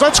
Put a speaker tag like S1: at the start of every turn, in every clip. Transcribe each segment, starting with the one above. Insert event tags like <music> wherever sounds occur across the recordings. S1: Let's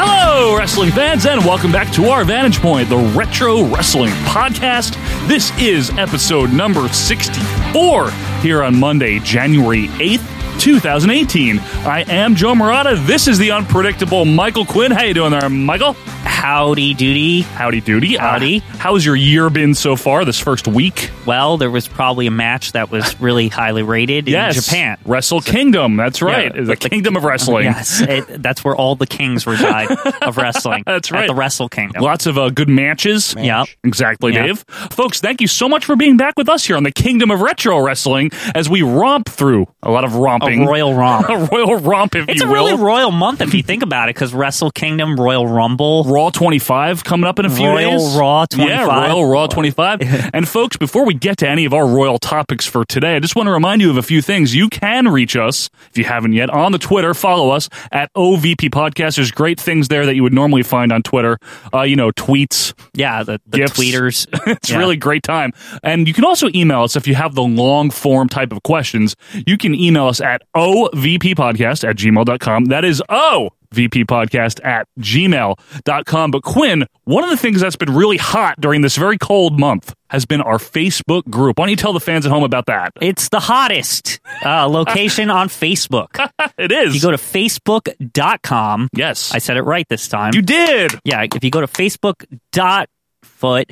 S2: Hello, wrestling fans, and welcome back to our Vantage Point, the Retro Wrestling Podcast. This is episode number 64 here on Monday, January 8th, 2018. I am Joe Murata. This is the unpredictable Michael Quinn. How you doing there, Michael?
S3: Howdy doody.
S2: Howdy doody. Uh,
S3: Howdy.
S2: how's your year been so far this first week?
S3: Well, there was probably a match that was really highly rated in Japan.
S2: Wrestle Kingdom. That's right.
S3: Yeah,
S2: the
S3: but the-
S2: kingdom of wrestling.
S3: Yes, it, that's where all the kings reside of wrestling.
S2: <laughs> That's
S3: At
S2: right.
S3: the Wrestle Kingdom.
S2: Lots of uh, good matches.
S3: Yeah.
S2: Exactly,
S3: Yeah.
S2: Dave. Folks, thank you so much for being back with us here on the Kingdom of Retro Wrestling as we romp through a lot of romping.
S3: A royal
S2: <laughs>
S3: romp.
S2: a royal romp, if
S3: It's
S2: you
S3: a
S2: will.
S3: really royal month if you think about it, because Wrestle Kingdom, Royal Rumble.
S2: Raw 25 coming up in a few
S3: Royal
S2: days.
S3: Raw
S2: Yeah,
S3: 25.
S2: Royal Raw
S3: <laughs>
S2: 25. and folks, before we get to any of our royal topics for today, I just want to remind you of a few things. You can reach us, if you haven't yet, on the Twitter. Follow us at OVP Podcast. There's great things there that you would normally find on Twitter. Uh, you know, tweets,
S3: Yeah, the, the
S2: Gifts.
S3: tweeters.
S2: <laughs> it's really great time. And you can also email us if you have the long form type of questions. You can email us at ovppodcast at gmail.com. That is ovppodcast at gmail.com. But Quinn, one of the things that's been really hot during this very cold month has been our Facebook group. Why don't you tell the fans at home about that?
S3: It's the hottest uh, location
S2: <laughs>
S3: on Facebook.
S2: It is.
S3: You go to facebook.com.
S2: yes.
S3: I said it right this time.
S2: you did.
S3: yeah, if you go to Facebook dot foot,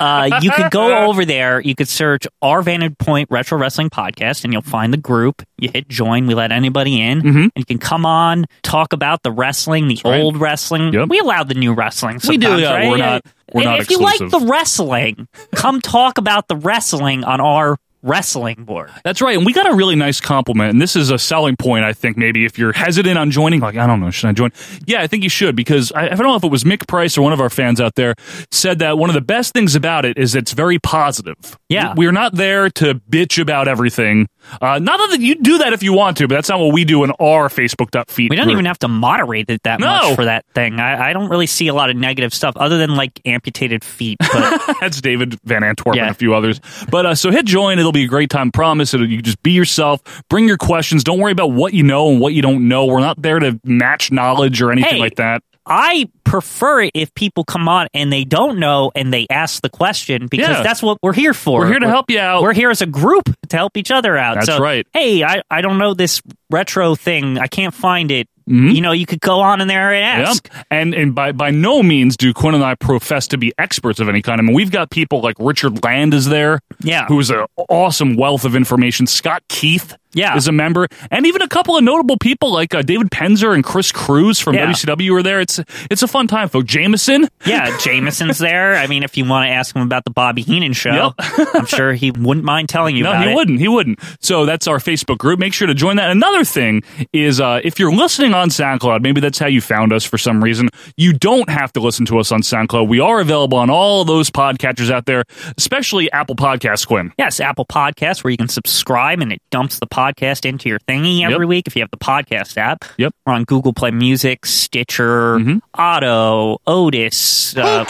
S3: uh, you
S2: <laughs>
S3: could go over there. You could search our Vantage Point Retro Wrestling Podcast, and you'll find the group. You hit join. We let anybody in, and you can come on talk about the wrestling, the
S2: Mm-hmm. right.
S3: old wrestling.
S2: Yep.
S3: We allow the new wrestling.
S2: We do,
S3: sometimes,
S2: yeah,
S3: right?
S2: we're not- we're
S3: And
S2: not
S3: if you like
S2: exclusive.
S3: the wrestling, come talk about the wrestling on our wrestling board.
S2: That's right. And we got a really nice compliment. And this is a selling point, I think, maybe if you're hesitant on joining, like, I don't know, should I join? Yeah, I think you should because I, I don't know if it was Mick Price or one of our fans out there said that one of the best things about it is it's very positive.
S3: Yeah.
S2: We're not there to bitch about everything. Uh, not that you do that if you want to, but that's not what we do in our Facebook.feed.
S3: We don't
S2: group.
S3: even have to moderate it that
S2: No.
S3: much for that thing. I, I don't really see a lot of negative stuff other than like amputated feet. But
S2: <laughs> That's David Van Antwerp and
S3: Yeah.
S2: a few others. But uh, so hit join. It'll be a great time. Promise. It'll, you can just be yourself. Bring your questions. Don't worry about what you know and what you don't know. We're not there to match knowledge or anything
S3: Hey.
S2: like that.
S3: I prefer it if people come on and they don't know and they ask the question because
S2: Yeah.
S3: that's what we're here for.
S2: We're here to help you out.
S3: We're here as a group to help each other out.
S2: That's
S3: So,
S2: right.
S3: Hey, I, I don't know this retro thing. I can't find it.
S2: Mm-hmm.
S3: You know, you could go on in there and
S2: Yeah. <laughs>
S3: ask.
S2: And and by by no means do Quinn and I profess to be experts of any kind. I mean, we've got people like Richard Land is there,
S3: Yeah.
S2: who is an awesome wealth of information. Scott Keith,
S3: Yeah.
S2: is a member, and even a couple of notable people like uh, David Penzer and Chris Cruz from
S3: Yeah.
S2: WCW are there. It's it's a fun time, folks. Jameson,
S3: Yeah, Jameson's there. I mean, if you want to ask him about the Bobby Heenan show, I'm sure he wouldn't mind telling you
S2: No,
S3: about
S2: he
S3: it.
S2: wouldn't. He wouldn't. So that's our Facebook group. Make sure to join that. Another thing is uh, if you're listening on SoundCloud, maybe that's how you found us for some reason. You don't have to listen to us on SoundCloud. We are available on all those podcatchers out there, especially Apple Podcasts, Quinn.
S3: Yes, Apple Podcasts, where you can subscribe and it dumps the podcast into your thingy every
S2: Yep.
S3: week if you have the podcast app.
S2: Yep. Mm-hmm.
S3: We're on Google Play Music, Stitcher, Auto, Otis, uh,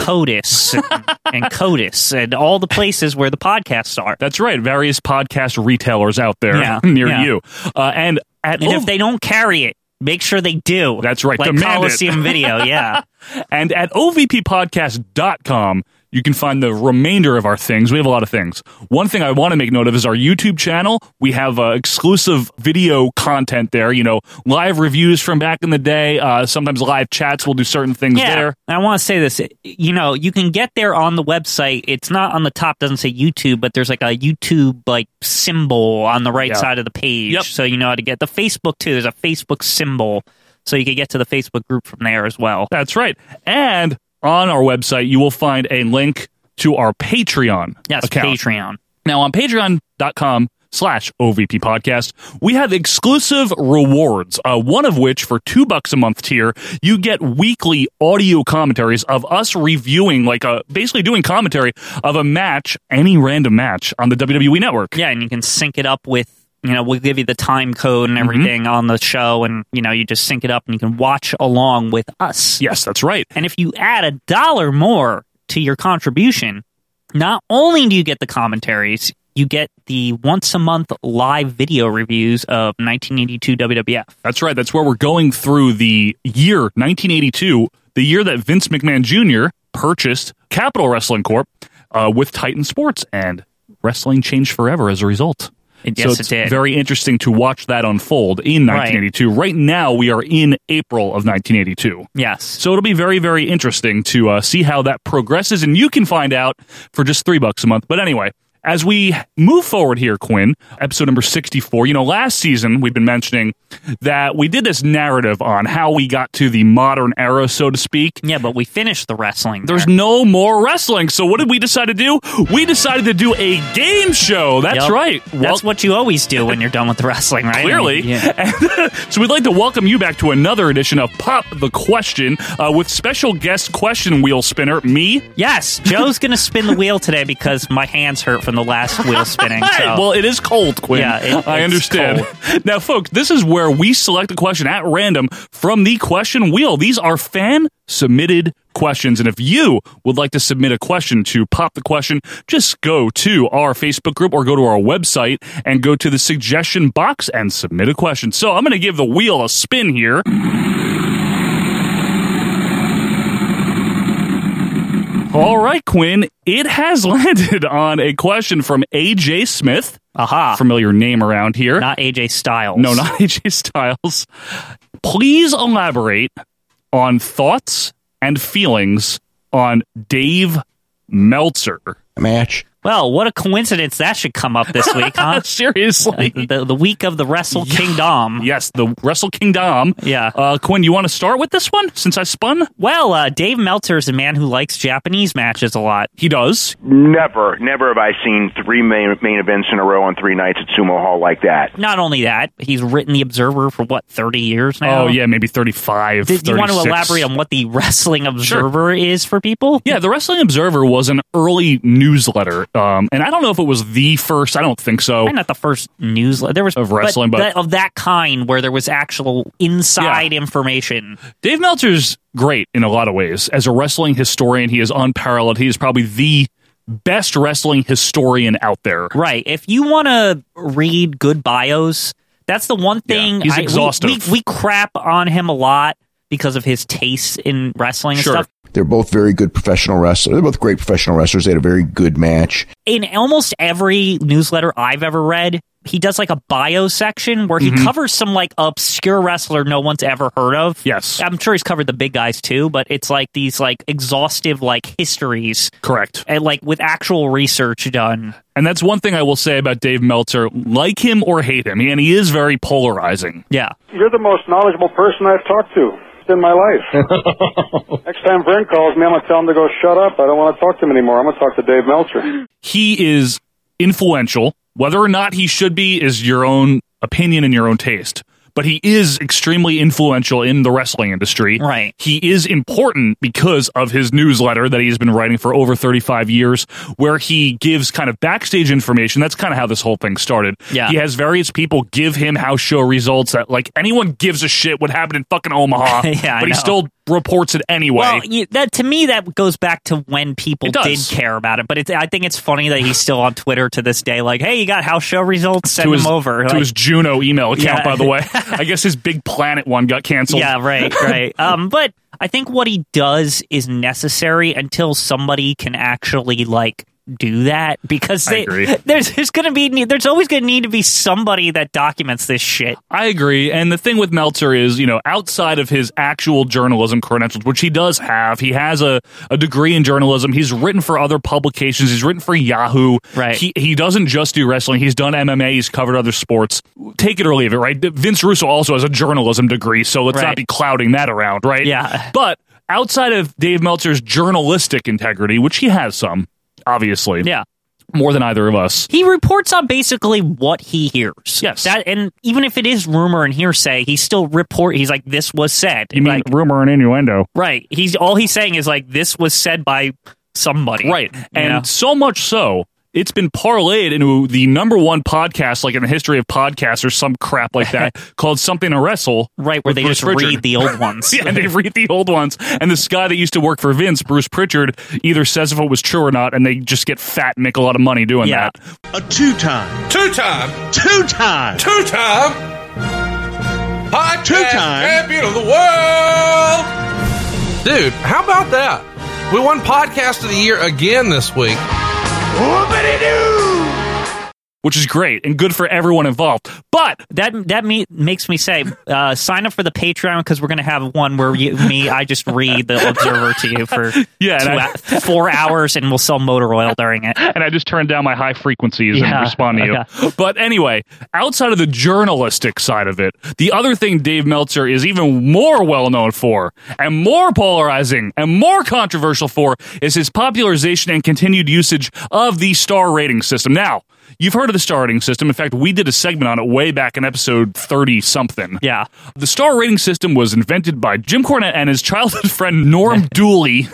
S3: Codis, and, and Codis, and all the places where the podcasts are.
S2: That's right. Various podcast retailers out there
S3: Yeah,
S2: <laughs> near
S3: yeah.
S2: you. Uh, and at
S3: and
S2: Ov-
S3: if they don't carry it, make sure they do.
S2: That's right,
S3: Like
S2: demand it.
S3: Coliseum
S2: <laughs>
S3: Video, yeah.
S2: And at ovppodcast.com, you can find the remainder of our things. We have a lot of things. One thing I want to make note of is our YouTube channel. We have uh, exclusive video content there, you know, live reviews from back in the day, uh, sometimes live chats. We'll do certain things
S3: Yeah.
S2: there.
S3: And I want to say this. You know, you can get there on the website. It's not on the top, doesn't say YouTube, but there's like a YouTube like symbol on the right
S2: Yeah.
S3: side of the page.
S2: Yep.
S3: So you know how to get the Facebook too. There's a Facebook symbol. So you can get to the Facebook group from there as well.
S2: That's right. And on our website, you will find a link to our Patreon
S3: Yes,
S2: account.
S3: Patreon.
S2: Now on patreon.com slash OVP podcast, we have exclusive rewards, uh, one of which for two bucks a month tier, you get weekly audio commentaries of us reviewing, like uh basically doing commentary of a match, any random match on the WWE network.
S3: Yeah, and you can sync it up with you know we'll give you the time code
S2: Mm-hmm.
S3: and everything on the show, and you know you just sync it up and you can watch along with us.
S2: Yes, that's right.
S3: And if you add a dollar more to your contribution, not only do you get the commentaries, you get the once a month live video reviews of 1982 WWF.
S2: That's right. That's where we're going through the year 1982, the year that Vince McMahon Jr. purchased Capital Wrestling Corp. Uh, with Titan Sports, and wrestling changed forever as a result.
S3: It-
S2: so
S3: yes, it
S2: it's
S3: did.
S2: very interesting to watch that unfold in
S3: Right.
S2: 1982. Right. now, we are in April of 1982.
S3: Yes.
S2: So it'll be very, very interesting to uh, see how that progresses, and you can find out for just three bucks a month. But anyway, as we move forward here, Quinn, episode number 64, you know, last season we've been mentioning that we did this narrative on how we got to the modern era, so to speak.
S3: yeah, but we finished the wrestling. there.
S2: There's no more wrestling. So what did we decide to do? We decided to do a game show. That's
S3: Yep.
S2: right.
S3: That's
S2: Wel-
S3: what you always do when you're done with the wrestling, right? I mean,
S2: Clearly.
S3: <laughs> yeah.
S2: <laughs> so we'd like to welcome you back to another edition of Pop the Question uh, with special guest question wheel spinner, me,
S3: Yes, Joe's going to spin the wheel today because my hands hurt from the last wheel spinning. So.
S2: <laughs> Hey, well, it is cold, Quinn.
S3: Yeah,
S2: <laughs>
S3: it-
S2: I
S3: it's
S2: understand. <laughs> Now, folks, this is where we select a question at random from the question wheel. These are fan submitted questions. And if you would like to submit a question to Pop the Question, just go to our Facebook group or go to our website and go to the suggestion box and submit a question. So I'm going to give the wheel a spin here. All right, Quinn, it has <laughs> landed on a question from AJ Smith.
S3: Aha.
S2: Familiar name around here.
S3: not AJ Styles.
S2: no, not <laughs> AJ Styles. Please elaborate on thoughts and feelings on Dave Meltzer.
S3: Well, what a coincidence that should come up this
S2: <laughs>
S3: week, huh? <laughs>
S2: Seriously.
S3: the, the week of the Wrestle Kingdom.
S2: Yes, the Wrestle Kingdom.
S3: Yeah.
S2: Uh, Quinn, you want to start with this one since I spun?
S3: Well, uh, Dave Meltzer is a man who likes Japanese matches a lot.
S2: He does.
S4: Never, never have I seen three main, main events in a row on three nights at Sumo Hall like that.
S3: Not only that, he's written The Observer for what, 30 years now?
S2: Oh, yeah, maybe 35.
S3: Did you want to
S2: 36.
S3: elaborate on what the <laughs> Wrestling Observer is for people?
S2: Yeah, the Wrestling Observer was an early newsletter, um, and I don't know if it was the first. I don't think so.
S3: Probably not the first newsletter. There was
S2: Of wrestling, but-
S3: that- of that kind where there was actual inside information.
S2: Dave Meltzer's great in a lot of ways. As a wrestling historian, he is unparalleled. He is probably the best wrestling historian out there.
S3: Right. If you want to read good bios, that's the one thing.
S2: he's
S3: I- we-
S2: exhaustive.
S3: We, we, crap on him a lot because of his tastes in wrestling and
S2: Sure.
S3: stuff.
S5: They're both very good professional wrestlers. They're both great professional wrestlers. They had a very good match.
S3: In almost every newsletter I've ever read, he does like a bio section where he
S2: Mm-hmm.
S3: covers some like obscure wrestler no one's ever heard of.
S2: Yes.
S3: I'm sure he's covered the big guys too, but it's like these like exhaustive like histories
S2: Correct.
S3: and like with actual research done.
S2: And that's one thing I will say about Dave Meltzer like him or hate him, and he is very polarizing.
S3: Yeah.
S6: You're the most knowledgeable person I've talked to in my life. Next time Vern calls me, I'm going to tell him to go shut up. I don't want to talk to him anymore. I'm going to talk to Dave Meltzer.
S2: He is influential. Whether or not he should be is your own opinion and your own taste. But he is extremely influential in the wrestling industry.
S3: Right.
S2: He is important because of his newsletter that he has been writing for over 35 years, where he gives kind of backstage information. That's kind of how this whole thing started.
S3: Yeah.
S2: He has various people give him house show results that, like, anyone gives a shit what happened in fucking Omaha.
S3: <laughs> Yeah, I
S2: but he
S3: know.
S2: still reports it anyway.
S3: Well, you, that to me that goes back to when people
S2: It does.
S3: did care about it. But it's, I think it's funny that he's still on Twitter to this day. Like, hey, you got house show results? Send
S2: to his,
S3: them over.
S2: to
S3: Like,
S2: his Juno email account.
S3: <laughs> Yeah.
S2: By the way, I guess his Big Planet one got canceled. <laughs>
S3: yeah, right, right. um, but I think what he does is necessary until somebody can actually like do that because
S2: I
S3: they,
S2: agree.
S3: <laughs> there's there's gonna be there's always gonna need to be somebody that documents this shit.
S2: I agree. And the thing with Meltzer is, you know, outside of his actual journalism credentials, which he does have, he has a, a degree in journalism. He's written for other publications. He's written for Yahoo.
S3: Right.
S2: He he doesn't just do wrestling. He's done MMA. He's covered other sports. Take it or leave it. Right. Vince Russo also has a journalism degree, so let's not
S3: Right.
S2: be clouding that around. Right.
S3: Yeah.
S2: But outside of Dave Meltzer's journalistic integrity, which he has some, obviously.
S3: Yeah.
S2: more than either of us.
S3: He reports on basically what he hears.
S2: Yes.
S3: That, and even if it is rumor and hearsay, he still report. He's like, this was said.
S2: You mean
S3: Like,
S2: rumor and innuendo?
S3: right? He's all he's saying is like, this was said by somebody.
S2: Right.
S3: You
S2: And
S3: know?
S2: so much so, it's been parlayed into the number one podcast, like in the history of podcasts or some crap like that, <laughs> called Something to Wrestle.
S3: right, where
S2: with
S3: they
S2: Bruce
S3: just
S2: Pritchard. <laughs>
S3: read the old ones.
S2: Yeah, and they read the old ones. And this guy that used to work for Vince, Bruce Pritchard, either says if it was true or not, and they just get fat and make a lot of money doing
S3: Yeah.
S2: that.
S7: A two time.
S8: Two time,
S7: Two time.
S8: two time, podcast
S7: Two-time.
S8: champion of the world. Dude, how about that? We won podcast of the year again this week.
S2: Which is great and good for everyone involved. But
S3: That that me, makes me say, uh, sign up for the Patreon because we're gonna have one where you, me I just read the Observer to you for
S2: <laughs> Yeah,
S3: two
S2: and I-
S3: hou- four hours, and we'll sell motor oil during it.
S2: and I just turned down my high frequencies
S3: Yeah,
S2: and respond to you.
S3: okay.
S2: But anyway, outside of the journalistic side of it, the other thing Dave Meltzer is even more well known for, and more polarizing, and more controversial for, is his popularization and continued usage of the star rating system. Now, you've heard of the star rating system. In fact, we did a segment on it way back in episode 30 something.
S3: Yeah.
S2: The star rating system was invented by Jim Cornette and his childhood <laughs> friend Norm Dooley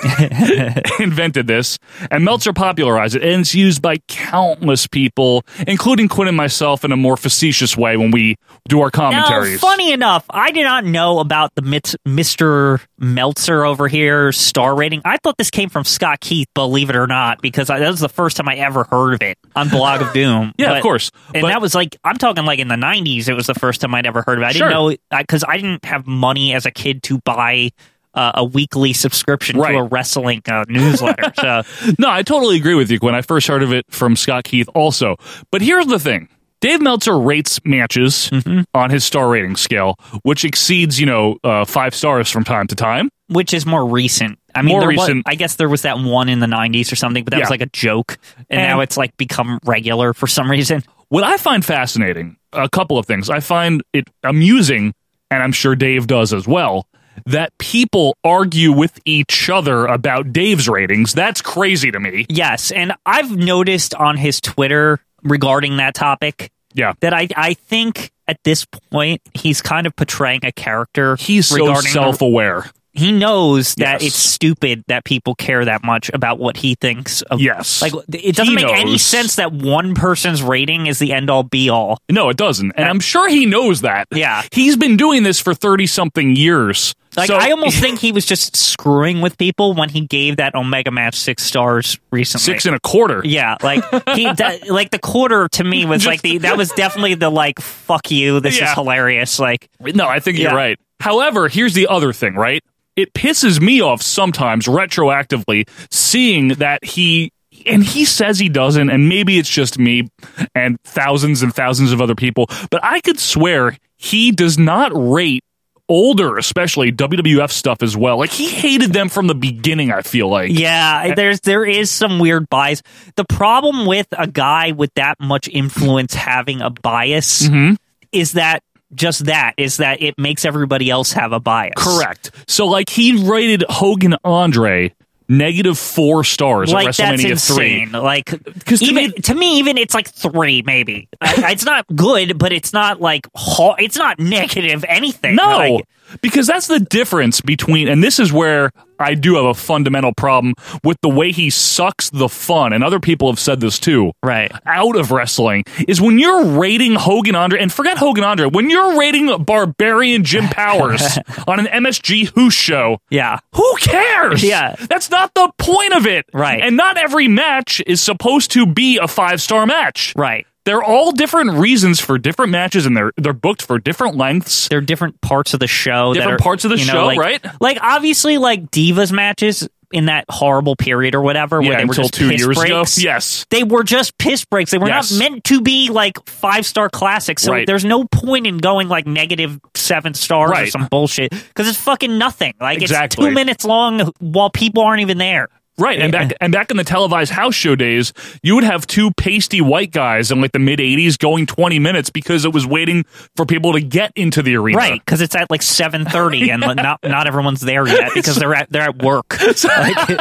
S2: invented this, and Meltzer popularized it, and it's used by countless people, including Quinn and myself, in a more facetious way when we do our
S3: Now,
S2: commentaries.
S3: funny enough, I did not know about the mit- Mr. Meltzer over here star rating. I thought this came from Scott Keith, believe it or not, because I, that was the first time I ever heard of it on Blog of Doom.
S2: <laughs> Yeah, of course.
S3: And
S2: But-
S3: that was like I'm talking like in the '90s. It was the first time I'd ever heard of it. I
S2: Sure.
S3: didn't know because I, didn't have money as a kid to buy. Uh, a weekly subscription
S2: Right.
S3: to a wrestling uh,
S2: <laughs>
S3: newsletter. So
S2: No, I totally agree with you, Quinn. I first heard of it from Scott Keith also. But here's the thing. Dave Meltzer rates matches on his star rating scale, which exceeds, you know, uh, five stars from time to time.
S3: which is more recent. I mean,
S2: More
S3: there was-
S2: recent.
S3: I guess there was that one in the '90s or something, but that
S2: Yeah.
S3: was like a joke, and,
S2: And-
S3: now it's like become regular for some reason. <laughs>
S2: What I find fascinating, a couple of things. I find it amusing, and I'm sure Dave does as well, that people argue with each other about Dave's ratings. That's crazy to me.
S3: Yes, and I've noticed on his Twitter regarding that topic
S2: Yeah.
S3: that I I think at this point he's kind of portraying a character.
S2: He's so
S3: regarding the-
S2: self aware.
S3: he knows that
S2: Yes.
S3: it's stupid that people care that much about what he thinks of.
S2: Yes.
S3: Like it doesn't
S2: He
S3: make any
S2: knows.
S3: sense that one person's rating is the end all be all.
S2: No, it doesn't. And I'm sure he knows that.
S3: Yeah.
S2: He's been doing this for 30 something years.
S3: Like
S2: So- <laughs>
S3: I almost think he was just screwing with people when he gave that Omega match six stars recently.
S2: Six and a quarter.
S3: yeah, like
S2: <laughs>
S3: he that, like the quarter to me was like the that was definitely the like fuck you this
S2: Yeah.
S3: is hilarious like
S2: No, I think you're
S3: Yeah.
S2: right. However, here's the other thing, right? It pisses me off sometimes retroactively seeing that he and he says he doesn't and maybe it's just me and thousands and thousands of other people, but I could swear he does not rate older especially WWF stuff as well. Like he hated them from the beginning, I feel like.
S3: yeah there's there is some weird bias. The problem with a guy with that much influence having a bias
S2: Mm-hmm.
S3: is that just that is that it makes everybody else have a bias.
S2: Correct. So like he rated Hogan Andre negative 4 stars at
S3: like that's
S2: WrestleMania 3.
S3: insane. Like,
S2: 'Cause to
S3: even
S2: me-
S3: to me, even it's like three, maybe. I, it's not good, but it's not like ho- it's not negative anything.
S2: No,
S3: Like,
S2: because that's the difference between, and this is where I do have a fundamental problem with the way he sucks the fun, and other people have said this too.
S3: Right.
S2: Out of wrestling is when you're rating Hogan Andre, and forget Hogan Andre, when you're rating Barbarian
S3: <laughs>
S2: Jim Powers on an MSG Who show.
S3: yeah,
S2: Who cares?
S3: Yeah.
S2: That's not the point of it.
S3: Right.
S2: And not every match is supposed to be a five star match.
S3: right.
S2: They're all different reasons for different matches, and they're they're booked for different lengths.
S3: There are different parts of the show. that
S2: Different
S3: are,
S2: parts of the
S3: you know,
S2: show,
S3: like-
S2: right?
S3: Like obviously, like divas matches in that horrible period or whatever, where
S2: yeah,
S3: they were
S2: until
S3: just
S2: two
S3: piss
S2: years ago.
S3: breaks.
S2: Yes.
S3: They were just piss breaks. They were
S2: Yes.
S3: not meant to be like five star classics. So
S2: Right.
S3: there's no point in going like negative seven stars or
S2: Right.
S3: some bullshit because it's fucking nothing. Like
S2: Exactly.
S3: it's two minutes long while people aren't even there.
S2: Right, and back and back in the televised house show days, you would have two pasty white guys in like the mid '80s going 20 minutes because it was waiting for people to get into the arena.
S3: Right, because it's at like
S2: <laughs>
S3: seven thirty, and not not everyone's there yet because they're at they're at work. Like,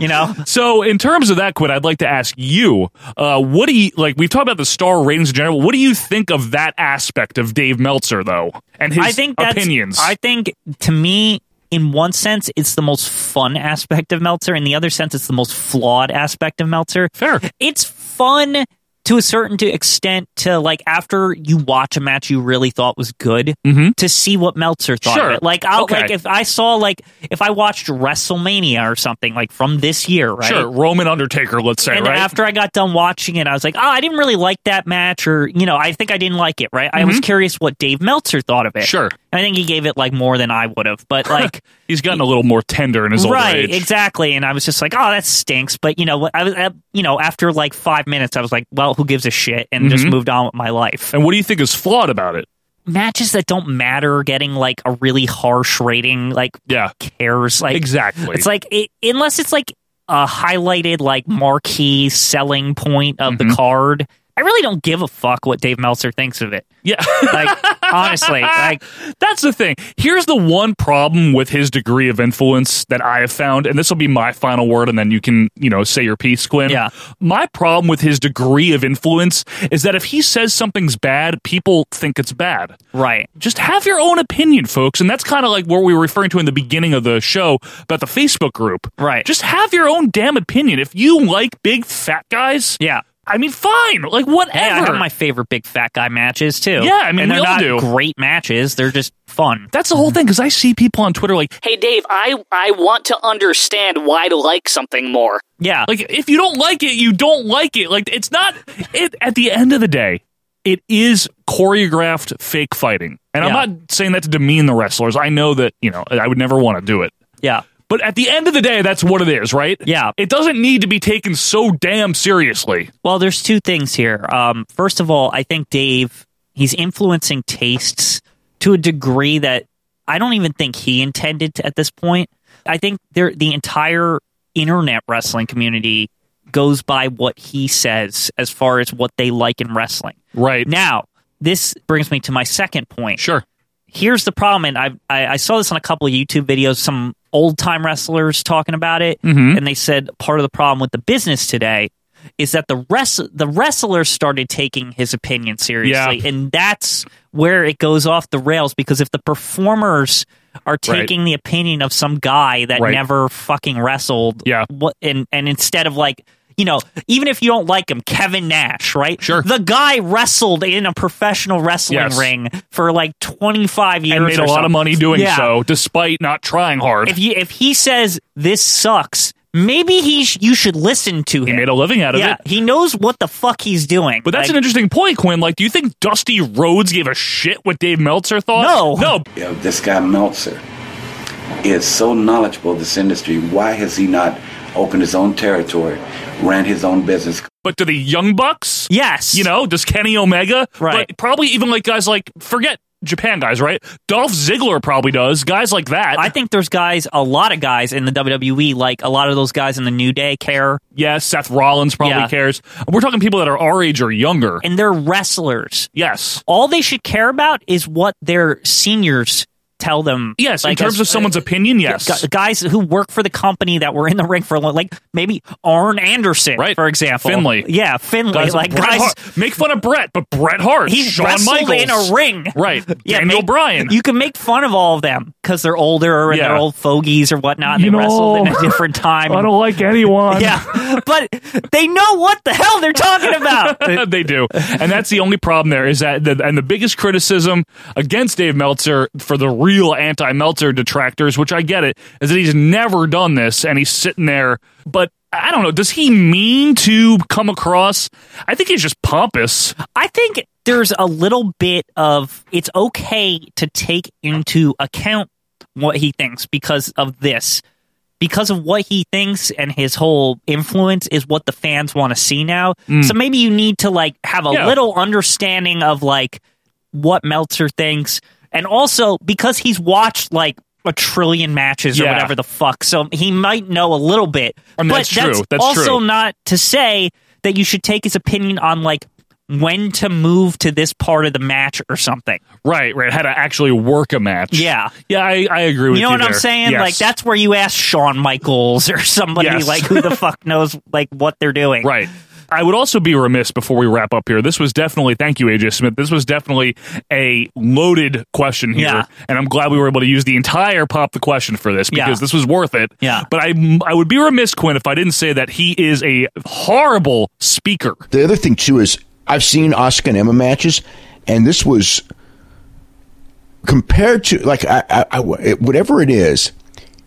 S3: you know,
S2: <laughs> So, in terms of that, Quinn, I'd like to ask you, uh, what do you like? We've talked about the star ratings in general. What do you think of that aspect of Dave Meltzer, though, and his
S3: I think that's,
S2: opinions?
S3: I think to me, in one sense, it's the most fun aspect of Meltzer. In the other sense, it's the most flawed aspect of Meltzer.
S2: Fair.
S3: It's fun to a certain to extent to like after you watch a match you really thought was good to see what Meltzer thought
S2: Mm-hmm. Sure.
S3: of it. Like I'll
S2: Okay.
S3: like if I saw like if I watched WrestleMania or something like from this year, right?
S2: Sure, Roman Undertaker, let's say,
S3: and
S2: right?
S3: after I got done watching it, I was like, oh, I didn't really like that match, or you know, I think I didn't like it. Right? I was curious what Dave Meltzer thought of it.
S2: Mm-hmm. Sure.
S3: I think he gave it like more than I would have, but
S2: <laughs>
S3: like.
S2: He's gotten a little more tender in his old
S3: Right,
S2: age.
S3: exactly, and I was just like, "Oh, that stinks." But you know, what- I was, I, you know, after like five minutes, I was like, "Well, who gives a shit?" and just
S2: Mm-hmm.
S3: moved on with my life.
S2: And what do you think is flawed about it?
S3: Matches that don't matter, getting like a really harsh rating, like
S2: Yeah,
S3: cares. Like
S2: Exactly.
S3: It's like it, unless it's like a highlighted like marquee selling point of
S2: Mm-hmm.
S3: the card. I really don't give a fuck what Dave Meltzer thinks of it.
S2: <laughs> yeah.
S3: Like honestly, like
S2: That's the thing. Here's the one problem with his degree of influence that I have found, and this will be my final word, and then you can, you know, say your piece, Quinn.
S3: Yeah.
S2: My problem with his degree of influence is that if he says something's bad, people think it's bad.
S3: right.
S2: Just have your own opinion, folks. And that's kind of like what we were referring to in the beginning of the show about the Facebook group.
S3: Right.
S2: Just have your own damn opinion. If you like big fat guys,
S3: Yeah.
S2: I mean, fine. Like, whatever.
S3: Hey, I have my favorite big fat guy matches too.
S2: Yeah, I mean,
S3: and
S2: we
S3: they're
S2: all
S3: not
S2: do.
S3: great matches. They're just fun.
S2: that's the whole thing because I see people on Twitter like,
S9: Hey, Dave, I, I want to understand why to like something more.
S3: Yeah,
S2: Like if you don't like it, you don't like it. Like it's not it at the end of the day, it is choreographed fake fighting. And
S3: Yeah.
S2: I'm not saying that to demean the wrestlers. I know that, you know, I would never want to do it.
S3: yeah.
S2: But at the end of the day, that's what it is, right?
S3: Yeah.
S2: It doesn't need to be taken so damn seriously.
S3: Well, there's two things here. Um, first of all, I think Dave he's influencing tastes to a degree that I don't even think he intended to at this point. I think there the entire internet wrestling community goes by what he says as far as what they like in wrestling.
S2: Right.
S3: Now, this brings me to my second point
S2: sure.
S3: here's the problem, and I've, I I saw this on a couple of YouTube videos. Some old time wrestlers talking about it,
S2: Mm-hmm.
S3: and they said part of the problem with the business today is that the rest the wrestlers started taking his opinion seriously,
S2: Yeah.
S3: and that's where it goes off the rails. Because if the performers are taking the opinion of some guy that
S2: Right.
S3: never fucking wrestled,
S2: Yeah.
S3: what and and instead of like. You know, even if you don't like him, Kevin Nash, right?
S2: Sure.
S3: The guy wrestled in a professional wrestling
S2: Yes.
S3: ring for like 25 years
S2: And made a
S3: or
S2: lot
S3: so.
S2: of money doing
S3: Yeah.
S2: so, despite not trying hard.
S3: if you if he says this sucks maybe he sh- you should listen to him
S2: he made a living out of
S3: yeah
S2: it.
S3: he knows what the fuck he's doing
S2: But that's an
S3: Like,
S2: interesting point, Quinn. Like, do you think Dusty Rhodes gave a shit what Dave Meltzer thought?
S3: No.
S2: No,
S10: Yo, this guy Meltzer is so knowledgeable of this industry. Why has he not opened his own territory, ran his own business?
S2: but to the Young Bucks?
S3: yes
S2: You know, does Kenny Omega?
S3: Right.
S2: But probably even like guys like, forget Japan guys, right? Dolph Ziggler probably does. Guys like that.
S3: i think there's guys a lot of guys in the wwe like a lot of those guys in the new day care
S2: yes, Seth Rollins probably
S3: Yeah.
S2: cares. We're talking people that are our age or younger.
S3: and they're wrestlers
S2: yes.
S3: all they should care about is what their seniors tell them
S2: Yes, in
S3: like,
S2: terms
S3: as-
S2: of someone's opinion, yes.
S3: gu- guys who work for the company that were in the ring for a long, like maybe Arn Anderson,
S2: Right.
S3: For example,
S2: Finlay.
S3: yeah, Finlay,
S2: Guys
S3: like
S2: Bret
S3: guys,
S2: Hart- Make fun of Brett, but Bret Hart.
S3: he's
S2: Shawn
S3: wrestled
S2: Michaels.
S3: in a ring,
S2: Right.
S3: <laughs> Yeah,
S2: Daniel
S3: make-
S2: Bryan.
S3: You can make fun of all of them because they're older and
S2: Yeah.
S3: they're old fogies or whatnot. And
S2: You
S3: they wrestled in
S2: know,
S3: a different
S2: <laughs>
S3: time.
S2: I don't like anyone.
S3: <laughs> yeah, but they know what the hell they're talking
S2: <laughs>
S3: about.
S2: they do, and that's the only problem there is that. The, and the biggest criticism against Dave Meltzer for the real anti-Meltzer detractors, which I get it, is that he's never done this, and he's sitting there. But I don't know. Does he mean to come across? I think he's just pompous.
S3: I think there's a little bit of it's okay to take into account what he thinks because of this. Because of what he thinks and his whole influence is what the fans want to see now. So maybe you need to like have a
S2: Mm. Yeah.
S3: little understanding of like what Meltzer thinks. And also because he's watched like a trillion matches or
S2: Yeah.
S3: whatever the fuck. So he might know a little bit.
S2: I mean,
S3: but
S2: that's true. That's
S3: also
S2: true.
S3: not to say that you should take his opinion on like when to move to this part of the match or something.
S2: Right, right. How to actually work a match.
S3: Yeah.
S2: Yeah, I, I agree with you.
S3: You know what I'm
S2: there.
S3: saying?
S2: Yes.
S3: Like that's where you ask Shawn Michaels or somebody
S2: Yes.
S3: like who
S2: <laughs>
S3: the fuck knows like what they're doing. <laughs>
S2: Right. I would also be remiss before we wrap up here. This was definitely, thank you, AJ Smith. This was definitely a loaded question here.
S3: Yeah.
S2: And I'm glad we were able to use the entire pop the question for this because
S3: Yeah.
S2: this was worth it.
S3: Yeah.
S2: But I, I would be remiss, Quinn, if I didn't say that he is a horrible speaker.
S8: The other thing too is I've seen Oscar and Emma matches, and this was compared to like I, I, I it- whatever it is,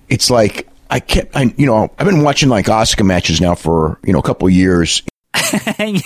S8: it's like I kept I you know I've been watching like Oscar matches now for you know a couple years.
S3: like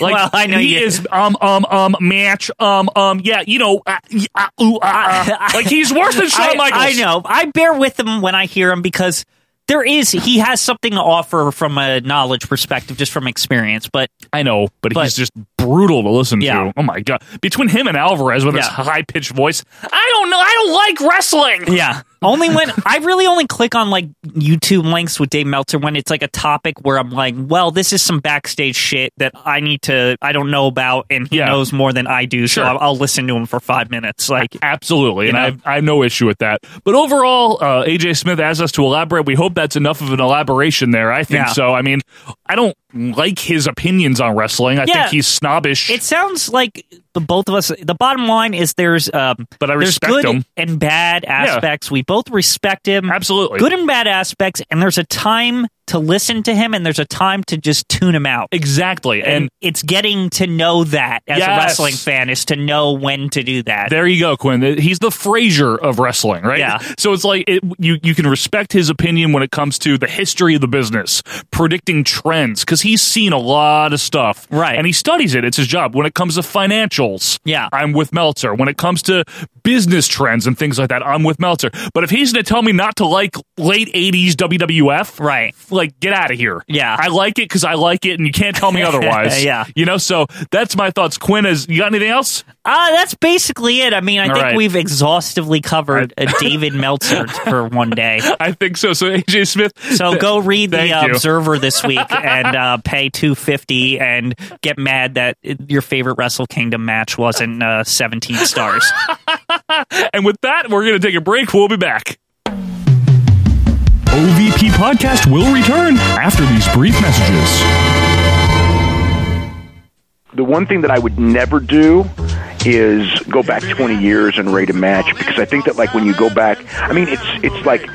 S2: Like,
S3: well, I know
S2: he
S3: you. <laughs>
S2: is um um um match um um yeah you know uh, y- uh, ooh, uh,
S3: <laughs>
S2: uh. like he's worse than Shawn
S3: I,
S2: Michaels.
S3: I know. I bear with him when I hear him because there is he has something to offer from a knowledge perspective, just from experience. But
S2: I know, but,
S3: But-
S2: he's just brutal to listen
S3: Yeah.
S2: to. Oh my god! Between him and Alvarez with his
S3: Yeah.
S2: high pitched voice, I don't know. I don't like wrestling.
S3: yeah, only when I really only click on like YouTube links with Dave Meltzer when it's like a topic where I'm like, well, this is some backstage shit that I need to I don't know about, and he
S2: Yeah.
S3: knows more than I do, so
S2: Sure.
S3: I'll, I'll listen to him for five minutes. Like,
S2: Absolutely, and
S3: know?
S2: I have, I have no issue with that. But overall, uh, AJ Smith asked us to elaborate. We hope that's enough of an elaboration there. I think
S3: Yeah.
S2: so. I mean, I don't like his opinions on wrestling. I
S3: Yeah.
S2: think he's snobbish.
S3: It sounds like the both of us. The bottom line is there's um,
S2: But I respect
S3: there's good
S2: him.
S3: and bad aspects. We both respect him,
S2: Absolutely.
S3: Good and bad aspects, and there's a time to listen to him, and there's a time to just tune him out.
S2: exactly,
S3: And,
S2: and
S3: it's getting to know that as a
S2: Yes.
S3: wrestling fan is to know when to do that.
S2: There you go, Quinn. He's the Frazier of wrestling, right?
S3: Yeah.
S2: So it's like it, you you can respect his opinion when it comes to the history of the business, predicting trends, because he's seen a lot of stuff,
S3: Right.
S2: And he studies it. It's his job. When it comes to financials,
S3: Yeah.
S2: I'm with Meltzer. When it comes to business trends and things like that, I'm with Meltzer. But if he's going to tell me not to like late '80s WWF,
S3: Right.
S2: Like, get out of here.
S3: Yeah.
S2: I like it because I like it, and you can't
S3: <laughs>
S2: tell me otherwise.
S3: Yeah.
S2: You know. So that's my thoughts. Quinn, is you got anything else?
S3: Ah, that's basically it. I mean, I
S2: All
S3: think
S2: right.
S3: we've exhaustively covered uh,
S2: <laughs>
S3: David Meltzer for one day.
S2: I think so. So AJ Smith.
S3: So
S2: th-
S3: go read the
S2: thank
S3: uh,
S2: you. <laughs>
S3: Observer this week and uh, pay two fifty and get mad that your favorite Wrestle Kingdom match wasn't uh, seventeen stars.
S2: And with that, we're going to take a break. We'll be back.
S11: OVP Podcast will return after these brief messages.
S12: The one thing that I would never do is go back 20 years and rate a match because I think that like when you go back, I mean it's it's like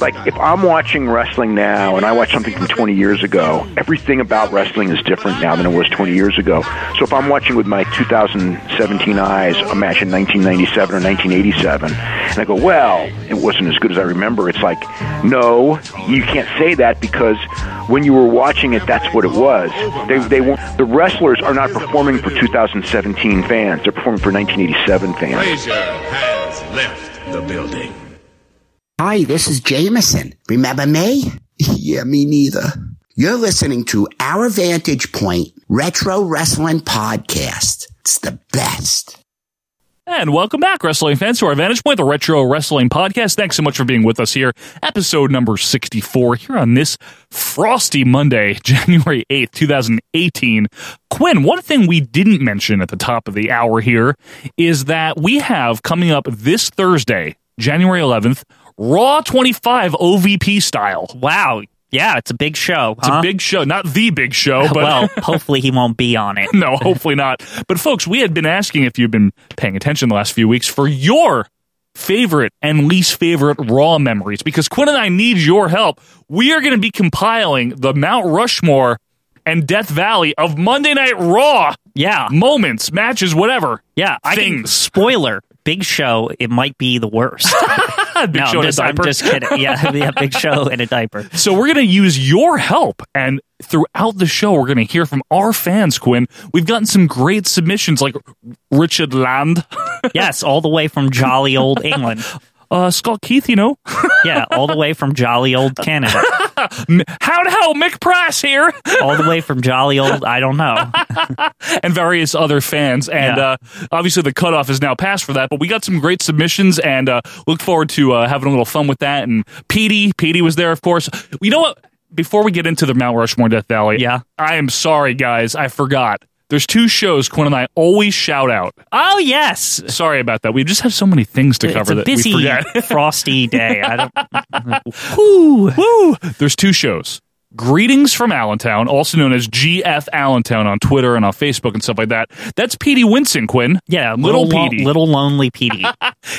S12: like if I'm watching wrestling now and I watch something from 20 years ago, everything about wrestling is different now than it was 20 years ago. So if I'm watching with my 2017 eyes a match in 1997 or 1987, and I go, well, it wasn't as good as I remember. It's like, no, you can't say that because when you were watching it, that's what it was. They they won't, the wrestlers are not performing for 2017 fans. They're performing for 1987 fans.
S13: Frazier has left the building.
S14: Hi, this is Jameson. Remember me? yeah, me neither. You're listening to Our Vantage Point Retro Wrestling Podcast. It's the best.
S2: And welcome back, wrestling fans, to our Vantage Point, the Retro Wrestling Podcast. Thanks so much for being with us here. Episode number 64 here on this frosty Monday, <laughs> January 8th, 2018. Quinn, one thing we didn't mention at the top of the hour here is that we have coming up this Thursday, January 11th, Raw 25 OVP style.
S3: Wow. Yeah, it's a big show.
S2: It's a big show, not the big
S3: <laughs>
S2: show, <laughs> but
S3: well, hopefully he won't be on it.
S2: <laughs> no, hopefully not. But folks, we had been asking if you've been paying attention the last few weeks for your favorite and least favorite Raw memories because Quinn and I need your help. We are going to be compiling the Mount Rushmore and Death Valley of Monday Night Raw.
S3: Yeah.
S2: Moments, matches, whatever.
S3: Yeah, I can,
S2: Things.
S3: spoiler. Big Show, it might be the worst.
S2: <laughs> Big
S3: no,
S2: Show
S3: I'm
S2: in a
S3: just, I'm
S2: diaper.
S3: just kidding. Yeah, <laughs> yeah, Big Show in a diaper.
S2: <laughs> So we're going to use your help. And throughout the show, we're going to hear from our fans, Quinn. We've gotten some great submissions like Richard Land. <laughs>
S3: Yes, all the way from jolly old England.
S2: uh, Scott Keith, you know?
S3: yeah, all the way from jolly old Canada.
S2: How the hell, Mick Price here? <laughs>
S3: all the way from jolly old, I don't know.
S2: and various other fans. And uh, obviously, the cutoff is now passed for that. But we got some great submissions, and uh, look forward to uh, having a little fun with that. And Petey, Petey was there, of course. You know what? Before we get into the Mount Rushmore Death Valley, yeah, I am sorry, guys, I forgot. There's two shows Quinn and I always shout out.
S3: Oh yes.
S2: Sorry about that. We just have so many things to
S3: It's
S2: cover
S3: a
S2: that
S3: busy,
S2: we forget. <laughs>
S3: <laughs> frosty day. I don't
S2: Woo! Woo! There's two shows. Greetings from Allentown, also known as GF Allentown on Twitter and on Facebook and stuff like that. That's Petey Winston, Quinn. Yeah, little,
S3: little lo-
S2: Petey.
S3: little lonely Petey.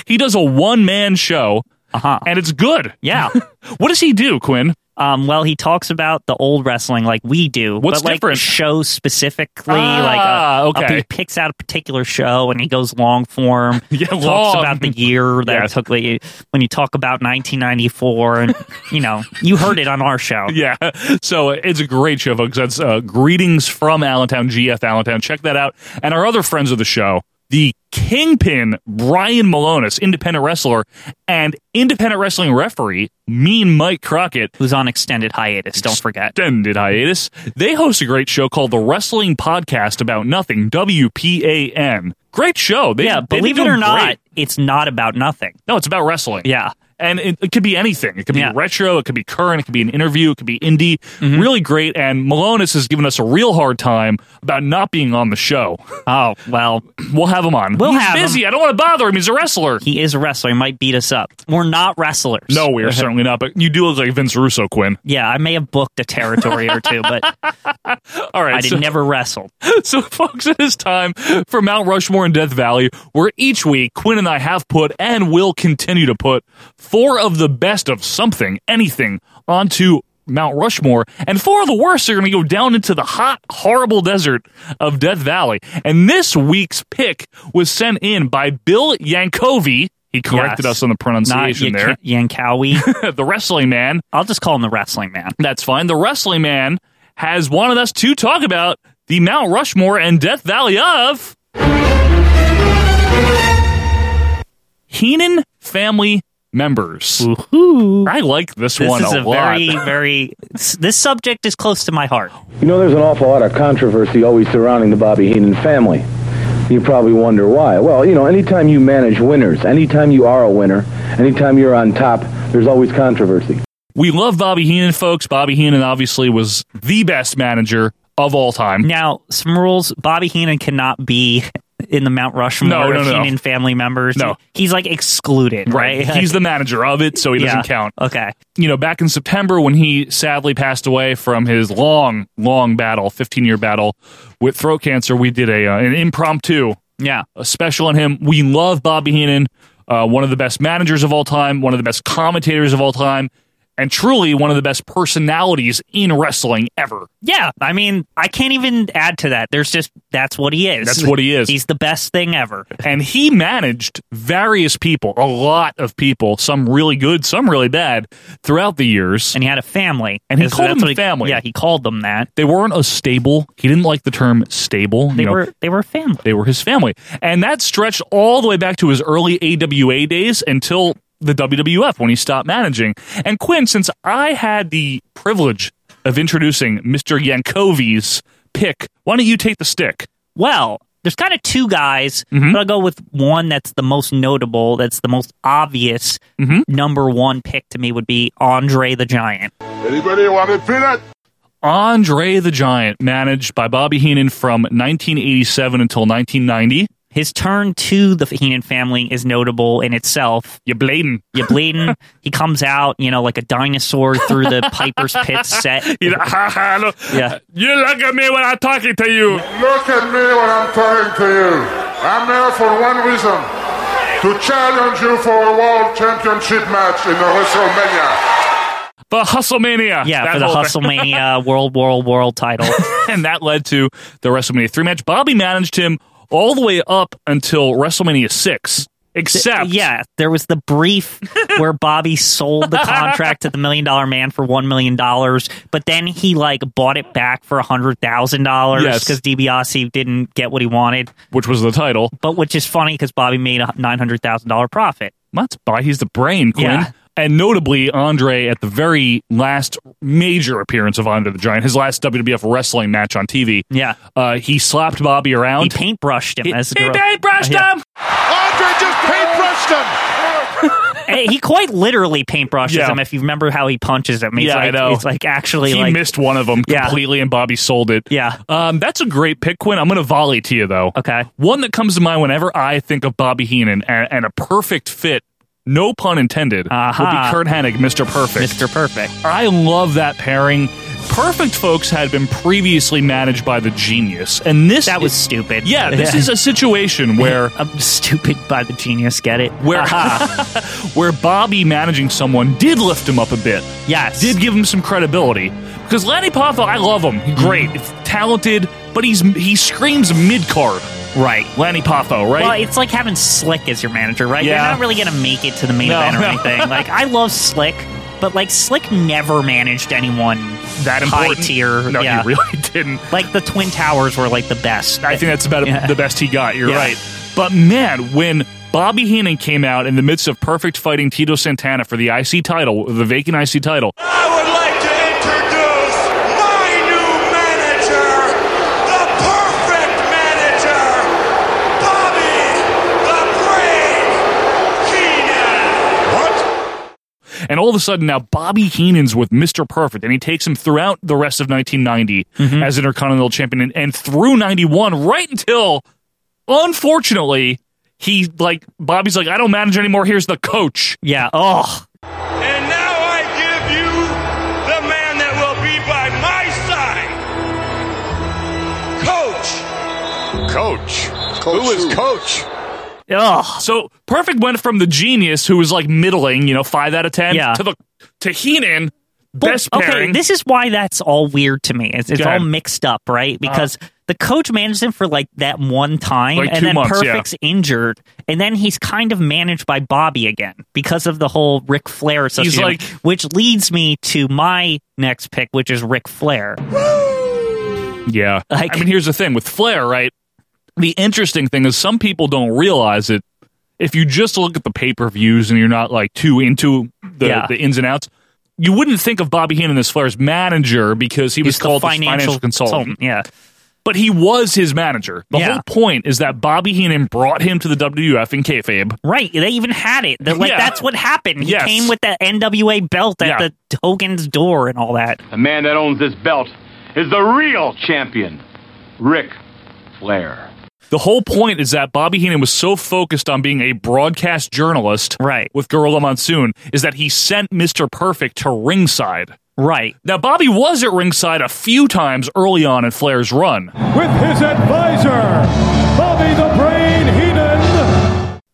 S2: he does a one man show,
S3: uh-huh.
S2: and it's good.
S3: Yeah.
S2: what does he do, Quinn? <laughs>
S3: Um, well, he talks about the old wrestling like we do.
S2: What's
S3: but, like,
S2: different?
S3: Show specifically,
S2: Ah,
S3: like uh,
S2: okay.
S3: he picks out a particular show and he goes long form.
S2: <laughs> Yeah,
S3: talks
S2: long.
S3: about the year that it took. Like, when you talk about 1994, and you know, you heard it on our show.
S2: Yeah. So uh, it's a great show, folks. That's uh, Greetings from Allentown, GF Allentown. Check that out. And our other friends of the show, the kingpin, Brian Malonis, independent wrestler, and independent wrestling referee, Mean Mike Crockett,
S3: who's on extended hiatus, don't forget.
S2: Extended hiatus. They host a great show called The Wrestling Podcast About Nothing, WPAN. Great show. They,
S3: yeah,
S2: they've
S3: believe
S2: been
S3: it or
S2: doing
S3: not,
S2: great.
S3: it's not about nothing.
S2: No, it's about wrestling.
S3: Yeah.
S2: And it, it could be anything. It could be retro. It could be current. It could be an interview. It could be indie.
S3: Mm-hmm.
S2: Really great. And Malonis has given us a real hard time about not being on the show. <laughs>
S3: Oh well,
S2: we'll have him on.
S3: We'll
S2: He's
S3: have
S2: busy.
S3: him.
S2: I don't want to bother him. He's a wrestler.
S3: He is a wrestler. He might beat us up. We're not wrestlers.
S2: No,
S3: <laughs>
S2: we are certainly not. But you do look like Vince Russo, Quinn.
S3: Yeah, I may have booked a territory or
S2: <laughs>
S3: two, but
S2: All right,
S3: I did
S2: so-
S3: never
S2: <laughs>
S3: wrestle.
S2: So, folks, it is time for Mount Rushmore and Death Valley, where each week Quinn and I have put and will continue to put four of the best of something, anything, onto Mount Rushmore, and four of the worst are going to go down into the hot, horrible desert of Death Valley. And this week's pick was sent in by Bill Yankovi. He corrected
S3: Yes.
S2: us on the pronunciation
S3: Not
S2: there.
S3: Yan- Yankawi.
S2: <laughs> the wrestling man.
S3: I'll just call him the wrestling man.
S2: That's fine. The wrestling man has wanted us to talk about the Mount Rushmore and Death Valley of Heenan family members. I like this,
S3: This
S2: one
S3: is
S2: a,
S3: a,
S2: lot. <laughs>
S3: very, very. s- This subject is close to my heart.
S15: You know, there's an awful lot of controversy always surrounding the Bobby Heenan family. You probably wonder why. Well, you know, anytime you manage winners, anytime you are a winner, anytime you're on top, there's always controversy.
S2: we love Bobby Heenan, folks. Bobby Heenan obviously was the best manager of all time.
S3: Now, some rules: Bobby Heenan cannot be in the Mount Rushmore
S2: No, no,
S3: of
S2: no.
S3: Heenan family members.
S2: No.
S3: he's like excluded, right?
S2: He's the manager of it, so he doesn't
S3: <laughs> Yeah.
S2: count.
S3: Okay.
S2: You know, back in September when he sadly passed away from his long, long battle, 15 year battle with throat cancer, we did a uh, an impromptu
S3: yeah
S2: a special on him. We love Bobby Heenan, uh, one of the best managers of all time, one of the best commentators of all time, and truly one of the best personalities in wrestling ever.
S3: Yeah, I mean, I can't even add to that. There's just that's what he is.
S2: That's what he is.
S3: He's the best thing ever.
S2: and he managed various people, a lot of people, some really good, some really bad, throughout the years.
S3: And he had a family,
S2: and he
S3: That's-
S2: called
S3: that's
S2: them
S3: what he-
S2: family.
S3: yeah, he called them that.
S2: They weren't a stable. He didn't like the term stable.
S3: They
S2: you know.
S3: were they were a family.
S2: They were his family, and that stretched all the way back to his early AWA days until the WWF when he stopped managing. And Quinn, since I had the privilege of introducing Mr. Yankovi's pick, why don't you take the stick?
S3: Well, there's kind of two guys,
S2: Mm-hmm.
S3: but I'll go with one that's the most notable, that's the most obvious
S2: Mm-hmm.
S3: number one pick to me would be Andre the Giant.
S16: Anybody want a peanut?
S2: Andre the Giant, managed by Bobby Heenan from 1987 until 1990.
S3: His turn to the Heenan family is notable in itself.
S2: You're bleeding.
S3: You're bleeding. he comes out, you know, like a dinosaur
S2: <laughs>
S3: through the Piper's Pit set.
S2: <laughs> You know, <laughs> ha, ha, look,
S3: Yeah.
S2: You look at me when I'm talking to you.
S16: Look at me when I'm talking to you. I'm there for one reason to challenge you for a world championship match in the WrestleMania.
S2: For Hustlemania.
S3: Yeah,
S2: That
S3: for the
S2: whole thing. <laughs>
S3: Hustlemania World World World title.
S2: and that led to the WrestleMania 3 match. Bobby managed him all the way up until WrestleMania 6. Except,
S3: yeah, there was the brief where Bobby sold the contract to the Million Dollar Man for one million dollars, but then he like bought it back for a hundred thousand dollars
S2: Yes.
S3: because DiBiase didn't get what he wanted,
S2: which was the title.
S3: But which is funny because Bobby made a nine hundred thousand dollar profit.
S2: That's by he's the brain, Quinn.
S3: Yeah.
S2: And notably, Andre at the very last major appearance of Andre the Giant, his last WWF wrestling match on TV.
S3: Yeah,
S2: uh, he slapped Bobby around. He
S3: paintbrushed him as a
S2: he
S3: girl.
S2: paintbrushed
S3: Yeah.
S2: him.
S1: Andre just paintbrushed him.
S3: Eh, he quite literally paintbrushes
S2: Yeah.
S3: him if you remember how he punches him. He's
S2: yeah,
S3: like,
S2: I know.
S3: He's like actually
S2: he
S3: like
S2: missed one of them
S3: Yeah.
S2: completely, and Bobby sold it.
S3: Yeah,
S2: um, that's a great pick, Quinn. I'm going to volley to you though.
S3: Okay,
S2: one that comes to mind whenever I think of Bobby Heenan and, and a perfect fit. No pun intended. Would be
S3: Aha.
S2: Kurt Hennig, Mr. Perfect.
S3: Mr. Perfect.
S2: I love that pairing. Perfect folks had been previously managed by the genius, and this
S3: That was
S2: is-
S3: stupid.
S2: Yeah,
S3: <laughs>
S2: this is a situation <laughs> where
S3: I'm stupid by the genius. Get it?
S2: where
S3: Aha.
S2: <laughs> where Bobby managing someone did lift him up a bit.
S3: Yes,
S2: did give him some credibility because Lanny Poffo, I love him. He's Great,
S3: Mm-hmm.
S2: talented, but he's he screams mid card.
S3: Right,
S2: Lanny Poffo. Right.
S3: Well, it's like having Slick as your manager, right?
S2: Yeah.
S3: You're not really going to make it to the main
S2: No, <laughs>
S3: event or
S2: no.
S3: anything. Like, I love Slick, but like Slick never managed anyone
S2: that
S3: high
S2: important.
S3: tier.
S2: No,
S3: yeah.
S2: he really <laughs> didn't.
S3: Like the Twin Towers were like the best.
S2: I think that's about
S3: Yeah.
S2: the best he got. You're
S3: Yeah.
S2: right. But man, when Bobby Heenan came out in the midst of perfect fighting Tito Santana for the IC title, the vacant IC title,
S14: I would like to introduce my new manager, the perfect manager, Bobby the Brain Heenan. What?
S2: and all of a sudden now Bobby Heenan's with Mr. Perfect, and he takes him throughout the rest of 1990
S3: Mm-hmm.
S2: as Intercontinental Champion, and, and through 91, right until, unfortunately, he like Bobby's like, I don't manage anymore. Here's the coach.
S3: Yeah. Oh.
S14: And now I give you the man that will be by my side, Coach.
S1: Coach. Coach who is coach?
S3: Ugh.
S2: So Perfect went from the genius who was like middling, you know, five out of ten,
S3: Yeah.
S2: to the to Heenan,
S3: But-
S2: best
S3: okay,
S2: pairing.
S3: this is why that's all weird to me. It's, it's
S2: Go ahead. Uh-huh.
S3: all mixed up, right? Because the coach managed him for like that one time,
S2: Like two
S3: and then
S2: months, yeah.
S3: Perfect's injured, and then he's kind of managed by Bobby again because of the whole Ric Flair association.
S2: like-
S3: which leads me to my next pick, which is Ric Flair.
S2: Yeah.
S3: Like-
S2: I mean, here's the thing with Flair, right? The interesting thing is some people don't realize it. If you just look at the pay per views and you're not like too into the,
S3: Yeah.
S2: the ins and outs, you wouldn't think of Bobby Heenan as Flair's manager because he was
S3: He's the
S2: called the financial, consultant.
S3: Yeah,
S2: But he was his manager. The
S3: Yeah.
S2: whole point is that Bobby Heenan brought him to the WWF in kayfabe.
S3: right. They even had it. They're like
S2: Yeah.
S3: that's what happened. He
S2: Yes.
S3: came with that NWA belt at
S2: Yeah.
S3: the Hogan's door and all that.
S17: The man that owns this belt is the real champion, Rick Flair.
S2: The whole point is that Bobby Heenan was so focused on being a broadcast journalist
S3: right.
S2: with Gorilla Monsoon is that he sent Mr. Perfect to ringside.
S3: Right.
S2: Now, Bobby was at ringside a few times early on in Flair's run.
S12: with his advisor, Bobby the Brain Heenan.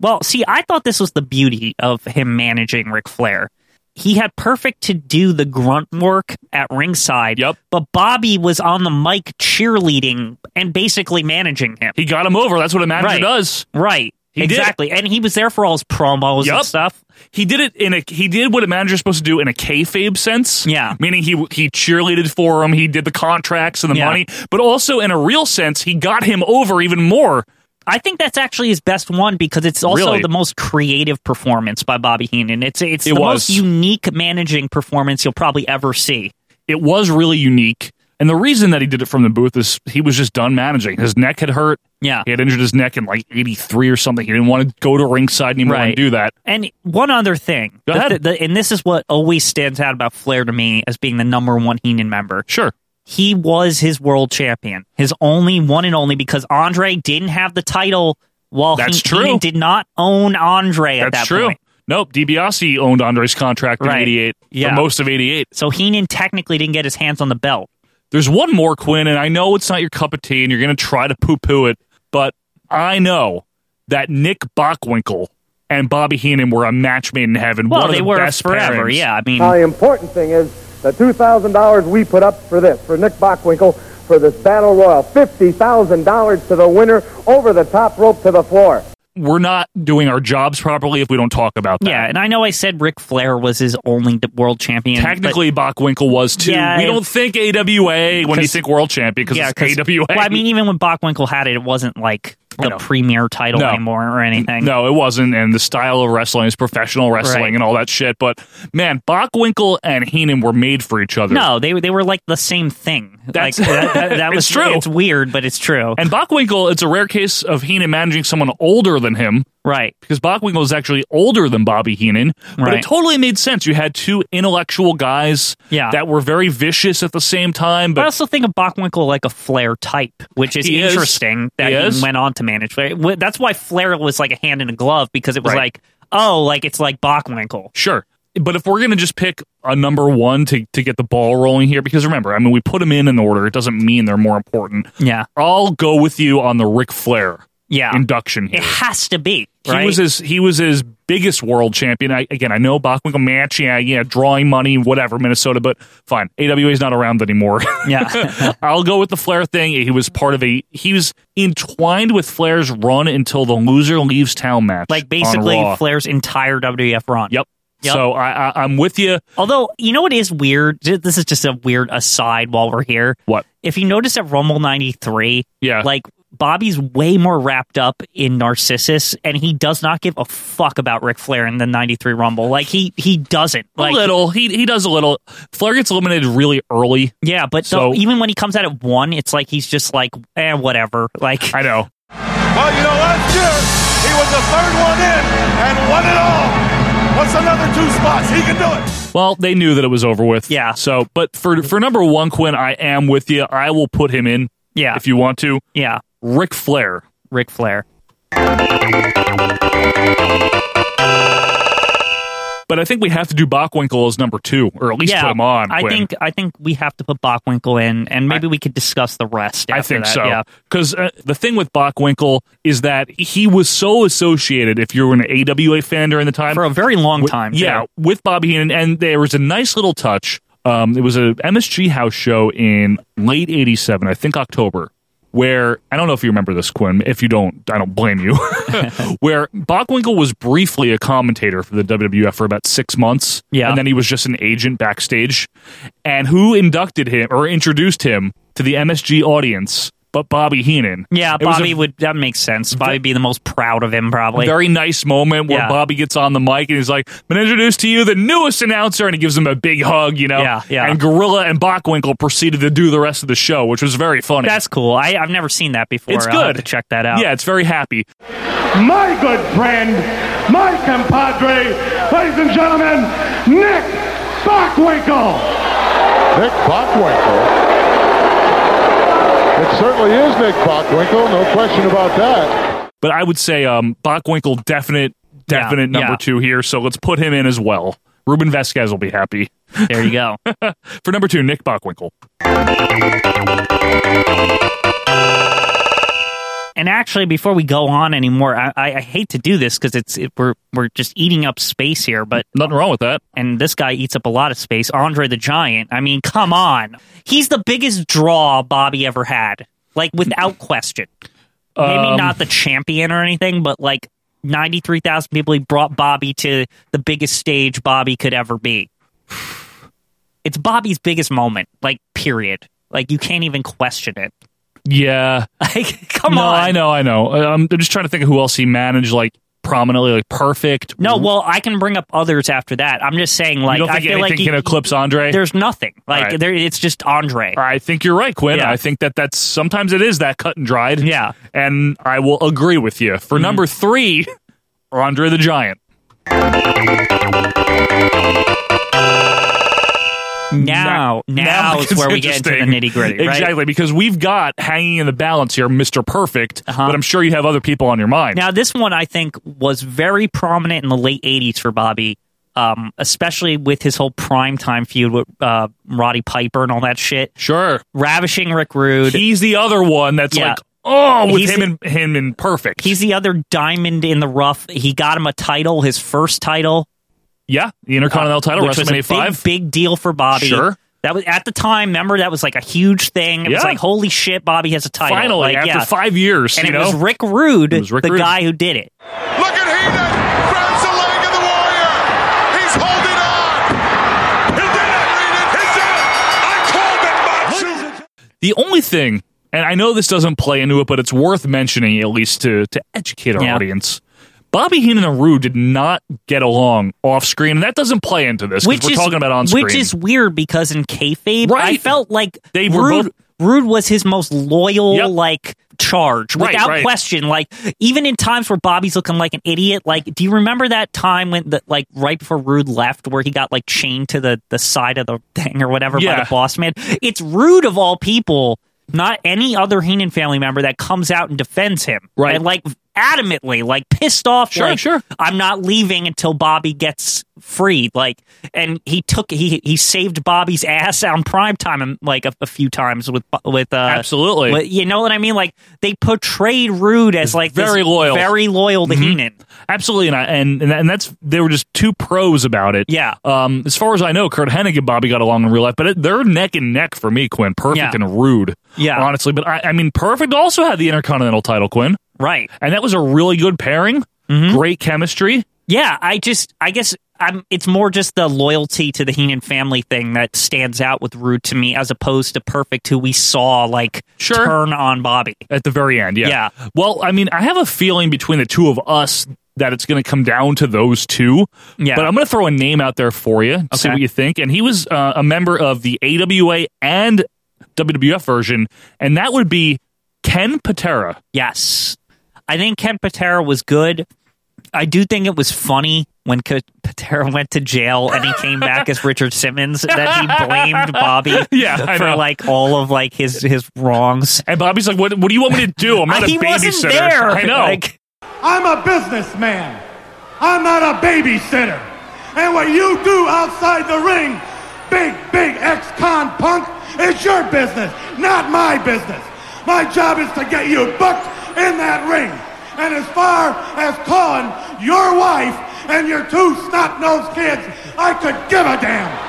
S3: Well, see, I thought this was the beauty of him managing Ric Flair. He had perfect to do the grunt work at ringside. Yep. But Bobby was on the mic cheerleading and basically managing him.
S2: He got him over. That's what a manager
S3: Right.
S2: does.
S3: Right.
S2: He did.
S3: exactly. And he was there for all his promos
S2: Yup.
S3: and stuff.
S2: He did it in a he did what a manager is supposed to do in a kayfabe sense.
S3: Yeah.
S2: meaning he he cheerleaded for him. He did the contracts and the
S3: Yeah.
S2: money, but also in a real sense, he got him over even more.
S3: I think that's actually his best one because it's also
S2: Really?
S3: the most creative performance by Bobby Heenan. It's it's
S2: It
S3: the
S2: was.
S3: most unique managing performance you'll probably ever see.
S2: It was really unique, and the reason that he did it from the booth is he was just done managing. His neck had hurt.
S3: Yeah.
S2: He had injured his neck in like '83 or something. He didn't want to go to ringside anymore and
S3: Right.
S2: do that.
S3: And one other thing,
S2: Go
S3: The-
S2: ahead.
S3: the- and this is what always stands out about Flair to me as being the number one Heenan member.
S2: Sure,
S3: he was his world champion, his only one and only, because Andre didn't have the title. While
S2: That's
S3: He-
S2: true.
S3: Heenan did not own Andre at
S2: That's
S3: that
S2: true.
S3: point.
S2: Nope, DiBiase owned Andre's contract in
S3: Right.
S2: '88
S3: Yeah.
S2: for most of '88.
S3: So Heenan technically didn't get his hands on the belt.
S2: There's one more, Quinn, and I know it's not your cup of tea, and you're going to try to poo poo it, but I know that Nick Bockwinkel and Bobby Heenan were a match made in heaven.
S3: Well,
S2: one of
S3: they
S2: the
S3: were
S2: best
S3: forever.
S2: pairings.
S3: Yeah, I mean,
S14: Oh,
S18: Now, the important thing is the $2,000 we put up for this, for Nick Bockwinkel, for this battle royal. $50,000 to the winner over the top rope to the floor.
S2: we're not doing our jobs properly if we don't talk about that.
S3: Yeah, and I know I said Ric Flair was his only d- world champion.
S2: Technically, Bachwinkle was too.
S3: Yeah,
S2: we
S3: it-
S2: don't think AWA when you
S3: 'Cause-
S2: think world champion because
S3: yeah,
S2: it's
S3: 'cause-
S2: AWA.
S3: Well, I mean, even when Bachwinkle had it, it wasn't like the premier title
S2: No.
S3: anymore or anything.
S2: No, it wasn't. And the style of wrestling is professional wrestling
S3: Right.
S2: and all that shit. But man, Bachwinkle and Heenan were made for each other.
S3: No, they they were like the same thing.
S2: That's-
S3: like that,
S2: <laughs>
S3: that- that was
S2: It's true.
S3: It's weird, but it's true.
S2: And Bachwinkle, it's a rare case of Heenan managing someone older than him.
S3: Right.
S2: Because Bachwinkle is actually older than Bobby Heenan. But it
S3: Right.
S2: totally made sense. You had two intellectual guys
S3: Yeah.
S2: that were very vicious at the same time.
S3: I
S2: But
S3: also think of Bachwinkle like a Flair type, which is
S2: He is.
S3: interesting that
S2: He
S3: he,
S2: is.
S3: went on to manage. Flair. Wh- That's why Flair was like a hand in a glove because it was
S2: Right.
S3: like, oh, like it's like Bachwinkle.
S2: Sure. But if we're going to just pick a number one to, to get the ball rolling here, because remember, I mean, we put them in in order. It doesn't mean they're more important.
S3: Yeah.
S2: I'll go with you on the Ric Flair
S3: Yeah.
S2: induction here.
S3: It has to be.
S2: He
S3: right?
S2: was his he was his biggest world champion. I, again, I know Bachwinkle match, yeah, yeah, drawing money, whatever, Minnesota, but fine. AWA's not around anymore.
S3: Yeah.
S2: <laughs> I'll go with the Flair thing. He was part of a he was entwined with Flair's run until the loser leaves town match.
S3: like
S2: on
S3: basically
S2: Raw.
S3: Flair's entire WWF run.
S2: Yep.
S3: Yep.
S2: So I, I I'm with you.
S3: Although, you know what is weird? Th- This is just a weird aside while we're here.
S2: What?
S3: If you notice at Rumble 93,
S2: Yeah.
S3: like Bobby's way more wrapped up in Narcissus and he does not give a fuck about Ric Flair in the 93 Rumble. Like he he doesn't. Like
S2: a little. He he does a little. Flair gets eliminated really early.
S3: Yeah, but
S2: So-
S3: so, even when he comes out at 1, it's like he's just like eh whatever. Like
S2: I know.
S14: Well, you know, last year, he was the third one in and won it all. What's another two spots? He can do it.
S2: Well, they knew that it was over with. Yeah. So, but for for number one, Quinn, I am with you. I will put him in.
S3: Yeah.
S2: If you want to.
S3: Yeah.
S2: Ric Flair.
S3: Ric Flair.
S2: But I think we have to do Bachwinkle as number two, or at least
S3: yeah,
S2: put him on.
S3: I
S2: Quinn.
S3: think I think we have to put Bachwinkle in and maybe we could discuss the rest
S2: I
S3: after
S2: think
S3: that.
S2: so.
S3: Yeah.
S2: Because uh, the thing with Bachwinkle is that he was so associated, if you were an AWA fan during the time,
S3: For a very long
S2: with-
S3: time.
S2: Yeah, with Bobby Heenan. And there was a nice little touch. Um, it was a MSG house show in late 87, I think October, where I don't know if you remember this, Quinn. If you don't, I don't blame
S3: <laughs>
S2: you. <laughs> where Bachwinkle was briefly a commentator for the WWF for about six months.
S3: Yeah.
S2: And then he was just an agent backstage. And who inducted him or introduced him to the MSG audience but Bobby Heenan?
S3: Yeah,
S2: It was a
S3: Bobby would. That makes sense. Bobby would be the most proud of him, probably.
S2: very nice moment where
S3: Yeah.
S2: Bobby gets on the mic and he's like, "I'm gonna introduce to you the newest announcer," and he gives him a big hug, you know.
S3: Yeah, yeah.
S2: And Gorilla and Bockwinkel proceeded to do the rest of the show, which was very funny.
S3: That's cool. I, I've never seen that before.
S2: it's
S3: I'll
S2: good
S3: have to check that out.
S2: Yeah, it's very happy.
S12: My good friend, my compadre, ladies and gentlemen, Nick Bockwinkel.
S16: Nick Bockwinkel. It certainly is Nick Bockwinkel, no question about that.
S2: But I would say um, Bockwinkel definite, definite number
S3: yeah.
S2: two here. So let's put him in as well. Ruben Vasquez will be happy <laughs>
S3: There you go.
S2: for number two. Nick Bockwinkel.
S3: and actually, before we go on anymore, I, I, I hate to do this because it's it, we're we're just eating up space here. But
S2: nothing wrong with that.
S3: And this guy eats up a lot of space. Andre the Giant. I mean, come on. He's the biggest draw Bobby ever had, like
S2: <laughs>
S3: without question. Maybe
S2: Um,
S3: not the champion or anything, but like. 93,000 people he brought Bobby to the biggest stage Bobby could ever be. it's Bobby's biggest moment, like period. Like you can't even question it. <laughs>
S2: Yeah.
S3: Like come
S2: no,
S3: on.
S2: I know, I know. Uh, I'm just trying to think of who else he managed like prominently, like perfect.
S3: No, well, I can bring up others after that. I'm just saying,
S2: Mm-hmm.
S3: like,
S2: you don't
S3: I
S2: think
S3: feel
S2: anything
S3: like
S2: can
S3: you-
S2: eclipse Andre?
S3: there's nothing. Like,
S2: All right.
S3: there, it's just Andre.
S2: I think you're right, Quinn.
S3: Yeah.
S2: I think that that's sometimes it is that cut and dried.
S3: Yeah. Mm-hmm.
S2: And I will agree with you. For number three, Andre the Giant.
S3: Oh,
S2: <laughs>
S3: Now, now, is
S2: it's
S3: where we get into the
S2: interesting.
S3: nitty gritty, right?
S2: Exactly, because we've got hanging in the balance here, Mr. Perfect, but I'm sure you have other people on your mind.
S3: Uh-huh. Now, this one I think was very prominent in the late '80s for Bobby, um, especially with his whole primetime feud with uh, Roddy Piper and all that shit.
S2: Sure,
S3: ravishing Rick Rude.
S2: He's the other one that's
S3: Yeah.
S2: like, oh, with
S3: He's
S2: him
S3: the-
S2: and him and perfect.
S3: He's the other diamond in the rough. He got him a title, his first title,
S2: yeah, the Intercontinental title,
S3: which was a
S2: WrestleMania
S3: big,
S2: five.
S3: big deal for Bobby.
S2: Sure.
S3: That was at the time. Remember, that was like a huge thing. It was
S2: Yeah.
S3: like, holy shit, Bobby has a title.
S2: Finally,
S3: Like,
S2: after
S3: yeah.
S2: five years,
S3: and
S2: you
S3: it was
S2: know?
S3: Rick Rude,
S2: It was Rick
S3: the
S2: Rude.
S3: guy who did it.
S14: He's holding on. He did it. He did it. I called it, Matsu.
S2: The only thing, and I know this doesn't play into it, but it's worth mentioning at least to to educate our
S3: Yeah.
S2: audience. Bobby Heenan and Rude did not get along off screen, and that doesn't play into this because
S3: which
S2: we're
S3: is
S2: talking about on screen.
S3: which is weird because in kayfabe, I
S2: Right.
S3: felt like
S2: They
S3: Rude,
S2: were both-
S3: Rude was his most loyal, like charge
S2: Right,
S3: without
S2: right.
S3: question. Like even in times where Bobby's looking like an idiot. Like, do you remember that time when the like right before Rude left, where he got like chained to the the side of the thing or whatever by
S2: Yeah.
S3: the boss man? It's Rude of all people. Not any other Heenan family member that comes out and defends him,
S2: Right.
S3: And like adamantly, like pissed off.
S2: Sure,
S3: like,
S2: sure.
S3: I'm not leaving until Bobby gets freed. Like, and he took he he saved Bobby's ass on primetime um, like a, a few times with with uh,
S2: Absolutely.
S3: with- you know what I mean? Like they portrayed Rude as like this
S2: very loyal. Mm-hmm.
S3: very loyal to Heenan.
S2: Absolutely, and I, and and that- and that's they were just two pros about it.
S3: Yeah.
S2: Um, as far as I know, Kurt Hennig and Bobby got along in real life, but it, they're neck and neck for me, Quinn. Perfect
S3: Yeah.
S2: and rude.
S3: Yeah.
S2: Honestly, but I, I mean, perfect also had the Intercontinental title, Quinn,
S3: Right?
S2: and that was a really good pairing.
S3: Mm-hmm.
S2: Great chemistry.
S3: Yeah. I just I guess. I'm, it's more just the loyalty to the Heenan family thing that stands out with Rude to me, as opposed to Perfect, who we saw like
S2: Sure.
S3: turn on Bobby.
S2: at the very end. Yeah. Well, I mean, I have a feeling between the two of us that it's going to come down to those two.
S3: Yeah.
S2: But I'm going to throw a name out there for you, see
S3: Okay.
S2: what you think. And he was uh, a member of the AWA and WWF version, and that would be Ken Patera.
S3: Yes. I think Ken Patera was good. I do think it was funny when K- Patera went to jail and he came back as Richard Simmons that he blamed Bobby
S2: <laughs> Yeah, I
S3: for
S2: know.
S3: like all of like his his wrongs.
S2: And Bobby's like, "What? What do you want me to do? I'm not
S3: <laughs> He
S2: a babysitter."
S3: wasn't there.
S2: I know.
S3: Like-
S12: I'm a businessman. I'm not a babysitter. And what you do outside the ring, big, big ex-con punk, is your business, not my business. My job is to get you booked in that ring. And as far as calling your wife and your two snot-nosed kids, I could give a damn.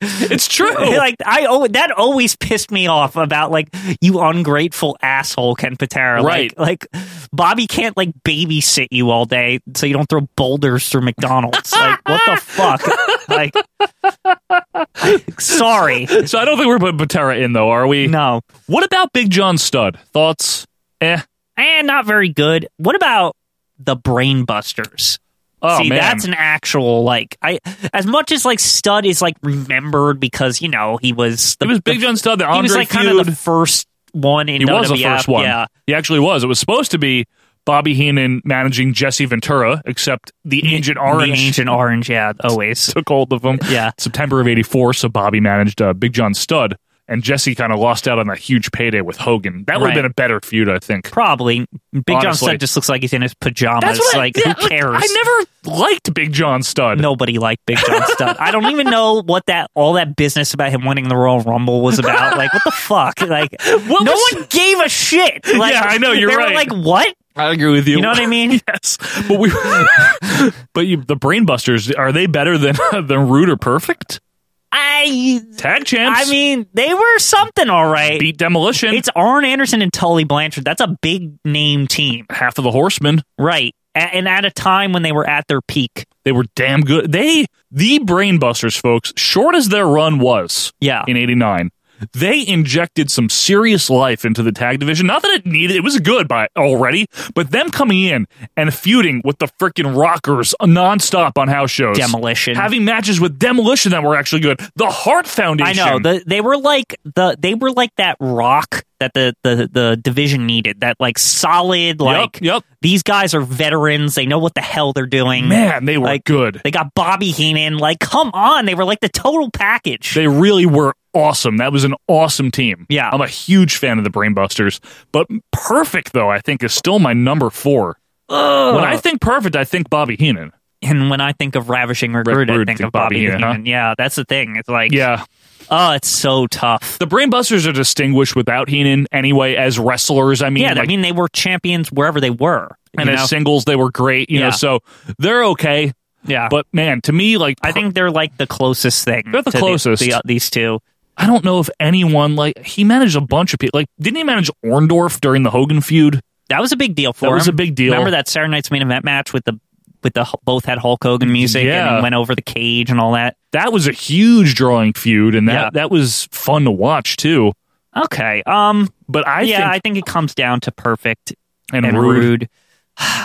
S2: <laughs> it's true.
S3: <laughs> like I oh that always pissed me off about like you ungrateful asshole Ken Patera.
S2: Right.
S3: Like like Bobby can't like babysit you all day so you don't throw boulders
S2: <laughs>
S3: through McDonald's. like what the fuck? Like
S2: <laughs>
S3: sorry.
S2: so I don't think we're putting Patera in though, are we?
S3: No.
S2: What about Big John Stud? Thoughts? Eh.
S3: And not very good. What about the Brain Busters?
S2: Oh,
S3: See,
S2: man.
S3: that's an actual like I as much as like Stud is like remembered because you know he was the,
S2: It was Big John Stud, the
S3: he
S2: Andre
S3: was like kind of the
S2: feud.
S3: first one in
S2: He was the
S3: WWF,
S2: first one.
S3: Yeah,
S2: He actually was. It was supposed to be Bobby Heenan managing Jesse Ventura, except the Ancient Orange
S3: The ancient orange, yeah, always.
S2: <laughs> took hold of him.
S3: Yeah.
S2: September of '84, so Bobby managed uh, Big John Studd, and Jesse kind of lost out on that huge payday with Hogan. That would
S3: Right.
S2: have been a better feud, I think.
S3: Probably. Big John
S2: Honestly.
S3: Studd just looks like he's in his pajamas.
S2: I-
S3: like,
S2: yeah,
S3: who cares?
S2: I never liked Big John Studd.
S3: Nobody liked Big
S2: <laughs>
S3: John Studd. I don't even know what that all that business about him winning the Royal Rumble was about. Like, what the fuck? Like,
S2: <laughs> What
S3: no
S2: was-
S3: one gave a shit. Like,
S2: Yeah, I know, you're
S3: they were
S2: right.
S3: like, what?
S2: I agree with you.
S3: You know what I mean?
S2: <laughs> yes, but we, but you, the Brainbusters are they better than <laughs> than Rude or Perfect?
S3: I,
S2: Tag champs.
S3: I mean, they were something, all right.
S2: beat Demolition.
S3: it's Arn Anderson and Tully Blanchard. That's a big name team,
S2: half of the Horsemen.
S3: right? A- And at a time when they were at their peak.
S2: They were damn good. They, the Brainbusters, folks, short as their run was
S3: Yeah.
S2: in 89, they injected some serious life into the tag division. Not that it needed, it was good by already, but them coming in and feuding with the freaking Rockers nonstop on house shows.
S3: Demolition.
S2: Having matches with Demolition that were actually good. The Heart
S3: I
S2: Foundation.
S3: know the, they were like the they were like that rock that the the, the division needed that like solid like
S2: yep.
S3: these guys are veterans they know what the hell they're doing
S2: Man, they were
S3: mm. Like,
S2: good.
S3: they got Bobby Heenan like come on they were like the total package
S2: They really were awesome. That was an awesome team.
S3: Yeah.
S2: I'm a huge fan of the Brainbusters, but Perfect, though, I think is still my number four.
S3: Ugh.
S2: When I think perfect, I think Bobby Heenan.
S3: and when I think of ravishing recruit I
S2: Rude,
S3: think of Bobby, Heenan,
S2: huh?
S3: yeah that's the thing it's like
S2: Yeah.
S3: oh it's so tough
S2: The Brainbusters are distinguished without Heenan anyway as wrestlers. I mean,
S3: yeah I
S2: like,
S3: mean they were champions wherever they were
S2: and
S3: you
S2: as
S3: know?
S2: singles, they were great, you
S3: Yeah.
S2: know, so they're okay.
S3: Yeah.
S2: But man, to me, like
S3: I think they're like the closest thing.
S2: They're the
S3: to
S2: closest.
S3: The, the, these two.
S2: I don't know if anyone like he managed a bunch of people. Like, didn't he manage Orndorff during the Hogan feud?
S3: That was a big deal for
S2: That
S3: him.
S2: was a big deal.
S3: Remember that Saturday Night's Main Event match with the with the both had Hulk Hogan music and
S2: Yeah.
S3: he went over the cage and all that.
S2: That was a huge drawing feud, and that
S3: Yeah.
S2: that was fun to watch too.
S3: Okay. Um.
S2: But I
S3: yeah,
S2: think-
S3: I think it comes down to perfect
S2: And
S3: and,
S2: rude.
S3: rude. <sighs>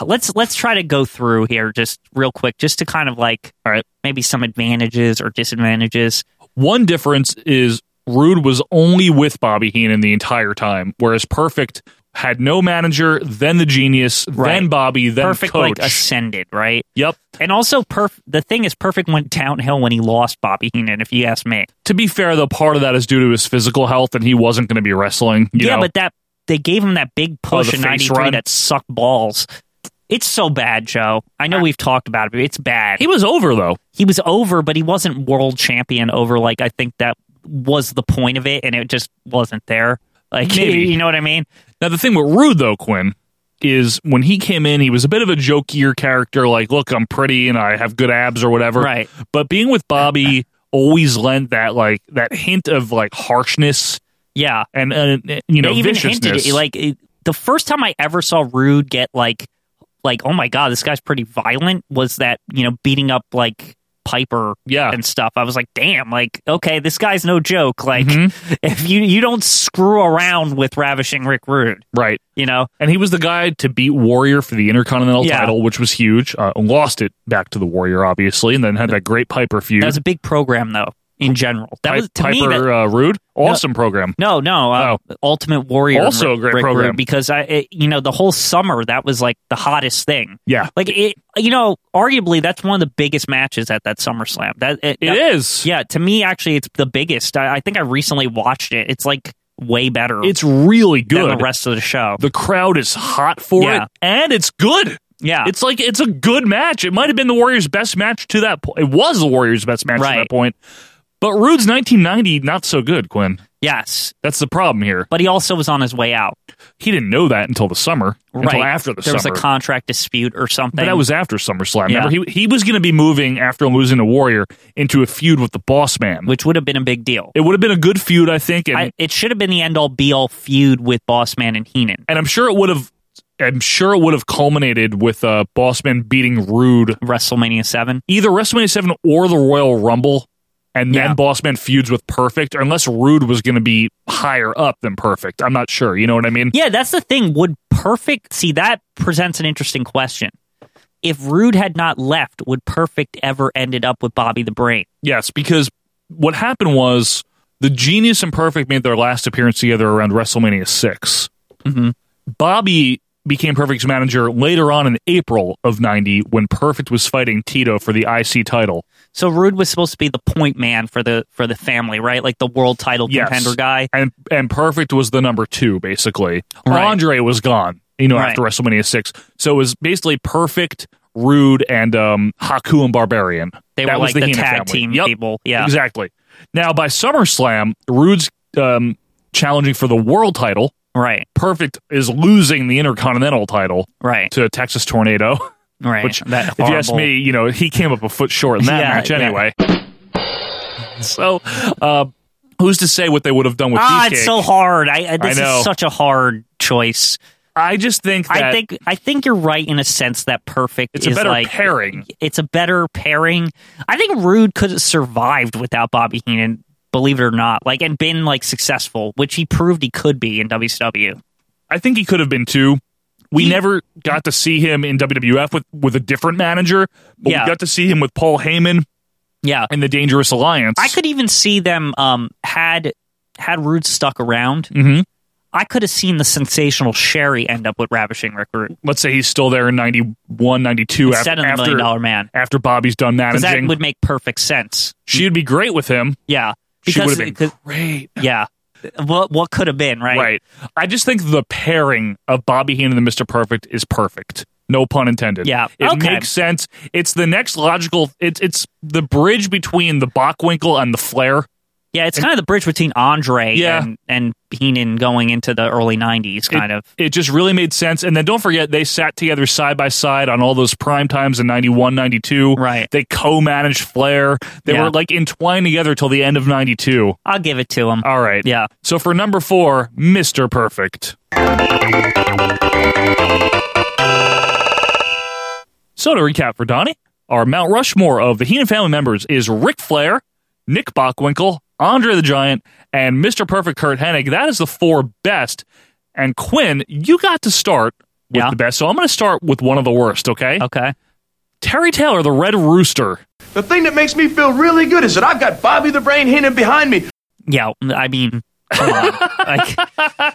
S3: Let's let's try to go through here just real quick, just to kind of like
S2: all right,
S3: maybe some advantages or disadvantages.
S2: One difference is Rude was only with Bobby Heenan the entire time, whereas Perfect had no manager, then the genius, then
S3: Right.
S2: Bobby, then
S3: perfect
S2: coach.
S3: like ascended, right?
S2: Yep.
S3: And also, perf- the thing is, perfect went downhill when he lost Bobby Heenan. If you ask me,
S2: to be fair, though, part of that is due to his physical health, and he wasn't going to be wrestling. you
S3: yeah,
S2: know?
S3: but that they gave him that big
S2: Oh, the
S3: push in
S2: face
S3: '93
S2: run?
S3: that sucked balls. It's so bad, Joe. I know we've talked about it, but it's bad.
S2: he was over though.
S3: he was over, but he wasn't world champion over. Like I think that was the point of it, and it just wasn't there. Like <laughs>
S2: Maybe.
S3: you know what I mean?
S2: Now, the thing with Rude, though, Quinn, is when he came in, he was a bit of a jokier character, like, look, I'm pretty and I have good abs or whatever.
S3: Right.
S2: But being with
S3: <laughs>
S2: Bobby always lent that, like, that hint of, like, harshness
S3: Yeah,
S2: and, and uh, you know,
S3: they even
S2: viciousness.
S3: hinted it. Like it- the first time I ever saw Rude get like, like oh my god, this guy's pretty violent. Was that you know beating up like Piper,
S2: Yeah.
S3: <laughs> and stuff. I was like, damn, like okay, this guy's no joke. Like
S2: Mm-hmm.
S3: <laughs> if you you don't screw around with ravishing Rick Rude,
S2: right.
S3: you know,
S2: And he was the guy to beat Warrior for the Intercontinental
S3: Yeah.
S2: title, which was huge. Uh, lost it back to the Warrior, obviously, and then had that great Piper feud.
S3: that was a big program though. In general, that
S2: Pi-
S3: was to
S2: Piper
S3: me that,
S2: uh, Rude, awesome program.
S3: No, no. Uh, Ultimate Warrior.
S2: Also
S3: Rick-
S2: a great
S3: Rick
S2: program.
S3: Rude, because I, it, you know, the whole summer that was like the hottest thing.
S2: Yeah.
S3: like it. You know, arguably that's one of the biggest matches at that SummerSlam. That it
S2: It
S3: that-
S2: is.
S3: Yeah, to me, actually, it's the biggest. I, I think I recently watched it. It's like way better.
S2: It's really good.
S3: than the rest of the show.
S2: The crowd is hot for
S3: Yeah.
S2: it, and it's good.
S3: Yeah.
S2: it's like it's a good match. It might have been the Warriors' best match to that point. It was the Warriors' best match to
S3: Right.
S2: that point. But Rude's 1990 not so good, Quinn.
S3: yes,
S2: That's the problem here.
S3: but he also was on his way out.
S2: He didn't know that until the summer,
S3: right
S2: until after the
S3: there
S2: summer.
S3: was a contract dispute or something.
S2: but that was after SummerSlam.
S3: Yeah.
S2: Remember, he he was going to be moving after losing to Warrior into a feud with the Boss Man.
S3: which would have been a big deal.
S2: It would have been a good feud, I think, and
S3: I, it should have been the end all be all feud with Boss Man and Heenan.
S2: and I'm sure it would have. I'm sure it would have culminated with uh, Boss Man beating Rude
S3: WrestleMania Seven.
S2: either WrestleMania 7 or the Royal Rumble, and then
S3: Yeah.
S2: Bossman feuds with Perfect, or unless Rude was going to be higher up than Perfect. I'm not sure. You know what I mean?
S3: Yeah, that's the thing. Would perfect see that presents an interesting question. If Rude had not left, would Perfect ever ended up with Bobby the Brain?
S2: Yes, because what happened was the Genius and Perfect made their last appearance together around WrestleMania 6.
S3: Mm-hmm.
S2: Bobby became Perfect's manager later on in April of 90 when Perfect was fighting Tito for the IC title.
S3: So Rude was supposed to be the point man for the for the family, right? Like the world title
S2: Yes.
S3: contender guy.
S2: And and Perfect was the number two, basically.
S3: Right.
S2: Andre was gone, you know,
S3: Right.
S2: after WrestleMania six. So it was basically Perfect, Rude, and um Haku and Barbarian.
S3: They
S2: That
S3: were
S2: was
S3: like the,
S2: Heenan
S3: tag
S2: family.
S3: team
S2: Yep,
S3: people. Yeah.
S2: Exactly. Now by SummerSlam, Rude's um challenging for the world title.
S3: Right.
S2: Perfect is losing the Intercontinental title
S3: Right.
S2: to Texas Tornado. <laughs>
S3: Right.
S2: Which
S3: That
S2: if you ask
S3: horrible-
S2: me, you know, he came up a foot short in that
S3: Yeah,
S2: match
S3: yeah.
S2: anyway. so uh Who's to say what they would have done with
S3: Ah,
S2: Beefcake?
S3: it's so hard. I, I this
S2: know.
S3: is such a hard choice.
S2: I just think that
S3: I think I think you're right in a sense that perfect
S2: it's a
S3: is
S2: better
S3: like
S2: pairing.
S3: it's a better pairing. I think Rude could have survived without Bobby Heenan, believe it or not, like and been like successful, which he proved he could be in WCW.
S2: I think he could have been too. We
S3: He-
S2: never got to see him in WWF with, with a different manager, but
S3: Yeah.
S2: we got to see him with Paul Heyman
S3: Yeah,
S2: and the Dangerous Alliance.
S3: I could even see them um had had Rude stuck around.
S2: Mhm.
S3: I could have seen the sensational Sherry end up with ravishing Rick Rude
S2: Let's say he's still there in 91, 92 af-
S3: instead of the
S2: after,
S3: Million Dollar Man
S2: after Bobby's done
S3: 'Cause that
S2: managing.
S3: would make perfect sense.
S2: She'd be great with him.
S3: Yeah,
S2: She would have been
S3: because-
S2: great.
S3: yeah. What what could have been right?
S2: Right. I just think the pairing of Bobby Heenan and Mr. Perfect is perfect. No pun intended.
S3: Yeah.
S2: It
S3: Okay.
S2: makes sense. It's the next logical it's it's the bridge between the Bockwinkel and the Flair.
S3: Yeah, it's kind of the bridge between Andre
S2: Yeah.
S3: and, and Heenan going into the early 90s, kind
S2: it,
S3: of.
S2: It just really made sense. And then don't forget, they sat together side by side on all those prime times in 91, 92. Right. They co managed Flair. They
S3: Yeah.
S2: were like entwined together till the end of 92.
S3: I'll give it to them.
S2: All right.
S3: Yeah.
S2: So for number four, Mr. Perfect. So to recap for Donnie, our Mount Rushmore of the Heenan family members is Ric Flair, Nick Bockwinkel, Andre the Giant, and Mr. Perfect Kurt Hennig. That is the four best. And Quinn, you got to start with the best. So I'm going to start with one of the worst, okay?
S3: Okay.
S2: Terry Taylor, the Red Rooster.
S14: The thing that makes me feel really good is that I've got Bobby the Brain Heenan behind me.
S3: Yeah, I mean, come on.
S2: <laughs>
S3: Like,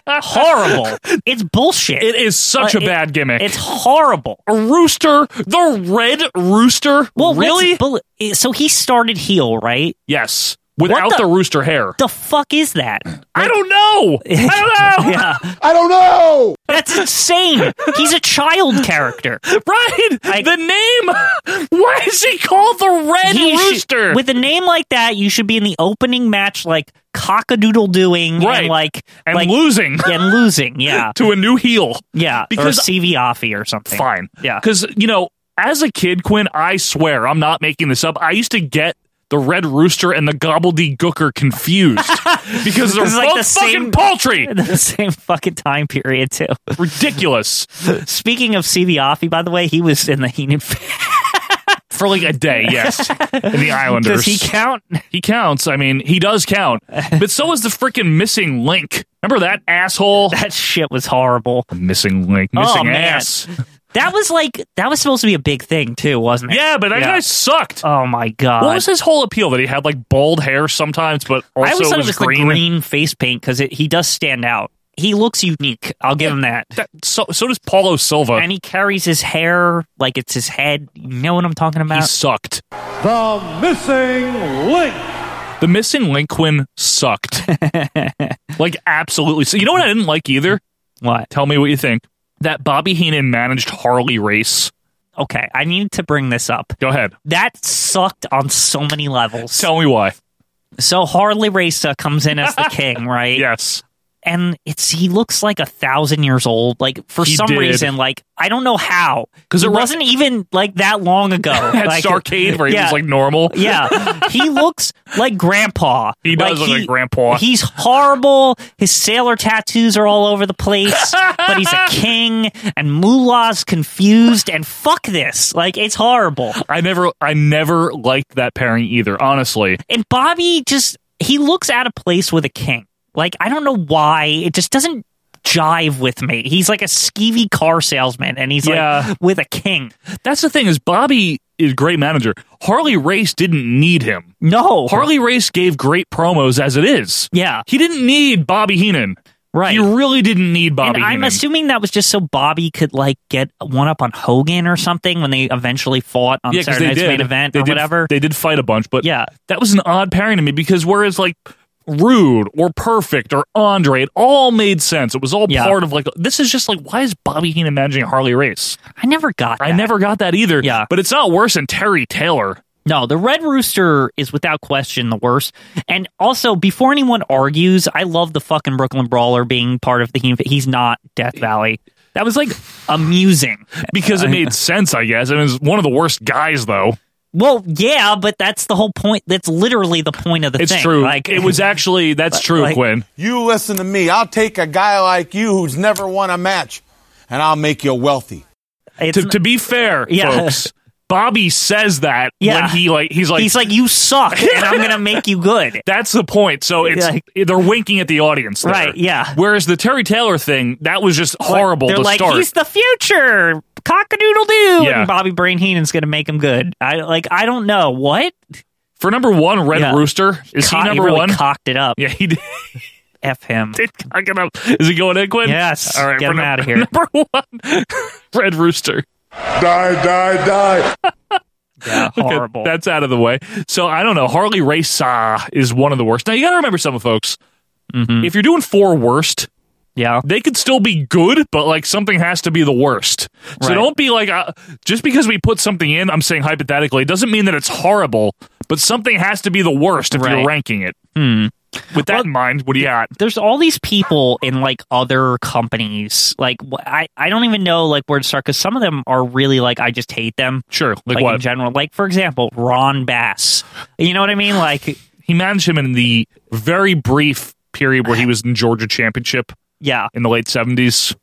S3: horrible. It's bullshit.
S2: It is such
S3: Like,
S2: a
S3: Uh, it-
S2: bad gimmick.
S3: It's horrible.
S2: A rooster, the Red Rooster.
S3: Well,
S2: really?
S3: let's bel- eh, so he started heel, right?
S2: Yes, without
S3: the-
S2: the, rooster hair.
S3: The fuck is that?
S2: I don't
S3: <laughs>
S2: know. <laughs> I don't know.
S3: yeah,
S5: I don't know.
S3: that's insane. He's a child
S2: <laughs>
S3: character.
S2: Right? the name. <laughs> Why is he called the Red
S3: He should-
S2: Rooster?
S3: with a name like that, you should be in the opening match like cockadoodle doing,
S2: Right.
S3: And like
S2: And
S3: like-
S2: losing.
S3: <laughs> and losing, yeah,
S2: <laughs> to a new heel.
S3: yeah,
S2: Because-
S3: or CV Offie or something.
S2: Fine.
S3: yeah,
S2: Because, you know, as a kid, Quinn, I swear I'm not making this up. I used to get the Red Rooster and the Gobbledygooker
S3: <laughs>
S2: confused because they're
S3: This is
S2: both
S3: like the
S2: fucking
S3: same- <laughs>
S2: paltry.
S3: the same fucking time period too.
S2: Ridiculous.
S3: Speaking of CV Offie, by the way, he was in the Heenan.
S2: For like a day,
S3: <laughs>
S2: yes. In the
S3: Does
S2: Islanders.
S3: he <laughs> count?
S2: He counts. I mean, he does
S3: <laughs>
S2: count. But so is the freaking missing link. Remember that
S3: <laughs>
S2: asshole?
S3: That shit was horrible.
S2: Missing link,
S3: Oh,
S2: missing
S3: man. <laughs>
S2: ass.
S3: That was like that was supposed to be a big thing too, wasn't it?
S2: Yeah, but that
S3: Yeah.
S2: guy sucked.
S3: Oh my god!
S2: What was his whole appeal that he had like bald hair sometimes, but also
S3: I always thought
S2: was,
S3: it was
S2: green?
S3: the green face paint because he does stand out. He looks unique. I'll give him that.
S2: That- so, so does Paulo Silva.
S3: And he carries his hair like it's his head. You know what I'm talking
S2: he
S3: about?
S2: sucked.
S12: The missing link.
S2: The missing link Quinn
S3: <laughs>
S2: sucked. like absolutely. So you know what I didn't like either?
S3: What?
S2: Tell me what you think. That Bobby Heenan managed Harley race.
S3: Okay, I need to bring this up.
S2: Go ahead.
S3: That sucked on so many levels.
S2: Tell me why.
S3: So Harley Racer comes
S2: <laughs>
S3: in as the king, right?
S2: Yes.
S3: And it's he looks like a thousand years old. Like for
S2: He
S3: some
S2: did.
S3: reason, like I don't know how
S2: 'Cause
S3: it
S2: it re-
S3: wasn't even like that long
S2: <laughs>
S3: ago.
S2: At
S3: like,
S2: Starcade where he
S3: yeah.
S2: was like normal.
S3: Yeah, he looks like grandpa.
S2: He does look like grandpa.
S3: He's horrible. His sailor tattoos are all over
S2: <laughs>
S3: the place, but he's a king. And Moolah's confused. And fuck this, like it's horrible.
S2: I never I never liked that pairing either, honestly.
S3: And Bobby just he looks out of place with a king. Like I don't know why it just doesn't jive with me. He's like a skeevy car salesman, and he's
S2: Yeah.
S3: like with a king.
S2: That's the thing is Bobby is a great manager. Harley Race didn't need him.
S3: No,
S2: Harley Race gave great promos as it is.
S3: Yeah,
S2: He didn't need Bobby Heenan.
S3: right.
S2: He really didn't need Bobby
S3: and I'm
S2: Heenan.
S3: assuming that was just so Bobby could like get one up on Hogan or something when they eventually fought on
S2: yeah, because
S3: Saturday
S2: they
S3: Night's
S2: did.
S3: main event
S2: they
S3: or
S2: did,
S3: whatever.
S2: They did fight a bunch, but
S3: Yeah.
S2: that was an odd pairing to me because whereas like Rude or Perfect or Andre, it all made sense. It was all
S3: Yeah.
S2: part of like this is just like why is Bobby Heenan managing Harley Race?
S3: I never got. That.
S2: I never got that either.
S3: Yeah.
S2: but it's not worse than Terry Taylor.
S3: No, the Red Rooster is without question the worst. And also, before anyone argues, I love the fucking Brooklyn Brawler being part of the Heenan. He's not Death Valley. That was like
S2: <laughs>
S3: amusing. <laughs>
S2: Because it made sense, I guess. It was one of the worst guys, though.
S3: Well, yeah, but that's the whole point. That's literally the point of the
S2: It's
S3: thing.
S2: true.
S3: Like
S2: it was actually that's true,
S3: like-
S2: Quinn.
S14: You listen to me. I'll take a guy like you who's never won a match, and I'll make you wealthy.
S3: <laughs> it's
S2: To, to be fair,
S3: <laughs> Yeah.
S2: folks, Bobby says that
S3: Yeah.
S2: when he like he's like
S3: he's like you suck, and
S2: <laughs>
S3: I'm gonna make you good.
S2: That's the point. So it's
S3: Like-
S2: they're winking at the audience, there.
S3: Right, yeah.
S2: Whereas the Terry Taylor thing, that was just
S3: Like,
S2: horrible
S3: They're
S2: to
S3: like,
S2: start.
S3: he's the future, cockadoodle doo,
S2: Yeah.
S3: and Bobby Brain Heenan's gonna make him good. I like, I don't know what.
S2: For number one, Red
S3: Yeah.
S2: Rooster is
S3: Co-
S2: he number
S3: really
S2: one?
S3: Cocked it up.
S2: <laughs> yeah, he did. <laughs>
S3: F him.
S2: did cock it up. Is he going in, Quinn?
S3: Yes. Get
S2: for
S3: him
S2: num-
S3: outta here.
S2: <laughs> Number one, Red Rooster.
S16: Die, die, die.
S3: Yeah,
S2: Okay,
S3: horrible.
S2: that's out of the way. So I don't know. Harley Race ah, is one of the worst. Now you got to remember something, folks. If you're doing four worst,
S3: yeah.
S2: they could still be good, but like something has to be the worst. So
S3: Right.
S2: don't be like, uh, just because we put something in, I'm saying hypothetically, it doesn't mean that it's horrible. But something has to be the worst if you're ranking it. With that in mind, what do you got?
S3: There's all these people in like other companies. Like wh- I, I don't even know like where to start because some of them are really like I just hate them.
S2: Sure, like,
S3: in
S2: what?
S3: general. Like for example, Ron Bass. You know what I mean? Like
S2: he managed him in the very brief period where he was in Georgia Championship.
S3: Yeah, <laughs>
S2: in the late seventies.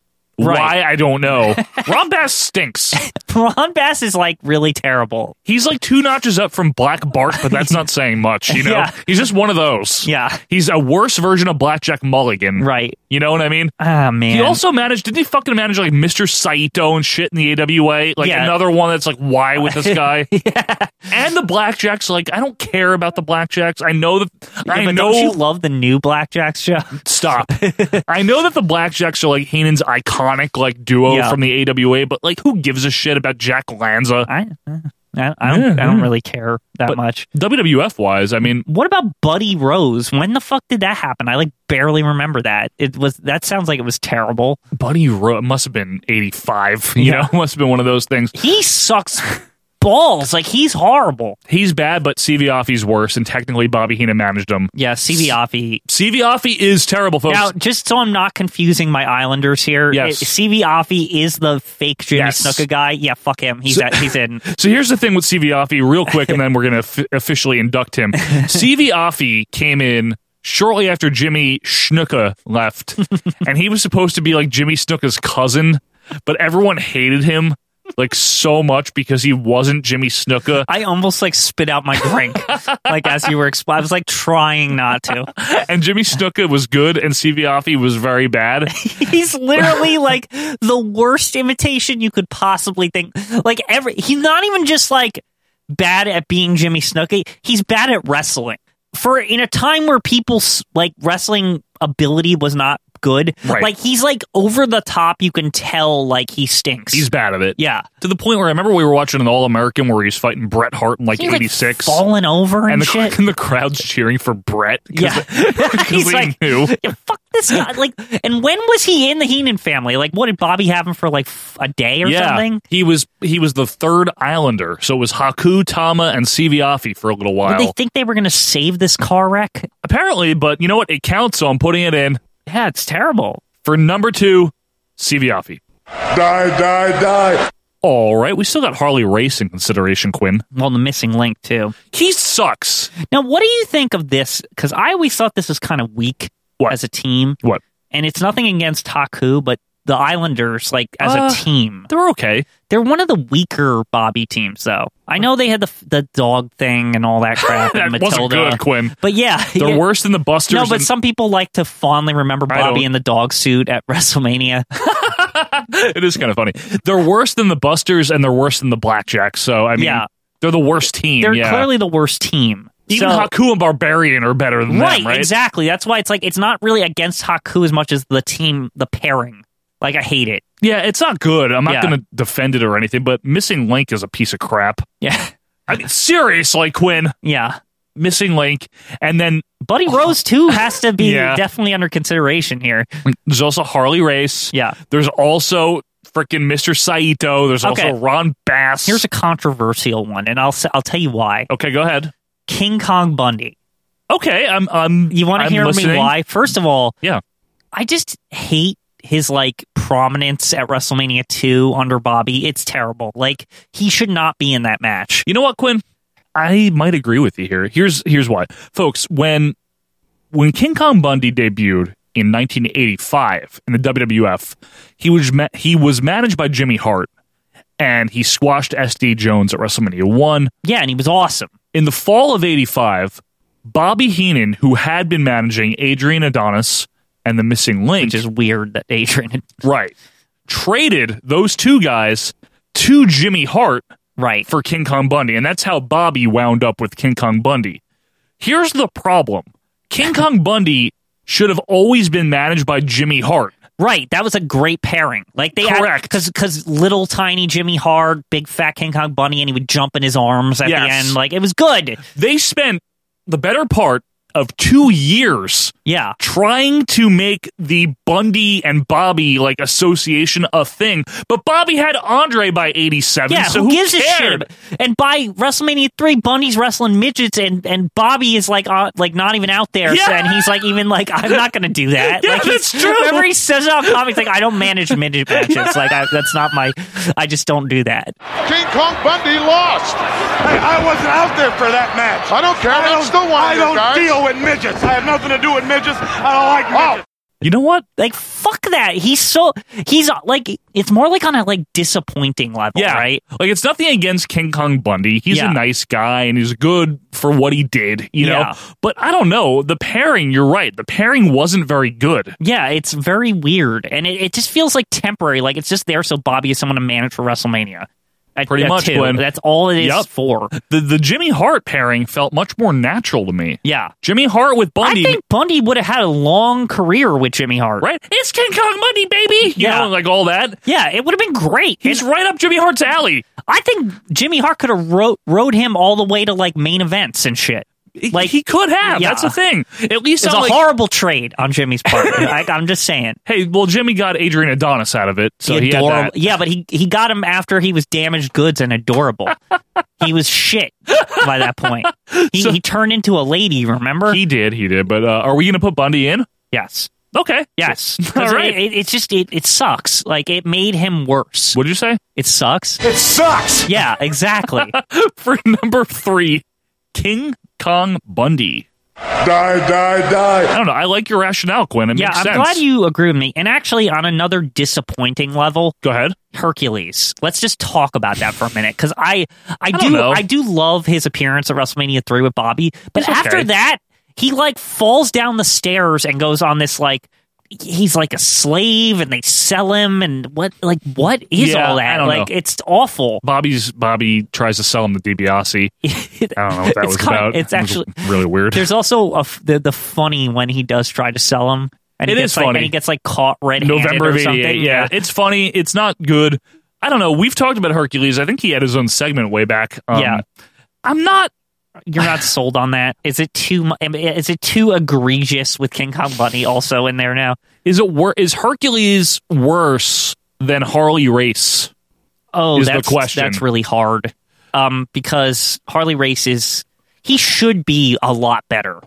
S3: Right.
S2: Why I don't
S3: <laughs>
S2: know. Ron Bass stinks.
S3: Ron Bass is like really terrible.
S2: He's like two notches up from Black Bart, but that's not saying much. You know,
S3: <laughs> Yeah.
S2: he's just one of those.
S3: Yeah,
S2: he's a worse version of Blackjack Mulligan.
S3: Right.
S2: You know what I mean?
S3: Ah man.
S2: He also managed. Didn't he fucking manage like Mr. Saito and shit in the AWA? Like
S3: Yeah.
S2: another one that's like, why with this
S3: <laughs>
S2: guy? And the Blackjacks. Like, I don't care about the Blackjacks. I know that. I
S3: but
S2: know
S3: don't you love the new Blackjacks show?
S2: Stop. <laughs> I know that the Blackjacks are like Heenan's iconic like duo
S3: Yeah.
S2: from the AWA, but like who gives a shit about Jack Lanza?
S3: <laughs> I, I, I don't, I don't really care that much.
S2: WWF wise, I mean,
S3: what about Buddy Rose? When the fuck did that happen? I like barely remember that. It was that sounds like it was terrible.
S2: Buddy Rose must have been eighty five. <laughs> You know, must have been one of those things.
S3: <laughs> He sucks balls. Like he's horrible.
S2: He's bad, but Afi's worse, and technically Bobby Heenan managed him.
S3: Yeah, Afi.
S2: Afi is terrible, folks.
S3: Now, just so I'm not confusing my Islanders here,
S2: Yes.
S3: it- CV Afi is the fake Jimmy
S2: Yes.
S3: Snuka guy. Yeah, fuck him. He's
S2: So-
S3: out- he's <laughs> in.
S2: So here's the thing with CV Afi, real quick, and then we're going to officially induct
S3: <laughs>
S2: him. CV Afi came in shortly after Jimmy Snuka left,
S3: <laughs>
S2: and he was supposed to be like Jimmy Snuka's cousin, but everyone hated him like so much because he wasn't Jimmy Snuka.
S3: I almost like spit out my <laughs> drink, like as you were. Expl- I was like trying not <laughs> to.
S2: And Jimmy Snuka was good, and CV Afi was very bad. <laughs>
S3: He's literally like the worst imitation you could possibly think. Like every, he's not even just like bad at being Jimmy Snooki. He's bad at wrestling. For in a time where people's like wrestling ability was not good,
S2: Right.
S3: like he's like over the top. You can tell like he stinks.
S2: He's bad at it.
S3: <laughs> Yeah.
S2: To the point where I remember we were watching an All American where he's fighting Bret Hart in like
S3: He's, like,
S2: '86.
S3: falling over and,
S2: and the,
S3: shit.
S2: and the crowd's cheering for Brett.
S3: Yeah.
S2: because
S3: <laughs> He's
S2: they <laughs>
S3: like,
S2: knew.
S3: Fuck this guy. Like, and when was he in the Heenan family? Like, what did Bobby have him for like f- a day or something?
S2: He was he was the third Islander, so it was Haku, Tama, and Siviafi for a little
S3: Did
S2: while.
S3: they think they were going to save this car wreck?
S2: Apparently, but you know what? It counts, so I'm putting it in
S3: Yeah, it's terrible.
S2: for number two, Siviafi.
S16: Die, die, die.
S2: All right, we still got Harley Race in consideration, Quinn.
S3: Well, the missing link too.
S2: He sucks.
S3: Now, what do you think of this? Because I always thought this was kind of weak as a team.
S2: What?
S3: And it's nothing against Haku, but the Islanders, like as
S2: Uh,
S3: a team,
S2: They're
S3: <laughs>
S2: okay.
S3: they're one of the weaker Bobby teams, though. I know they had the the dog thing
S2: <laughs>
S3: and all that crap.
S2: That
S3: and
S2: wasn't
S3: Matilda,
S2: good, Quinn.
S3: But yeah,
S2: They're
S3: yeah.
S2: worse than the Busters.
S3: No, but
S2: and-
S3: some people like to fondly remember
S2: I
S3: Bobby
S2: don't.
S3: in the dog suit at <laughs> WrestleMania.
S2: <laughs> it is kind of funny. They're worse than the Busters, and they're worse than the Blackjacks. So I mean,
S3: Yeah.
S2: they're the worst team.
S3: They're
S2: yeah.
S3: clearly the worst team.
S2: even
S3: So-
S2: Haku and Barbarian are better than
S3: right,
S2: them, right?
S3: exactly. That's why it's like it's not really against Haku as much as the team, the pairing. Like I hate it. <laughs>
S2: Yeah, it's not good. I'm not
S3: Yeah.
S2: going to defend it or anything, but Missing Link is a piece of crap.
S3: Yeah,
S2: I mean, seriously, Quinn,
S3: yeah.
S2: Missing Link, and then
S3: Buddy Rose too has to be
S2: Oh. <laughs> Yeah.
S3: definitely under consideration here.
S2: there's also Harley Race.
S3: Yeah.
S2: There's also freaking Mr. Saito. There's
S3: Okay.
S2: also Ron Bass.
S3: Here's a controversial one, and I'll s- I'll tell you why.
S2: okay, go ahead.
S3: King Kong Bundy.
S2: Okay, I'm. I'm
S3: You want to
S2: I'm
S3: hear
S2: listening.
S3: me why? First of all,
S2: Yeah.
S3: I just hate his like prominence at WrestleMania 2 under Bobby. It's terrible. Like he should not be in that match.
S2: You know what, Quinn? I might agree with you here. Here's here's why, folks. When when King Kong Bundy debuted in 1985 in the WWF, he was ma- he was managed by Jimmy Hart, and he squashed SD Jones at WrestleMania one.
S3: Yeah, and he was awesome.
S2: In the fall of '85, Bobby Heenan, who had been managing Adrian Adonis and the Missing Link,
S3: Which is weird that Adrian
S2: right, traded those two guys to Jimmy Hart
S3: <laughs> right.
S2: for King Kong Bundy, and that's how Bobby wound up with King Kong Bundy. Here's the problem:
S3: <laughs>
S2: King Kong Bundy should have always been managed by Jimmy Hart.
S3: Right, that was a great pairing. Like they
S2: Correct.
S3: because because little tiny Jimmy Hard, big fat King Kong Bunny, and he would jump in his arms at
S2: Yes.
S3: the end. Like it was good.
S2: They spent the better part of two years.
S3: Yeah.
S2: Trying to make the Bundy and Bobby like association a thing. But Bobby had Andre by 87.
S3: Yeah,
S2: so
S3: who, gives
S2: cared?
S3: a shit? And by WrestleMania three, Bundy's wrestling midgets, and and Bobby is like uh, like not even out there,
S2: Yeah.
S3: and he's like even like I'm not gonna do
S2: <laughs>
S3: that.
S2: Yeah,
S3: like, he's-
S2: that's true.
S3: Remember he says it on comedy, he's like I don't manage midget matches. Like I, that's not my, I just don't do that.
S14: King Kong Bundy lost. Hey, I wasn't out there for that match. I don't care. I am still one I don't deal with midgets. I have nothing to do with midgets. I don't like midgets.
S2: You know what?
S3: Like fuck that. He's so he's uh, like it's more like on a like disappointing level,
S2: Yeah.
S3: right?
S2: Like it's nothing against King Kong Bundy. He's
S3: Yeah.
S2: a nice guy and he's good for what he did, you know.
S3: Yeah.
S2: But I don't know. The pairing, you're right. The pairing wasn't very good.
S3: Yeah, it's very weird, and it, it just feels like temporary. Like it's just there so Bobby is someone to manage for WrestleMania. At-
S2: Pretty
S3: at
S2: much,
S3: two.
S2: Glenn.
S3: That's all it is
S2: Yup.
S3: for.
S2: The the Jimmy Hart pairing felt much more natural to me.
S3: Yeah.
S2: Jimmy Hart with Bundy.
S3: I think Bundy would have had a long career with Jimmy Hart.
S2: Right? It's King Kong Bundy, baby. You
S3: Yeah.
S2: know, like all that.
S3: Yeah, it would have been great.
S2: He's
S3: And
S2: right up Jimmy Hart's alley.
S3: I think Jimmy Hart could have rode, rode him all the way to like main events and shit.
S2: Like he could have.
S3: Yeah.
S2: That's the thing. At least
S3: It's a
S2: on, like,
S3: horrible trade on Jimmy's part.
S2: <laughs>
S3: I, I'm just saying.
S2: Hey, well, Jimmy got Adrian Adonis out of it, so
S3: The
S2: he had
S3: adorable-
S2: that.
S3: Yeah, but he, he got him after he was damaged goods
S2: <laughs>
S3: and adorable. he was shit by that point. He, he turned into a lady, remember?
S2: He did, he did. But uh, are we going to put Bundy in?
S3: yes.
S2: Okay.
S3: Yes.
S2: <laughs>
S3: 'Cause
S2: All right.
S3: It, it, it's just, it, it sucks. Like, it made him worse.
S2: What did you say? <laughs>
S3: It sucks.
S14: It sucks.
S3: Yeah, exactly.
S2: For number three, King Kong Bundy.
S16: Die, die,
S2: I
S16: die.
S2: don't know. I like your rationale, Quinn. It
S3: yeah,
S2: makes
S3: I'm
S2: sense.
S3: glad you agree with me. And actually, on another disappointing level,
S2: Go ahead.
S3: Hercules. Let's just talk about that for a minute because I, I,
S2: don't
S3: do,
S2: know.
S3: I do love his appearance at WrestleMania three with Bobby. But
S2: It's okay.
S3: after that, he like falls down the stairs and goes on this like. He's like a slave, and they sell him, and what? Like, what is
S2: Yeah,
S3: all that?
S2: I don't
S3: like,
S2: know.
S3: it's awful.
S2: Bobby's Bobby tries to sell him the DiBiase. <laughs> I don't know what that
S3: It's
S2: was
S3: kind-
S2: about.
S3: it's
S2: It was
S3: actually-
S2: really weird.
S3: There's also a f the the funny when he does try to sell him, and he
S2: It
S3: gets
S2: is
S3: like,
S2: funny.
S3: and he gets like caught red-handed
S2: November
S3: or
S2: of
S3: something.
S2: '88. Yeah. it's funny. It's not good. I don't know. We've talked about Hercules. I think he had his own segment way back. Um,
S3: Yeah.
S2: I'm not.
S3: you're not sold on that. Is it too? mu- I mean, Is it too egregious with King Kong Bunny also in there now?
S2: Is it wor- Is Hercules worse than Harley Race?
S3: Oh,
S2: Is the
S3: that's
S2: question.
S3: that's really hard. Um, because Harley Race is he should be a lot better.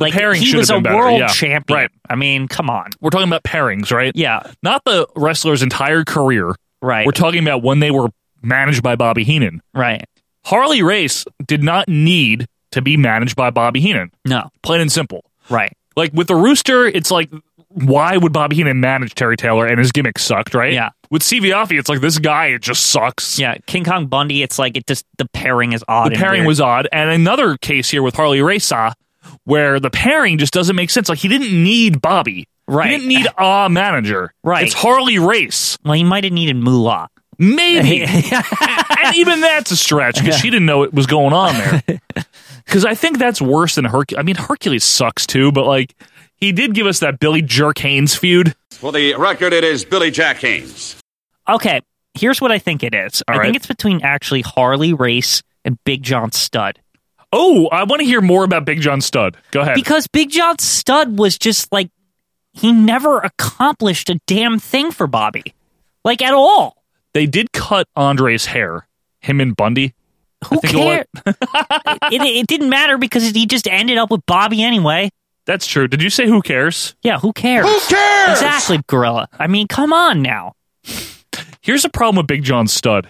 S3: Like
S2: pairing
S3: he
S2: should
S3: was a
S2: have been better,
S3: world
S2: yeah.
S3: champion.
S2: Right.
S3: I mean, come on.
S2: We're talking about pairings, right?
S3: Yeah.
S2: Not the wrestler's entire career.
S3: Right.
S2: We're talking about when they were managed by Bobby Heenan.
S3: right.
S2: Harley Race did not need to be managed by Bobby Heenan.
S3: No.
S2: Plain and simple.
S3: Right.
S2: Like with the Rooster, it's like why would Bobby Heenan manage Terry Taylor and his gimmick sucked, right?
S3: Yeah.
S2: With Civiaffi, it's like this guy it just sucks.
S3: Yeah. King Kong Bundy. It's like it just the pairing is odd.
S2: The
S3: and
S2: pairing
S3: weird.
S2: was odd. And another case here with Harley Resa where the pairing just doesn't make sense. Like he didn't need Bobby.
S3: Right.
S2: He didn't need a manager.
S3: Right.
S2: It's Harley Race.
S3: well. He might have needed Moolah. <laughs>
S2: Maybe. and even that's a stretch because she didn't know what was going on
S3: <laughs>
S2: there. Because I think that's worse than Hercules. I mean, Hercules sucks too, but like he did give us that Billy Jerk Haynes feud.
S19: For the record, it is Billy Jack Haynes.
S3: Okay, here's what I think it is.
S2: All
S3: I
S2: right.
S3: think it's between actually Harley Race and Big John Stud.
S2: Oh, I want to hear more about Big John Stud. Go ahead.
S3: Because Big John Stud was just like he never accomplished a damn thing for Bobby. Like at all.
S2: they did cut Andre's hair, him and Bundy.
S3: Who
S2: think it'll
S3: cares? it, it didn't matter because he just ended up with Bobby anyway.
S2: That's true. Did you say who cares?
S3: Yeah, who cares?
S14: Who cares?
S3: Exactly, Gorilla. I mean, come on now.
S2: Here's a problem with Big John Stud.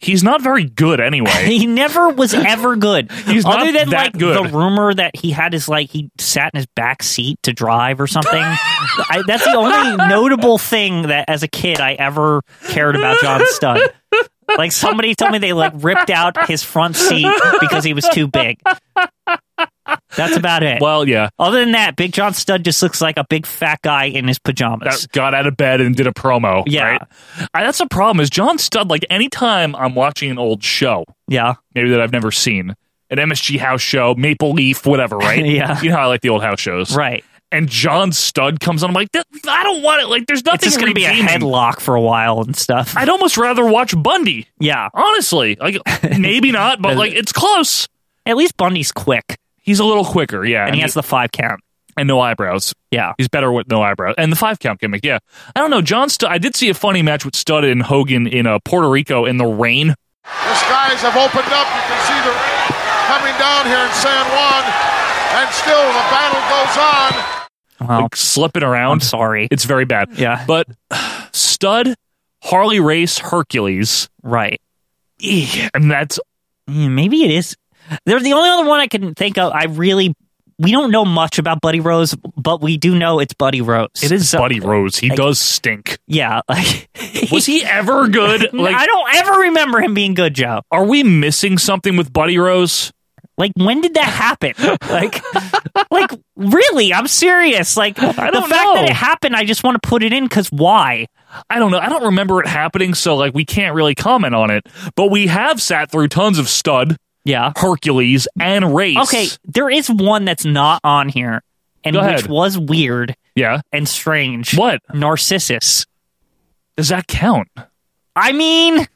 S2: He's not very good
S3: <laughs>
S2: anyway.
S3: He
S2: <laughs>
S3: never was ever good.
S2: He's
S3: Other
S2: not
S3: than
S2: that
S3: like
S2: good.
S3: the rumor that he had his like he sat in his back seat to drive
S2: <laughs>
S3: or something. I, that's the only notable thing that as a kid I ever cared about John Studd. Like somebody told me they like ripped out his front seat because he was too big. That's about it.
S2: well, yeah.
S3: Other than that, Big John Stud just looks like a big fat guy in his pajamas.
S2: that got out of bed and did a promo.
S3: Yeah.
S2: Right? I, that's the problem is John Studd, like anytime I'm watching an old show,
S3: yeah.
S2: maybe that I've never seen, an MSG house show, Maple Leaf, whatever,
S3: <laughs>
S2: right?
S3: Yeah.
S2: You know how I like the old house shows.
S3: Right.
S2: And John Studd comes on, I'm like, "Th- I don't want it. Like, there's nothing
S3: It's just going to be a
S2: redeeming."
S3: headlock for a while and stuff.
S2: I'd almost rather watch Bundy.
S3: yeah. <laughs>
S2: Honestly. Like maybe not, but like it's close.
S3: At least Bundy's quick.
S2: He's a little quicker, yeah. And
S3: he has the five count.
S2: And no eyebrows.
S3: Yeah.
S2: He's better with no eyebrows. And the five count gimmick, yeah. I don't know. John St- I did see a funny match with Stud and Hogan in uh, Puerto Rico in the rain.
S16: The skies have opened up. You can see the rain coming down here in San Juan, and still the battle goes on.
S3: Oh.
S2: Like slipping around. I'm
S3: sorry.
S2: It's very bad.
S3: Yeah.
S2: But Stud, Harley Race, Hercules.
S3: Right. Mm,
S2: And that's
S3: maybe it is. There's the only other one I can think of. I really we don't know much about Buddy Rose, but we do know it's Buddy Rose.
S2: It is
S3: So-
S2: Buddy Rose. He
S3: like-
S2: does stink.
S3: Yeah, <laughs> like
S2: Was he ever
S3: <laughs>
S2: good? Like,
S3: I don't ever remember him being good, Joe.
S2: Are we missing something with Buddy Rose?
S3: Like when did
S2: <laughs>
S3: that happen? like, like really? I'm serious. Like the
S2: don't
S3: fact
S2: know.
S3: that it happened, I just want to put it in because why?
S2: I don't know. I don't remember it happening, so like we can't really comment on it. But we have sat through tons of stud,
S3: yeah,
S2: Hercules, and race.
S3: Okay, there is one that's not on here, and
S2: Go
S3: which
S2: ahead.
S3: was weird,
S2: yeah,
S3: and strange.
S2: What
S3: Narcissus?
S2: does that count?
S3: I mean,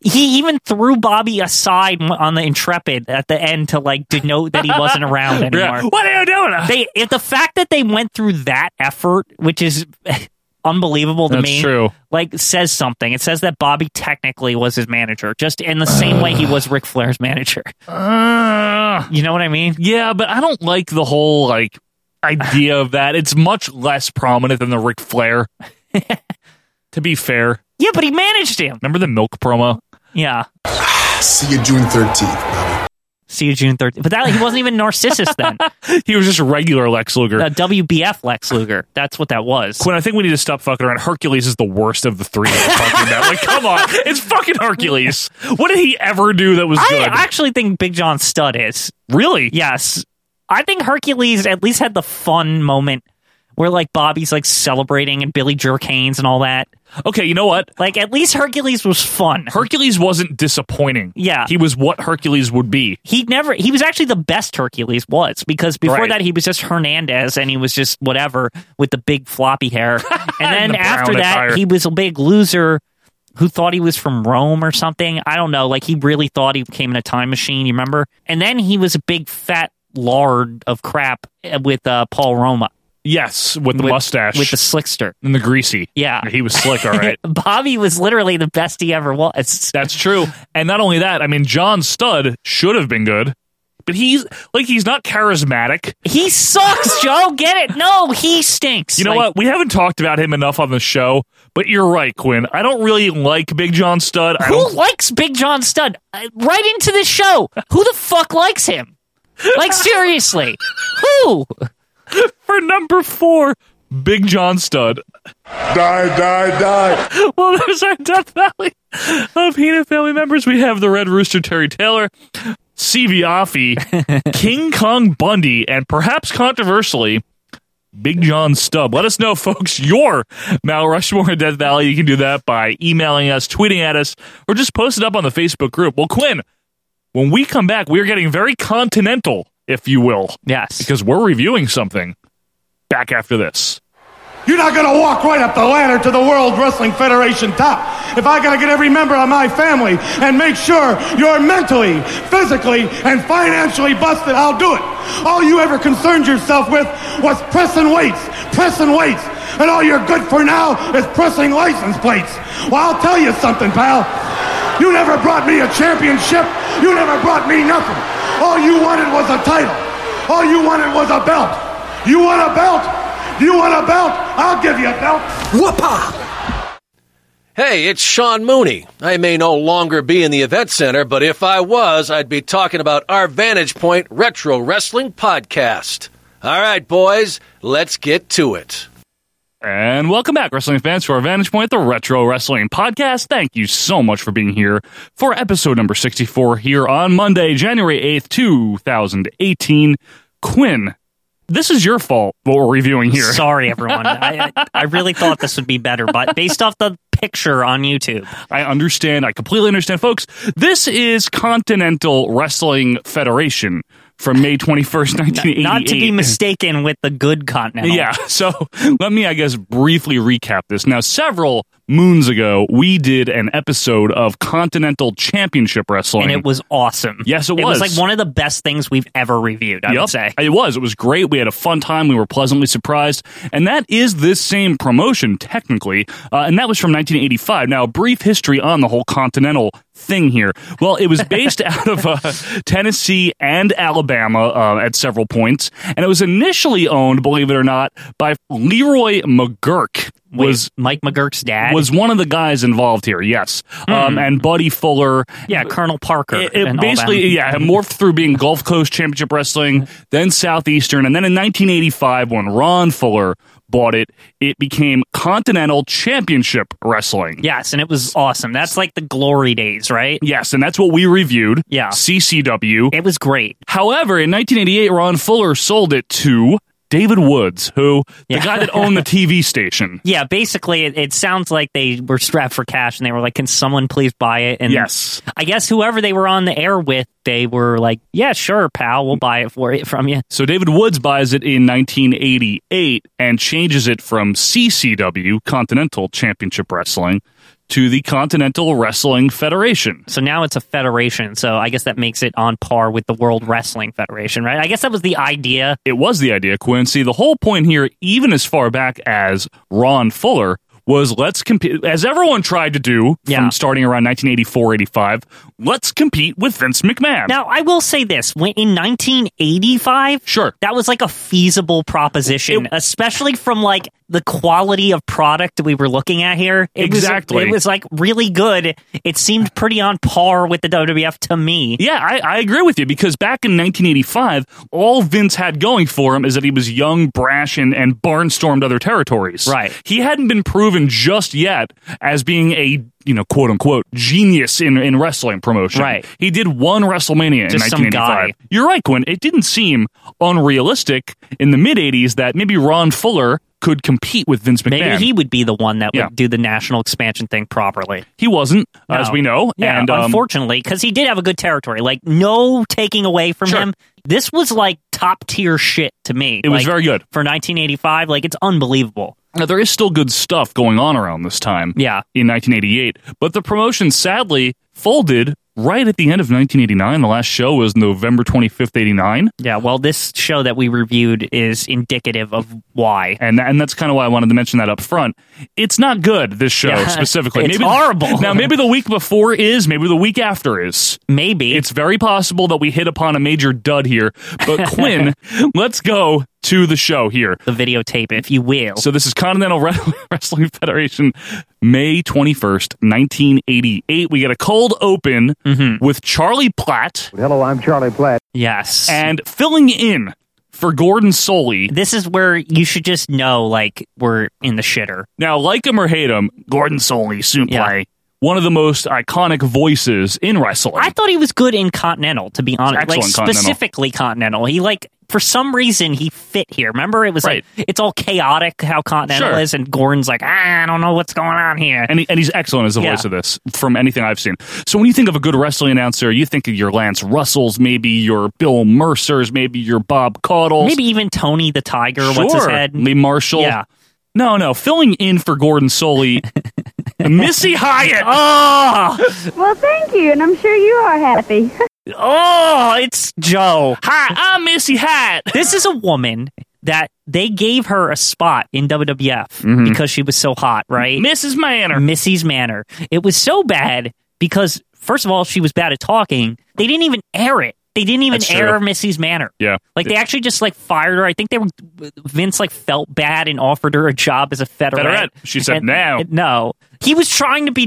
S3: he even threw Bobby aside on the Intrepid at the end to like denote that he
S2: <laughs>
S3: wasn't around
S2: Yeah.
S3: anymore.
S2: What are you doing?
S3: They if the fact that they went through that effort, which is <laughs> unbelievable to
S2: That's
S3: me,
S2: true.
S3: like says something. It says that Bobby technically was his manager, just in the same
S2: <sighs>
S3: way he was Ric Flair's manager.
S2: Uh,
S3: You know what I mean?
S2: yeah, but I don't like the whole like idea of that. It's much less prominent than the Ric Flair. <laughs> to be fair,
S3: Yeah, but he managed him.
S2: remember the milk promo? <laughs>
S3: Yeah.
S20: <sighs> See you June 13th.
S3: See you June 13th. But that he wasn't even Narcissus
S2: <laughs>
S3: then.
S2: He was just regular Lex Luger.
S3: Uh, WBF Lex Luger. That's what that was.
S2: Quinn, I think we need to stop fucking around. Hercules is the worst of the three that we're talking about. Like,
S3: <laughs>
S2: come on. It's fucking Hercules. What did he ever do that was
S3: I
S2: good?
S3: actually think Big John Stud is.
S2: really?
S3: Yes. I think Hercules at least had the fun moment where like Bobby's like celebrating and Billy Jerk Haynes and all that.
S2: Okay, you know what?
S3: Like at least Hercules was fun.
S2: Hercules wasn't disappointing.
S3: Yeah.
S2: He was what Hercules would be.
S3: He never he was actually the best Hercules was because before
S2: Right.
S3: that he was just Hernandez and he was just whatever with the big
S2: <laughs>
S3: floppy hair. And then
S2: the brown
S3: after that
S2: attire.
S3: he was a big loser who thought he was from Rome or something. I don't know. Like he really thought he came in a time machine, you remember? And then he was a big fat lard of crap eh, with uh, Paul Roma.
S2: Yes, with the
S3: With-
S2: mustache.
S3: with the slickster.
S2: and the greasy.
S3: Yeah.
S2: He was slick, all
S3: <laughs>
S2: right.
S3: Bobby was literally the best he ever was.
S2: That's true. And not only that, I mean, John Stud should have been good, but he's like, he's not charismatic.
S3: He sucks, Joe. Get it? No, he stinks.
S2: You know
S3: Like,
S2: what? We haven't talked about him enough on the show, but you're right, Quinn. I don't really like Big John Stud. I
S3: Who
S2: don't
S3: likes Big John Stud? Uh, Right into this show. Who the fuck likes him?
S2: <laughs>
S3: Like seriously, who?
S2: for number four, Big John Stud.
S16: Die, die, die.
S2: <laughs> Well, there's our Death Valley of Hina family members. We have the Red Rooster Terry Taylor, CV Afi, King Kong Bundy, and perhaps controversially, Big John Stubb. Let us know, folks, your Mount Rushmore of Death Valley. You can do that by emailing us, tweeting at us, or just post it up on the Facebook group. Well, Quinn, when we come back, we are getting very continental, if you will,
S3: Yes.
S2: because we're reviewing something back after this.
S12: You're not going to walk right up the ladder to the World Wrestling Federation top if I got to get every member of my family and make sure you're mentally, physically, and financially busted. I'll do it. All you ever concerned yourself with was pressing weights, pressing weights, and all you're good for now is pressing license plates. Well, I'll tell you something, pal. You never brought me a championship. You never brought me nothing. All you wanted was a title. All you wanted was a belt. You want a belt? You want a belt? I'll give you a belt. Whoopah!
S21: Hey, it's Sean Mooney. I may no longer be in the event center, but if I was, I'd be talking about our Vantage Point Retro Wrestling Podcast. All right, boys, let's get to it.
S2: And welcome back, wrestling fans, to our Vantage Point, the Retro Wrestling Podcast. Thank you so much for being here for episode number 64 here on Monday, January 8th, 2018. Quinn, this is your fault, what we're reviewing here.
S3: Sorry, everyone. I, I I really thought this would be better, but based off the picture on YouTube,
S2: I understand. I completely understand, folks. This is Continental Wrestling Federation from May 21st, 1988.
S3: Not
S2: <laughs>
S3: to be mistaken with the good continental.
S2: Yeah. <laughs> So let me, I guess, briefly recap this. Now, several moons ago, we did an episode of Continental Championship Wrestling.
S3: And it was awesome.
S2: Yes, it
S3: It
S2: was.
S3: was like one of the best things we've ever reviewed, I would
S2: Yup.
S3: say.
S2: It was. It was great. We had a fun time. We were pleasantly surprised. And that is this same promotion, technically. Uh, and that was from 1985. Now, a brief history on the whole Continental thing here. Well, it was based <laughs> out of uh, Tennessee and Alabama uh, at several points. And it was initially owned, believe it or not, by Leroy McGurk. Was
S3: Mike McGurk's dad
S2: was one of the guys involved here? Yes, um, and Buddy Fuller.
S3: Mm-hmm. Yeah, Colonel Parker.
S2: It, it
S3: and all
S2: basically,
S3: them.
S2: yeah, it morphed through being Gulf Coast Championship Wrestling, then Southeastern, and then in 1985, when Ron Fuller bought it, it became Continental Championship Wrestling.
S3: Yes, and it was awesome. That's like the glory days, right?
S2: Yes, and that's what we reviewed.
S3: Yeah.
S2: CCW.
S3: It was great.
S2: However, in 1988, Ron Fuller sold it to David Woods, who the
S3: Yeah.
S2: guy that owned the TV station.
S3: Yeah, basically, it, it sounds like they were strapped for cash, and they were like, "Can someone please buy it?" <laughs> And
S2: Yes.
S3: I guess whoever they were on the air with, they were like, "Yeah, sure, pal, we'll buy it for it from you."
S2: So David Woods buys it in 1988 and changes it from CCW Continental Championship Wrestling to the Continental Wrestling Federation.
S3: So now it's a federation. So I guess that makes it on par with the World Wrestling Federation, right? I guess that was the idea.
S2: It was the idea, Quincy. The whole point here, even as far back as Ron Fuller, was let's compete, as everyone tried to do
S3: Yeah.
S2: from starting around 1984 85, let's compete with Vince McMahon.
S3: Now I will say this: when in 1985,
S2: sure,
S3: that was like a feasible proposition, especially from like the quality of product we were looking at here. It was-
S2: Exactly.
S3: it was like really good. It seemed pretty on par with the WWF to me.
S2: Yeah, I, I agree with you because back in 1985, all Vince had going for him is that he was young, brash, and, and barnstormed other territories. Right. He hadn't been proven just yet as being a, you know, quote unquote, genius in, in wrestling promotion.
S3: Right.
S2: He did one WrestleMania
S3: Just some
S2: in 1985.
S3: guy.
S2: You're right, Quinn. It didn't seem unrealistic in the mid 80s that maybe Ron Fuller could compete with Vince McMahon.
S3: Maybe he would be the one that
S2: Yeah.
S3: would do the national expansion thing properly.
S2: He wasn't,
S3: No.
S2: as we know.
S3: Yeah,
S2: and um,
S3: unfortunately, because he did have a good territory. Like, no taking away from him. This was like top tier shit to me.
S2: It was
S3: Like,
S2: very good.
S3: For 1985. Like, it's unbelievable.
S2: Now, there is still good stuff going on around this time.
S3: Yeah.
S2: In 1988. But the promotion sadly folded right at the end of 1989. The last show was November 25th, 89.
S3: Yeah, well, this show that we reviewed is indicative of why.
S2: And, and that's kind of why I wanted to mention that up front. It's not good, this show
S3: Yeah.
S2: specifically.
S3: <laughs> It's horrible.
S2: <laughs> Now, maybe the week before is, maybe the week after is.
S3: Maybe.
S2: It's very possible that we hit upon a major dud here. But,
S3: <laughs>
S2: Quinn, let's go to the show here.
S3: The videotape, if you will.
S2: So this is Continental <laughs> Re- Wrestling Federation, May 21st, 1988. We get a cold open
S3: Mm-hmm.
S2: with Charlie Platt
S18: Hello, I'm Charlie Platt.
S3: Yes.
S2: and filling in for Gordon Soley.
S3: this is where you should just know, like, we're in the shitter.
S2: Now, like him or hate him, Gordon Soley, soon
S3: Yeah.
S2: play, one of the most iconic voices in wrestling.
S3: I thought he was good in Continental, to be honest. Like
S2: Excellent Continental.
S3: specifically Continental. He like for some reason he fit here. Remember, it was like it's all chaotic how Continental
S2: Sure.
S3: is, and Gordon's like, ah, I don't know what's going on here.
S2: and, he, and he's excellent as the
S3: Yeah.
S2: voice of this from anything I've seen. So when you think of a good wrestling announcer, you think of your Lance Russells, maybe your Bill Mercers, maybe your Bob Caudles.
S3: Maybe even Tony the Tiger. What's his
S2: Sure.
S3: head?
S2: Lee Marshall.
S3: Yeah.
S2: No, no. Filling in for Gordon
S3: <laughs>
S2: Soley, Missy Hyatt.
S3: Oh,
S22: Well, thank you, and I'm sure you are happy.
S3: oh, it's Joe.
S2: Hi, I'm Missy Hyatt.
S3: <laughs> This is a woman that they gave her a spot in WWF because she was so hot, right?
S2: Mrs. Mm-hmm. Manor.
S3: Missy's Manor. It was so bad because, first of all, she was bad at talking. They didn't even air it. They didn't even
S2: That's
S3: air
S2: true.
S3: Missy's Manor.
S2: Yeah.
S3: Like they actually just like fired her. I think they were Vince like felt bad and offered her a job as a federate.
S2: Federette. She said,
S3: And-
S2: "No."
S3: and No. He was trying to be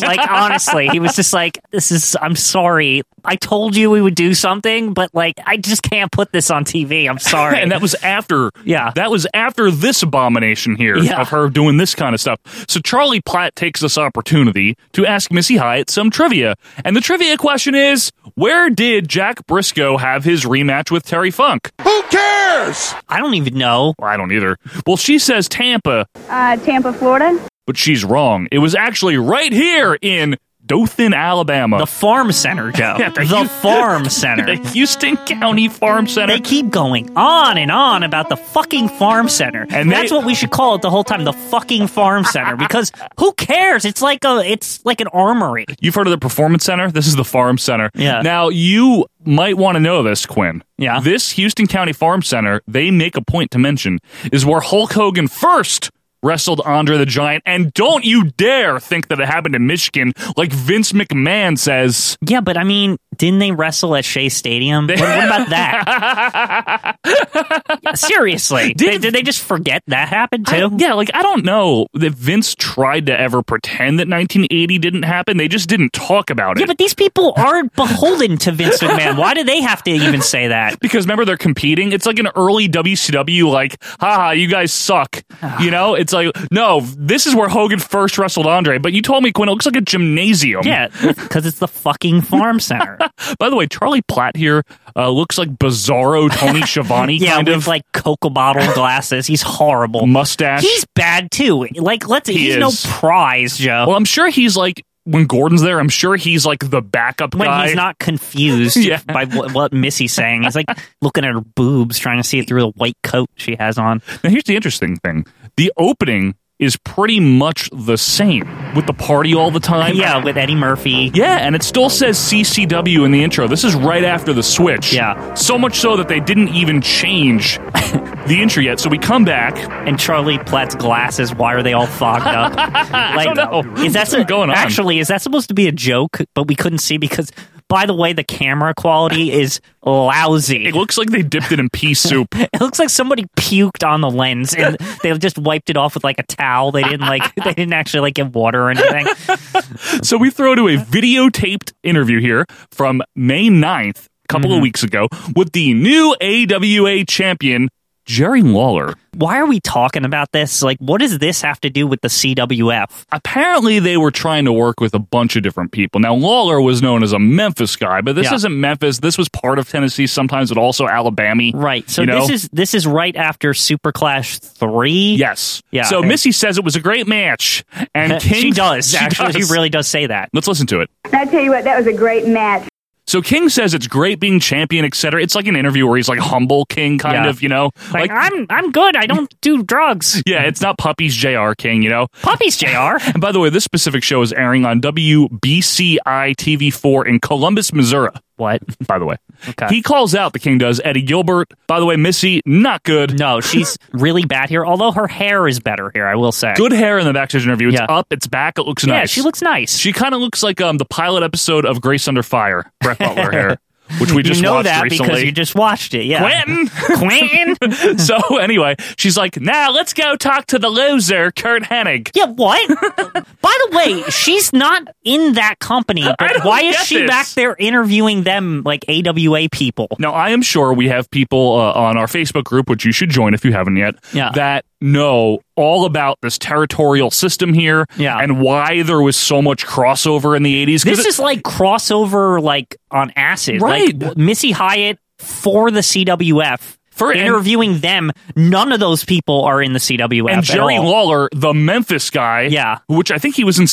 S2: <laughs>
S3: Like honestly, he was just like, "This is. I'm sorry. I told you we would do something, but like, I just can't put this on TV. I'm sorry."
S2: <laughs> and that was after
S3: Yeah.
S2: that was after this abomination here
S3: Yeah.
S2: of her doing this kind of stuff so charlie platt takes this opportunity to ask missy hyatt some trivia and the trivia question is where did jack briscoe have his rematch with terry funk
S3: Who cares? I don't even know.
S2: i don't either well she says tampa
S22: Uh, Tampa, Florida.
S2: but she's wrong it was actually right here in Dothan, Alabama.
S3: The Farm Center, Joe.
S2: <laughs> Yeah,
S3: the
S2: the Hous-
S3: Farm
S2: <laughs>
S3: Center.
S2: The Houston County Farm Center.
S3: They keep going on and on about the fucking farm center, and
S2: they-
S3: that's what we should call it the whole time. The fucking
S2: <laughs>
S3: farm center, because who cares? It's like a, it's like an armory.
S2: You've heard of the Performance Center? This is the Farm Center.
S3: Yeah.
S2: Now, you might want to know this, Quinn.
S3: Yeah.
S2: This Houston County Farm Center, they make a point to mention, is where Hulk Hogan first wrestled Andre the Giant. And don't you dare think that it happened in Michigan, like Vince McMahon says.
S3: Yeah, but I mean, didn't they wrestle at Shea Stadium? What, what about that?
S2: <laughs>
S3: Seriously, did they, did they just forget that happened
S2: I-
S3: too?
S2: yeah, like I don't know that Vince tried to ever pretend that 1980 didn't happen. They just didn't talk about it.
S3: Yeah, but these people aren't beholden to Vince McMahon. Why do they have to even say that?
S2: because remember they're competing. It's like an early WCW, like, haha, you guys
S3: <sighs>
S2: suck. you know, it's like, no, this is where Hogan first wrestled Andre. But you told me, Quinn, it looks like a gymnasium.
S3: Yeah, because it's the fucking farm center.
S2: By the way, Charlie Platt here uh, looks like
S3: <laughs>
S2: Bizarro Tony Schiavone,
S3: yeah,
S2: kind
S3: with
S2: of
S3: like coca bottle glasses. He's horrible.
S2: mustache.
S3: He's bad too. Like let's
S2: He
S3: he's
S2: is.
S3: no prize, Joe.
S2: well, I'm sure he's like when Gordon's there. I'm sure he's like the backup
S3: when
S2: guy.
S3: he's not confused
S2: <laughs> Yeah.
S3: by what, what Missy's saying, he's like looking at her boobs, trying to see it through the white coat she has on.
S2: Now, here's the interesting thing: the opening is pretty much the same with the party all the time.
S3: yeah, with Eddie Murphy.
S2: Yeah, and it still says CCW in the intro. This is right after the switch.
S3: Yeah.
S2: So much so that they didn't even
S3: <laughs>
S2: change the intro yet. So we come back.
S3: And Charlie Platt's glasses, why are they all fogged
S2: <laughs>
S3: up?
S2: I don't know.
S3: Is that
S2: What's been going on?
S3: Actually, is that supposed to be a joke? But we couldn't see because, by the way, the camera
S2: <laughs>
S3: quality is lousy.
S2: It looks like they dipped it in pea
S3: <laughs>
S2: soup.
S3: It looks like somebody puked on the lens
S2: <laughs>
S3: and they just wiped it off with like a towel. They didn't like <laughs> they didn't actually like get water
S2: <laughs>
S3: or anything.
S2: so we throw to a videotaped interview here from May 9th, a couple
S3: Mm-hmm.
S2: of weeks ago, with the new AWA champion, Jerry Lawler.
S3: Why are we talking about this? Like, what does this have to do with the CWF?
S2: Apparently, they were trying to work with a bunch of different people. Now, Lawler was known as a Memphis guy, but this
S3: Yeah.
S2: isn't Memphis. This was part of Tennessee, sometimes, but also Alabama.
S3: Right. So
S2: You know?
S3: this is this is right after Super Clash <laughs> three.
S2: Yes.
S3: Yeah,
S2: So
S3: okay.
S2: Missy says it was a great match, and King
S3: <laughs> she
S2: <laughs>
S3: does
S2: She
S3: actually.
S2: does.
S3: She really does say that.
S2: Let's listen to it.
S22: I tell you what, that was a great match.
S2: So King says it's great being champion, etc. It's like an interview where he's like humble King, kind
S3: Yeah.
S2: of, you know,
S3: Like, "Ah." I'm I'm good. I don't do drugs.
S2: <laughs> yeah, it's not puppies, Jr. King, you know. <laughs>
S3: Puppies, Jr.
S2: And by the way, this specific show is airing on WBCI TV4 in Columbus, Missouri.
S3: What?
S2: By the way,
S3: Okay.
S2: he calls out the King does Eddie Gilbert. By the way, Missy, not good.
S3: No, Oh, she's really bad here. Although her hair is better here, I will say.
S2: Good hair in the backstage interview. It's
S3: Yeah.
S2: up, it's back, it looks
S3: Yeah,
S2: nice.
S3: she looks nice.
S2: She kind of looks like um the pilot episode of Grace Under Fire, Brett Butler
S3: <laughs>
S2: hair, which we just
S3: you know
S2: watched
S3: that because
S2: recently.
S3: you just watched it. Yeah.
S2: Quentin,
S3: <laughs>
S2: <laughs>
S3: Quentin.
S2: so anyway, she's like, "Now let's go talk to the loser, Kurt Hennig."
S3: Yeah, what? By the way, she's not in that
S2: <laughs>
S3: company, but
S2: don't
S3: why is
S2: get
S3: she
S2: this.
S3: back there interviewing them like AWA people?
S2: Now I am sure we have people uh, on our Facebook group, which you should join if you haven't yet,
S3: Yeah.
S2: that know all about this territorial system here,
S3: Yeah.
S2: and why there was so much crossover in the eighties.
S3: This is like crossover, like on acid.
S2: Right.
S3: Like w- Missy Hyatt for the CWF.
S2: For- and-
S3: interviewing them, none of those people are in the CWF.
S2: and
S3: at
S2: Jerry
S3: all.
S2: Lawler, the Memphis guy,
S3: Yeah.
S2: which I think he was in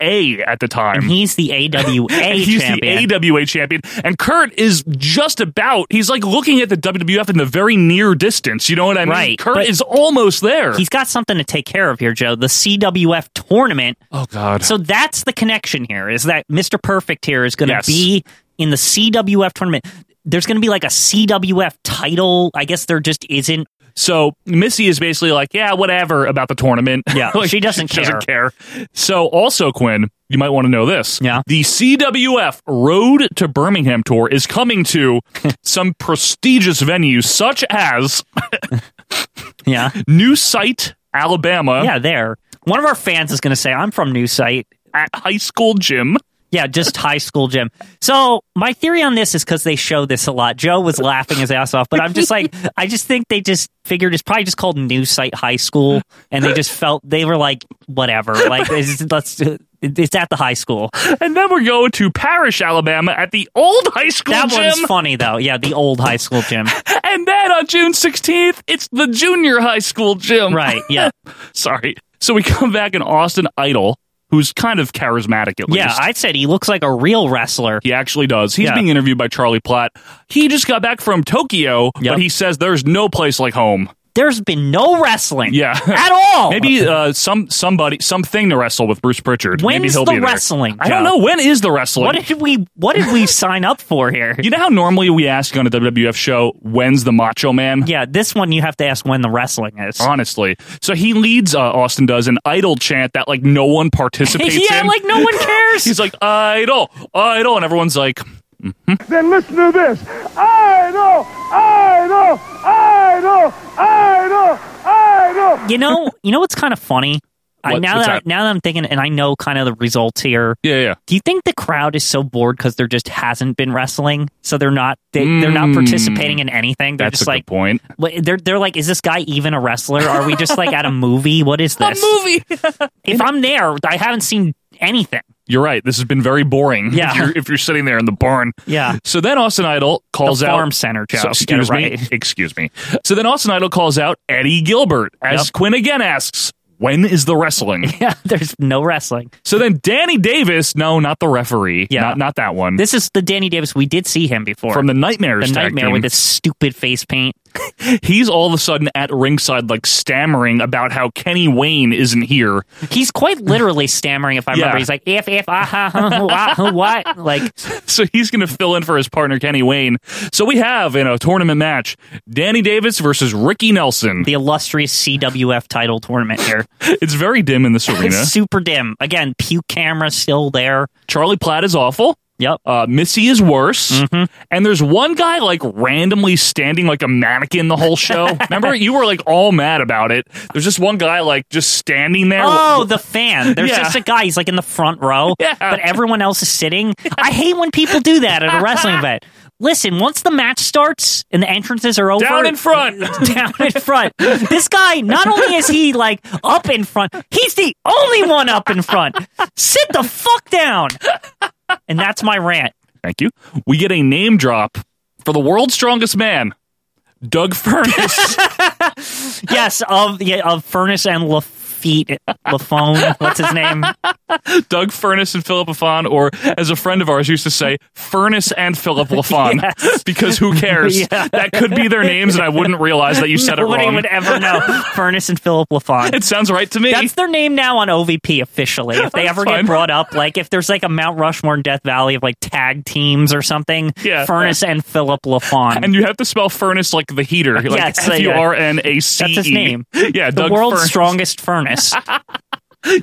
S2: CWA at the time.
S3: And he's the AWA
S2: <laughs> And he's
S3: champion.
S2: the AWA champion. And Kurt is just about, he's like looking at the WWF in the very near distance. You know what I mean?
S3: Right,
S2: Kurt
S3: but-
S2: is almost there.
S3: He's got something to take care of here, Joe. The CWF tournament.
S2: oh, God.
S3: So that's the connection here is that Mr. Perfect here is going to
S2: Yes.
S3: be in the CWF tournament. There's going to be like a CWF title. I guess there just isn't.
S2: So Missy is basically like, yeah, whatever about the tournament.
S3: Yeah,
S2: <laughs> Like,
S3: <laughs> she doesn't
S2: care. So also, Quinn, you might want to know this.
S3: Yeah.
S2: The CWF Road to Birmingham tour is coming to
S3: <laughs>
S2: some prestigious venues such as
S3: Yeah.
S2: New Site, Alabama,
S3: yeah, there. One of our fans is going to say, I'm from New Site.
S2: at High School Gym.
S3: Yeah, just high school gym. So my theory on this is because they show this a lot. Joe was laughing his ass off, but I'm
S2: <laughs>
S3: just like, I just think they just figured it's probably just called New Site High School, and they just felt they were like, whatever, like it's, let's, it's at the high school.
S2: And then we're going to Parish, Alabama at the old high school
S3: That one's
S2: gym.
S3: funny though. Yeah, the old high
S2: <laughs>
S3: school gym.
S2: And then on June 16th, it's the junior high school gym.
S3: Right. Yeah.
S2: <laughs> Sorry. So we come back in Austin Idol, who's kind of charismatic at least.
S3: Yeah, I said he looks like a real wrestler.
S2: He actually does. He's
S3: Yeah.
S2: being interviewed by Charlie Platt. He just got back from Tokyo, but he says there's no place like home.
S3: There's been no wrestling.
S2: Yeah,
S3: At all.
S2: Maybe uh, some somebody something to wrestle with Bruce Pritchard. Maybe
S3: When's
S2: he'll
S3: the
S2: be there.
S3: wrestling,
S2: I don't
S3: Joe?
S2: know when is the wrestling.
S3: What did we what did we sign up for here?
S2: you know how normally we ask on a WWF show, when's the Macho Man?
S3: Yeah, this one you have to ask when the wrestling is.
S2: Honestly, so he leads uh, Austin does an idol chant that like no one participates
S3: <laughs> yeah,
S2: in.
S3: like
S2: <laughs>
S3: no one cares.
S2: He's like idol, idol, and everyone's like,
S12: Then listen to this. I know, I know, I know, I know, I know.
S3: you know, you know what's kind of funny? I,
S2: What-
S3: now
S2: what's
S3: that I,
S2: that?
S3: now that I'm thinking, and I know kind of the results here.
S2: Yeah, yeah.
S3: Do you think the crowd is so bored because there just hasn't been wrestling, so they're not they, they're not participating in anything? They're
S2: Hmm. "That's
S3: just
S2: a
S3: like
S2: good point."
S3: Wait, They're they're like, is this guy even a wrestler? Are we just like at a movie?
S2: <laughs>
S3: What is this?
S2: movie.
S3: <laughs> if I'm there, I haven't seen anything.
S2: You're right. This has been very boring. <laughs>
S3: Yeah.
S2: If you're, if you're sitting there in the barn.
S3: Yeah.
S2: So then Austin Idol calls
S3: The
S2: out
S3: farm center, Joe.
S2: So,
S3: Get it
S2: excuse me. <laughs>
S3: right.
S2: Excuse me. So then Austin Idol calls out Eddie Gilbert as
S3: Yep.
S2: Quinn again asks, "When is the wrestling?"
S3: <laughs> <laughs> Yeah, there's no wrestling.
S2: So then Danny Davis, no, not the referee.
S3: Yeah.
S2: Not, not that one.
S3: This is the Danny Davis we did see him before
S2: from the Nightmares.
S3: The
S2: tag
S3: nightmare
S2: team.
S3: with his stupid face paint.
S2: He's all of a sudden at ringside, like stammering about how Kenny Wayne isn't here. <laughs>
S3: He's quite literally stammering. If I remember,
S2: Yeah.
S3: he's like if if ah ha ha, ha, wha- ha,
S2: <laughs>
S3: what like
S2: So he's going to fill in for his partner Kenny Wayne. So we have in a tournament match Danny Davis versus Ricky Nelson.
S3: the illustrious CWF title tournament here.
S2: It's very dim
S3: <laughs>
S2: in this arena.
S3: It's super dim. Again, puke camera still there.
S2: Charlie Platt is awful.
S3: Yep.
S2: Uh, Missy is worse.
S3: Mm-hmm.
S2: And there's one guy like randomly standing like a mannequin the whole show.
S3: <laughs>
S2: Remember, you were like all mad about it. There's just one guy like just standing there.
S3: Oh, the fan. There's
S2: Yeah.
S3: just a guy. He's like in the front row,
S2: <laughs> Yeah.
S3: but everyone else
S2: <laughs>
S3: is sitting. I hate when people do that at a wrestling event. Listen, once the match starts and the entrances are over,
S2: Down in
S3: <laughs>
S2: front.
S3: down in front. This guy, not only is he like up in front, he's the only one up in front. Sit the fuck down. And that's my rant.
S2: Thank you. We get a name drop for the world's strongest man, Doug
S3: <laughs>
S2: Furness.
S3: Yes, of yeah, of furnace and Lafitte, Lafone. What's his name?
S2: Doug Furness and Philip Lafon, or as a friend of ours used to say, Furness and Philip Lafon.
S3: <laughs> Yes.
S2: Because who cares?
S3: <laughs> Yeah.
S2: That could be their names, and I wouldn't realize that you said
S3: Nobody
S2: it wrong.
S3: would ever know. Furnace and Philip Lafon.
S2: It sounds right to me.
S3: That's their name now on OVP officially. If they
S2: That's
S3: ever
S2: fine.
S3: get brought up, like if there's like a Mount Rushmore and Death Valley of like tag teams or something,
S2: Yeah.
S3: Furnace and Philip LaFon.
S2: and you have to spell furnace like the heater, like
S3: Yes, uh, yeah.
S2: F U R N A C E.
S3: That's his name.
S2: <laughs> Yeah,
S3: the
S2: Doug
S3: world's
S2: Furness.
S3: strongest furnace.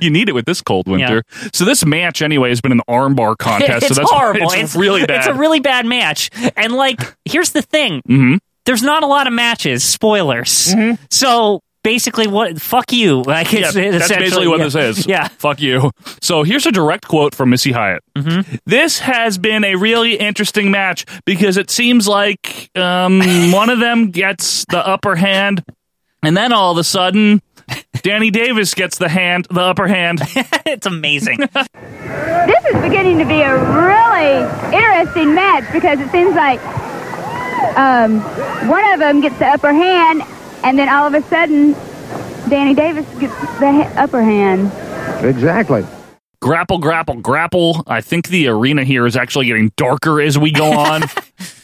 S2: You need it with this cold winter. So this match anyway has been an armbar contest.
S3: <laughs> it's
S2: so that's
S3: horrible.
S2: It's, really bad. Mm-hmm.
S3: It's a really bad match. And like, here's the thing: there's not a lot of matches. Spoilers. So basically, what? Fuck you. Like,
S2: Yeah,
S3: it's, it's
S2: that's
S3: essentially-
S2: basically what
S3: yeah.
S2: this is.
S3: Yeah. <laughs>
S2: Fuck you. So here's a direct quote from Missy Hyatt.
S3: Mm-hmm.
S2: This has been a really interesting match because it seems like
S3: <laughs>
S2: um, one of them gets the upper hand, and then all of a sudden, Danny Davis gets the hand, the upper
S3: <laughs>
S2: hand.
S3: it's amazing.
S22: This is beginning to be a really interesting match because it seems like um, one of them gets the upper hand, and then all of a sudden, Danny Davis gets the he- upper hand.
S18: Exactly.
S2: grapple, grapple, grapple. I think the arena here is actually getting darker as we go
S3: <laughs>
S2: on.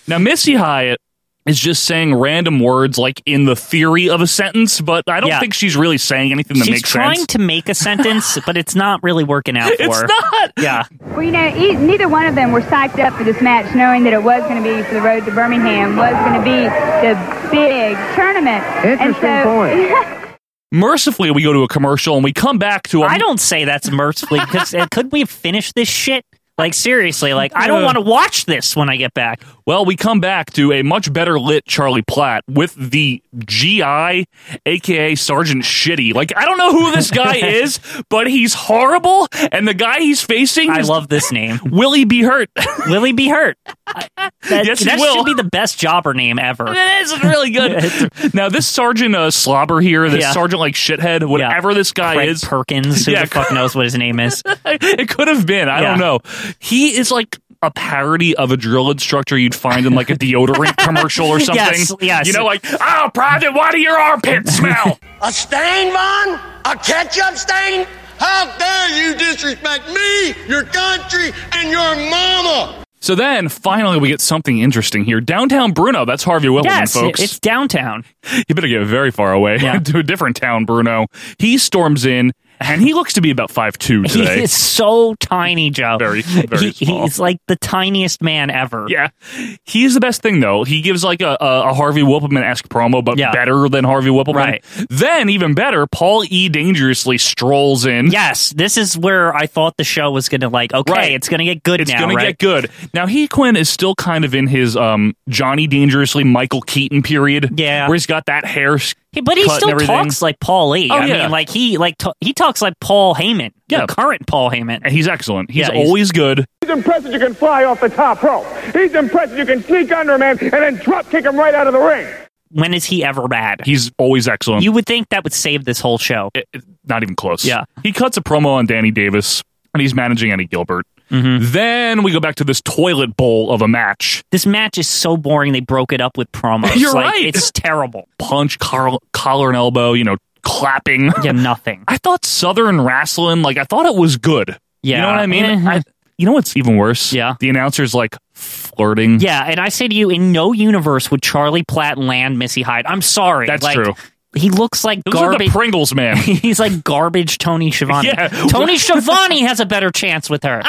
S2: now, Missy Hyatt is just saying random words like in the theory of a sentence, but I don't
S3: Yeah.
S2: think she's really saying anything that
S3: She's
S2: makes
S3: trying
S2: sense.
S3: to make a sentence, but it's not really working out for
S2: <laughs> it's
S3: her.
S2: not.
S3: Yeah.
S22: Well, you know, e- neither one of them were psyched up for this match, knowing that it was going to be for the road to Birmingham, was going to be the big tournament.
S18: Interesting
S22: <laughs> and so,
S2: Mercifully, we go to a commercial and we come back to a.
S3: I don't say that's mercifully because could we have finished this shit? Like seriously, like I don't
S2: Yeah.
S3: want to watch this when I get back.
S2: Well, we come back to a much better lit Charlie Platt with the GI, aka Sergeant Shitty. Like I don't know who this
S3: <laughs>
S2: guy is, but he's horrible, and the guy he's facing
S3: I
S2: is
S3: love this name.
S2: Will he be hurt? <laughs>
S3: Will he be hurt? I- That,
S2: Yes, he
S3: that
S2: will.
S3: should be the best jobber
S2: <laughs>
S3: name ever.
S2: It is really
S3: <laughs>
S2: good. now this sergeant uh, slobber here, this
S3: Yeah.
S2: sergeant like shithead,
S3: Yeah.
S2: whatever this guy
S3: Craig
S2: is,
S3: Perkins. Who
S2: Yeah,
S3: the
S2: <laughs>
S3: fuck knows what his name is?
S2: it could have been. I don't
S3: Yeah.
S2: know. He is like a parody of a drill instructor you'd find in like a
S3: <laughs>
S2: deodorant commercial or something.
S3: Yes, yes.
S2: You know, like,
S3: <laughs>
S2: oh, Private, why do your armpits smell?
S6: A stain, Von? A ketchup stain? How dare you disrespect me, your country, and your mama?
S2: So then, finally, we get something interesting here. Downtown Bruno. That's Harvey Wilson,
S3: <laughs> Yes,
S2: folks.
S3: it's downtown.
S2: You better get very far away <laughs> to a different town, Bruno. He storms in, and he looks to be about five
S3: <laughs>
S2: two
S3: He
S2: today.
S3: is so tiny, Joe. Very,
S2: very
S3: he,
S2: small.
S3: He's like the tiniest man ever.
S2: <laughs> Yeah, he's the best thing though. He gives like a, a, a Harvey Whippleman esque promo, but better than Harvey Whippleman.
S3: Right.
S2: Then even better, Paul E. Dangerously strolls in.
S3: Yes, this is where I thought the show was going to like. Okay,
S2: Right.
S3: it's going to get good
S2: It's
S3: now.
S2: gonna get
S3: right?
S2: good. Now he Quinn is still kind of in his um Johnny Dangerously Michael Keaton period. Yeah, where he's got that hair. s-
S3: Hey, but he
S2: cut and
S3: still
S2: everything.
S3: talks like Paul Lee.
S2: Oh,
S3: I
S2: yeah.
S3: mean, like he like t- he talks like Paul Heyman, the current Paul Heyman.
S2: And he's excellent. He's always good.
S7: He's impressed that you can fly off the top rope. He's impressed that you can sneak under a man and then drop kick him right out of the ring.
S3: When is he ever bad?
S2: He's always excellent. Eh,
S3: You would think that would save this whole show.
S2: not even close. Yeah. He cuts a promo on Danny Davis and he's managing Eddie Gilbert.
S3: Mm-hmm.
S2: Then we go back to this toilet bowl of a match.
S3: This match is so boring. They broke it up with promos.
S2: <laughs> You're
S3: Like,
S2: right. <laughs>
S3: It's terrible.
S2: Punch, car- collar and elbow, you know, clapping. <laughs>
S3: Yeah, nothing.
S2: I thought Southern wrestling, like, I thought it was good. You know
S3: Yeah.
S2: what I mean?
S3: Mhm.
S2: I- you know what's even worse? Yeah. The announcer's like flirting.
S3: Yeah, and I say to you, in no universe would Charlie Platt land Missy Hyde. I'm sorry.
S2: That's
S3: Like,
S2: true.
S3: He looks like
S2: Those are the
S3: garbage.
S2: Pringles man. <laughs>
S3: <laughs> He's like garbage Tony Schiavone.
S2: Yeah.
S3: Tony Schiavone has a better chance
S2: <laughs>
S3: with her.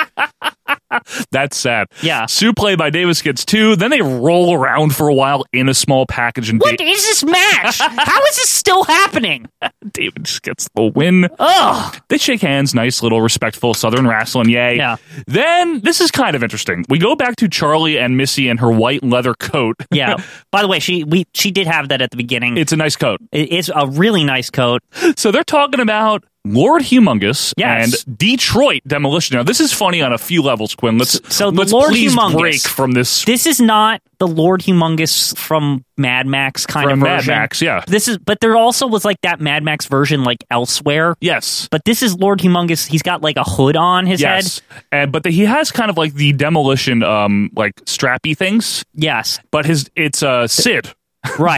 S2: That's sad. Yeah. Sue play by Davis gets two. Then they roll around for a while in a small package and
S3: What
S2: Da-
S3: is this match? How is this
S2: <laughs>
S3: still happening?
S2: David just gets the win.
S3: Ugh.
S2: They shake hands, nice little respectful Southern wrestling, yay. Yeah. Then this is kind of interesting. We go back to Charlie and Missy and her white leather coat.
S3: Yeah. By the way, she we she did have that at the beginning.
S2: <laughs> It's a nice coat.
S3: It's a really
S2: <laughs>
S3: nice coat.
S2: So they're talking about Lord Humongous
S3: Yes.
S2: and Detroit Demolition. Now this is funny on a few levels, Quinn. Let's
S3: So the
S2: let's
S3: Lord
S2: please
S3: Humongous.
S2: break from this
S3: This is not the Lord Humongous from Mad Max kind
S2: From
S3: of
S2: Mad
S3: version.
S2: Max, yeah.
S3: This is, but there also was like that Mad Max version, like elsewhere.
S2: Yes.
S3: But this is Lord Humongous. He's got like a hood on his
S2: yes.
S3: head.
S2: And but the, he has kind of like the demolition um like strappy things.
S3: Yes.
S2: But his it's uh Sid.
S3: Right.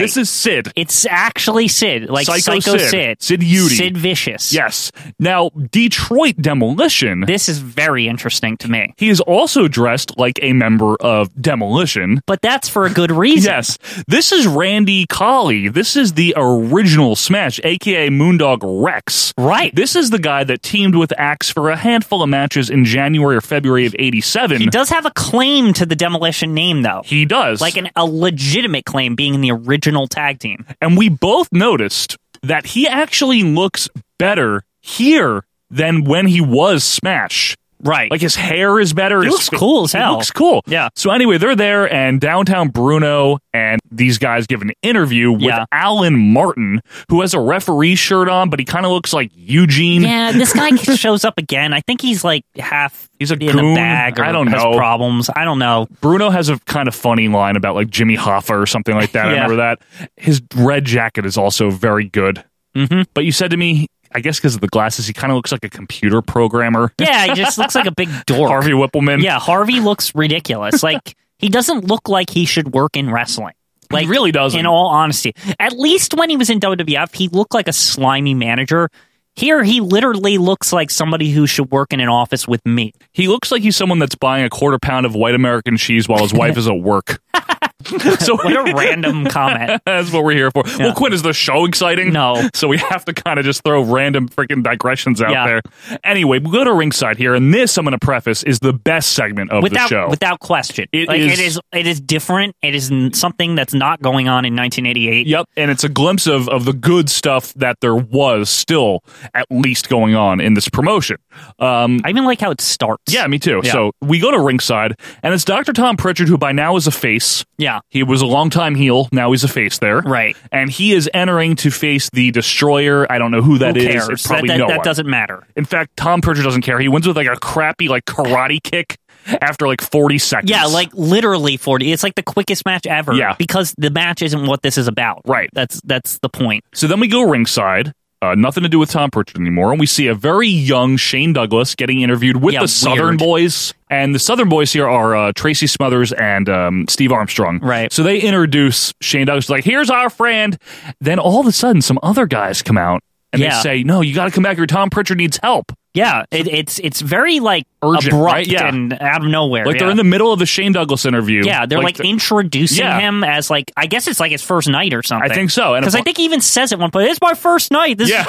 S2: <laughs> this is Sid.
S3: It's actually Sid, like
S2: Psycho
S3: Psycho,
S2: Sid.
S3: Sid.
S2: Sid Udy.
S3: Sid Vicious.
S2: Yes. Now, Detroit Demolition.
S3: This is very interesting to me.
S2: He is also dressed like a member of Demolition.
S3: But that's for a good reason.
S2: yes. This is Randy Colley. This is the original Smash, aka Moondog Rex.
S3: Right.
S2: This is the guy that teamed with Axe for a handful of matches in January or February of 87.
S3: He does have a claim to the Demolition name, though.
S2: He does.
S3: Like an, a legitimate claim being in the original tag team.
S2: and we both noticed that he actually looks better here than when he was Smash.
S3: Right.
S2: Like his hair is better.
S3: He
S2: his
S3: looks
S2: fa-
S3: cool as hell.
S2: He looks cool. Yeah. So anyway, they're there and downtown Bruno and these guys give an interview with
S3: Yeah.
S2: Alan Martin, who has a referee shirt on, but he kind of looks like Eugene.
S3: Yeah, this guy <laughs> shows up again. I think he's like half
S2: He's a
S3: in
S2: goon.
S3: the bag or
S2: I don't
S3: has
S2: know.
S3: problems. I don't know.
S2: Bruno has a kind of funny line about like Jimmy Hoffa or something like that. I
S3: <laughs> Yeah.
S2: remember that. His red jacket is also very good.
S3: Mm-hmm.
S2: But you said to me, I guess because of the glasses, he kind of looks like a computer programmer.
S3: Yeah, he just looks like a big <laughs>
S2: <laughs>
S3: dork.
S2: Harvey Whippleman.
S3: Yeah, Harvey looks ridiculous. Like he doesn't look like he should work in wrestling. Like
S2: he really doesn't.
S3: in all honesty. At least when he was in WWF, he looked like a slimy manager. Here he literally looks like somebody who should work in an office with me.
S2: He
S3: <laughs>
S2: looks like he's someone that's buying a quarter pound of white American cheese while his wife is at work. so
S3: what a random
S2: <laughs>
S3: comment.
S2: That's what we're here for. Well, Quinn, is the show exciting?
S3: No.
S2: <laughs> So we have to kind of just throw random freaking digressions out
S3: Yeah.
S2: there. Anyway, we go to ringside here, and this I'm going to preface is the best segment of the
S3: without
S2: show.
S3: without question.
S2: It
S3: like
S2: is-
S3: it is it is different. It is n- something that's not going on in 1988.
S2: Yep, and it's a glimpse of, of the good stuff that there was still at least going on in this promotion. Um,
S3: I even like how it starts.
S2: Yeah, me too.
S3: Yeah.
S2: So we go to ringside, and it's Dr. Tom Pritchard, who by now is a face.
S3: Yeah.
S2: He was a longtime heel. Now he's a face there.
S3: Right.
S2: And he is entering to face the Destroyer. I don't know who that
S3: Who
S2: is.
S3: cares?
S2: It's probably
S3: that, that,
S2: no
S3: that
S2: one.
S3: doesn't matter.
S2: In fact, Tom Pritchard doesn't care. He wins with like a crappy like karate kick after like 40 seconds.
S3: Yeah, like literally 40. It's like the quickest match ever.
S2: Yeah.
S3: Because the match isn't what this is about.
S2: Right.
S3: That's that's the point.
S2: So then we go ringside. Uh, nothing to do with Tom Pritchard anymore, and we see a very young Shane Douglas getting interviewed with
S3: Yeah,
S2: the Southern
S3: weird.
S2: Boys, and the Southern Boys here are uh, Tracy Smothers and um, Steve Armstrong.
S3: Right.
S2: So they introduce Shane Douglas like, "Here's our friend." Then all of a sudden, some other guys come out and
S3: Yeah.
S2: they say, "No, you got to come back here. Tom Pritchard needs help."
S3: Yeah, it, it's it's very like
S2: Urgent,
S3: abrupt
S2: right? Yeah.
S3: and out of nowhere.
S2: Like they're
S3: yeah.
S2: in the middle of the Shane Douglas interview.
S3: Yeah, they're like,
S2: the-
S3: introducing
S2: Yeah.
S3: him as like I guess it's like his first night or something.
S2: I think so, and
S3: Because I
S2: appa-
S3: think he even says at one point, "It's my first night. This
S2: Yeah.
S3: is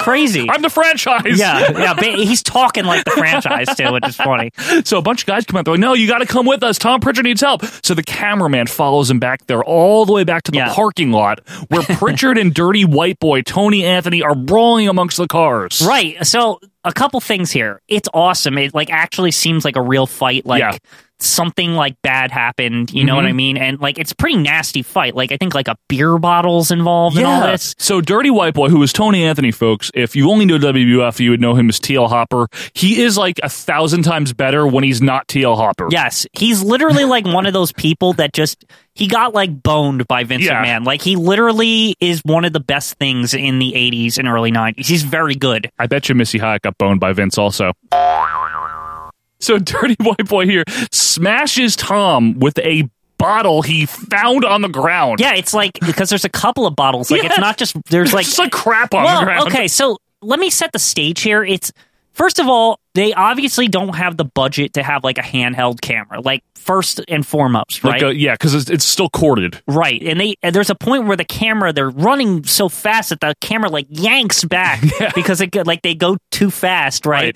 S2: <laughs>
S3: crazy.
S2: I'm the franchise. <laughs>
S3: yeah, yeah. Ba- he's talking like the franchise too, which is funny.
S2: So a bunch of guys come out. They're like, "No, you got to come with us. Tom Pritchard needs help." So the cameraman follows him back there, all the way back to the parking lot where Pritchard and dirty white boy Tony Anthony are brawling amongst the cars.
S3: Right. So a couple things here. It's awesome. It like actually seems like a real fight. Like
S2: Yeah.
S3: something like bad happened. You know what
S2: Mhm.
S3: I mean? And like it's a pretty nasty fight. Like I think like a beer bottle's involved in all this.
S2: So Dirty White Boy, who was Tony Anthony, folks, if you only know WWF, you would know him as TL Hopper. He is like a thousand times better when he's not TL Hopper.
S3: Yes, he's literally like one of those people that just he got like boned by Vince
S2: Yeah.
S3: McMahon. Like he literally is one of the best things in the '80s and early '90s. He's very good.
S2: I bet you Missy Hyatt got boned by Vince also. So <laughs> Dirty White Boy here smashes Tom with a bottle he found on the ground.
S3: Yeah, it's like because there's a couple of bottles. Like <laughs> it's
S2: Yeah.
S3: not just there's like
S2: It's like crap on the
S3: well,
S2: ground.
S3: Okay, so let me set the stage here. It's first of all, they obviously don't have the budget to have like a handheld camera. Like first and foremost,
S2: <laughs> Like
S3: right?
S2: a, yeah, because it's, it's still corded.
S3: Right, and they and there's a point where the camera they're running so fast that the camera like yanks back because it go- like they go too fast, right?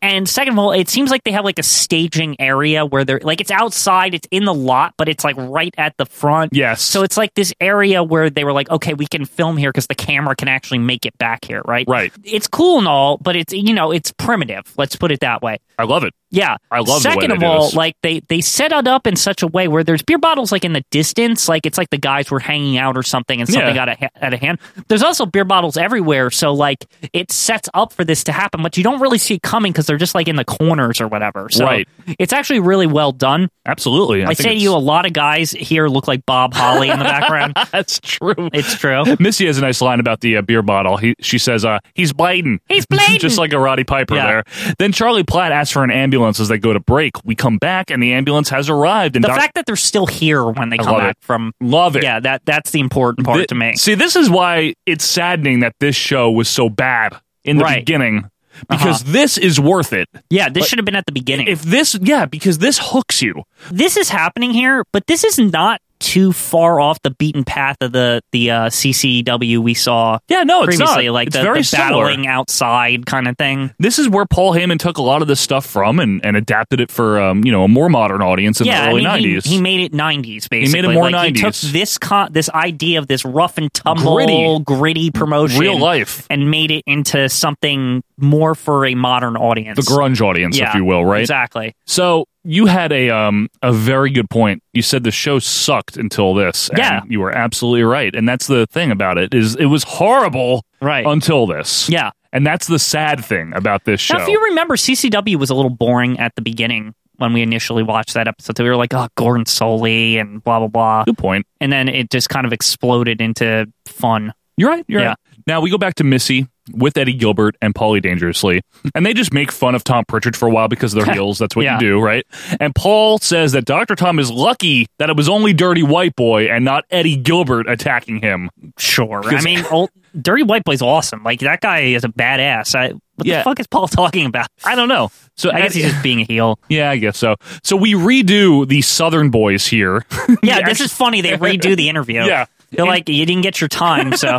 S3: And second of all, it seems like they have like a staging area where they're like it's outside, it's in the lot, but it's like right at the front.
S2: Yes.
S3: So it's like this area where they were like, okay, we can film here because the camera can actually make it back here, right?
S2: Right.
S3: It's cool and all, but it's you know it's primitive. Let's put it that way.
S2: I love it.
S3: Yeah,
S2: I love the way
S3: Second
S2: they
S3: of
S2: do
S3: all,
S2: this.
S3: like they they set it up in such a way where there's beer bottles like in the distance, like it's like the guys were hanging out or something, and something
S2: Yeah.
S3: got out of, out of hand. There's also beer bottles everywhere, so like it sets up for this to happen, but you don't really see it coming because they're just like in the corners or whatever. So
S2: Right.
S3: It's actually really well done.
S2: Absolutely.
S3: I,
S2: think
S3: say to you, a lot of guys here look like Bob Holly in
S2: <laughs>
S3: the background.
S2: That's true.
S3: It's true.
S2: <laughs> Missy has a nice line about the uh, beer bottle. He, she says, uh, he's Biden.
S3: He's
S2: <laughs>
S3: Biden.
S2: Just like a Roddy Piper
S3: Yeah.
S2: there. Then Charlie Platt asks for an ambulance as they go to break. We come back and the ambulance has arrived. And
S3: The
S2: Doc-
S3: fact that they're still here when they
S2: I
S3: come
S2: love
S3: back
S2: it.
S3: from
S2: love it.
S3: Yeah, that that's the important part
S2: Thi-
S3: to me.
S2: See, this is why it's saddening that this show was so bad in the
S3: Right.
S2: beginning because this is worth it.
S3: Yeah, this should have been at the beginning.
S2: If this, yeah, because this hooks you.
S3: this is happening here, but this is not too far off the beaten path of the the uh, CCW we saw.
S2: Yeah, no, it's not.
S3: previously, like
S2: It's
S3: the,
S2: very
S3: the
S2: similar.
S3: battling outside kind of thing.
S2: This is where Paul Heyman took a lot of this stuff from and, and adapted it for um, you know a more modern audience in
S3: yeah,
S2: the early
S3: I mean, he-
S2: 90s.
S3: He, made it nineties
S2: made it
S3: basically.
S2: more
S3: like, He took
S2: 90s.
S3: this con- this idea of this rough and tumble,
S2: Gritty.
S3: gritty, promotion,
S2: Real life.
S3: and made it into something more for a modern audience,
S2: the grunge audience,
S3: Yeah,
S2: if you will, right?
S3: Exactly.
S2: So you had a um a very good point. You said the show sucked until this. and
S3: Yeah.
S2: you were absolutely right, and that's the thing about it is it was horrible
S3: Right.
S2: until this.
S3: Yeah.
S2: and that's the sad thing about this show.
S3: Now, if you remember, CCW was a little boring at the beginning when we initially watched that episode. So we were like, oh, Gordon Soley and blah, blah, blah.
S2: good point.
S3: And then it just kind of exploded into fun.
S2: You're right. You're
S3: Yeah.
S2: right. Now we go back to Missy with Eddie Gilbert and Paulie Dangerously, and they just make fun of Tom Pritchard for a while because they're heels. That's what
S3: Yeah.
S2: you do, right? And Paul says that Dr. Tom is lucky that it was only Dirty White Boy and not Eddie Gilbert attacking him.
S3: Sure. I
S2: 'Cause-
S3: mean, old, Dirty White Boy's awesome. Like, that guy is a badass. I, what
S2: Yeah.
S3: the fuck is Paul talking about?
S2: I don't know. So
S3: I guess he's just being a
S2: <laughs>
S3: heel.
S2: Yeah, I guess so. So we redo the Southern Boys here.
S3: <laughs>
S2: <laughs>
S3: Yeah, this is funny. They redo the interview.
S2: Yeah.
S3: They're like, you didn't get your
S2: <laughs>
S3: time, so.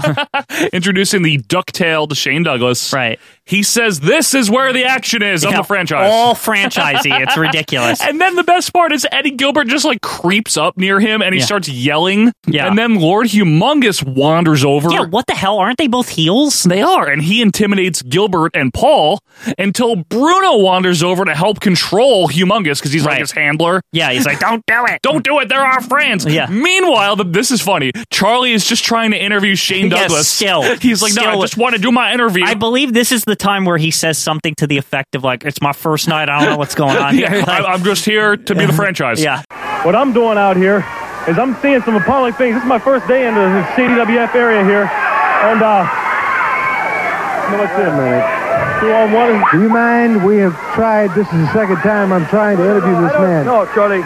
S2: Introducing the duck-tailed Shane Douglas.
S3: Right.
S2: He says, This is where the action is on
S3: Yeah,
S2: the franchise.
S3: All franchisee. It's
S2: <laughs>
S3: ridiculous.
S2: and then the best part is Eddie Gilbert just like creeps up near him and he
S3: Yeah.
S2: starts yelling.
S3: Yeah.
S2: And then Lord Humongous wanders over.
S3: yeah, what the hell? Aren't they both heels?
S2: They are, and he intimidates Gilbert and Paul until Bruno wanders over to help control Humongous because he's like
S3: Right.
S2: his handler.
S3: Yeah, he's like, <laughs> don't do it.
S2: Don't do it. They're our friends.
S3: Yeah.
S2: Meanwhile, the, this is funny. Charlie is just trying to interview Shane
S3: Yes,
S2: Douglas. <laughs>
S3: still.
S2: he's like, no, I
S3: Still.
S2: just want to do my interview.
S3: I believe this is the time where he says something to the effect of like, "It's my first night. I don't know what's going
S2: <laughs>
S3: on."
S2: yeah,
S3: here."
S2: I,
S3: Like,
S2: I'm just here to <laughs> be the franchise.
S3: yeah,
S18: What I'm doing out here is I'm seeing some appalling things. This is my first day in the CDWF area here, and uh, you know what's in, man? Two on one. Do you mind? We have tried. This is the second time I'm trying to interview this man. No, Charlie.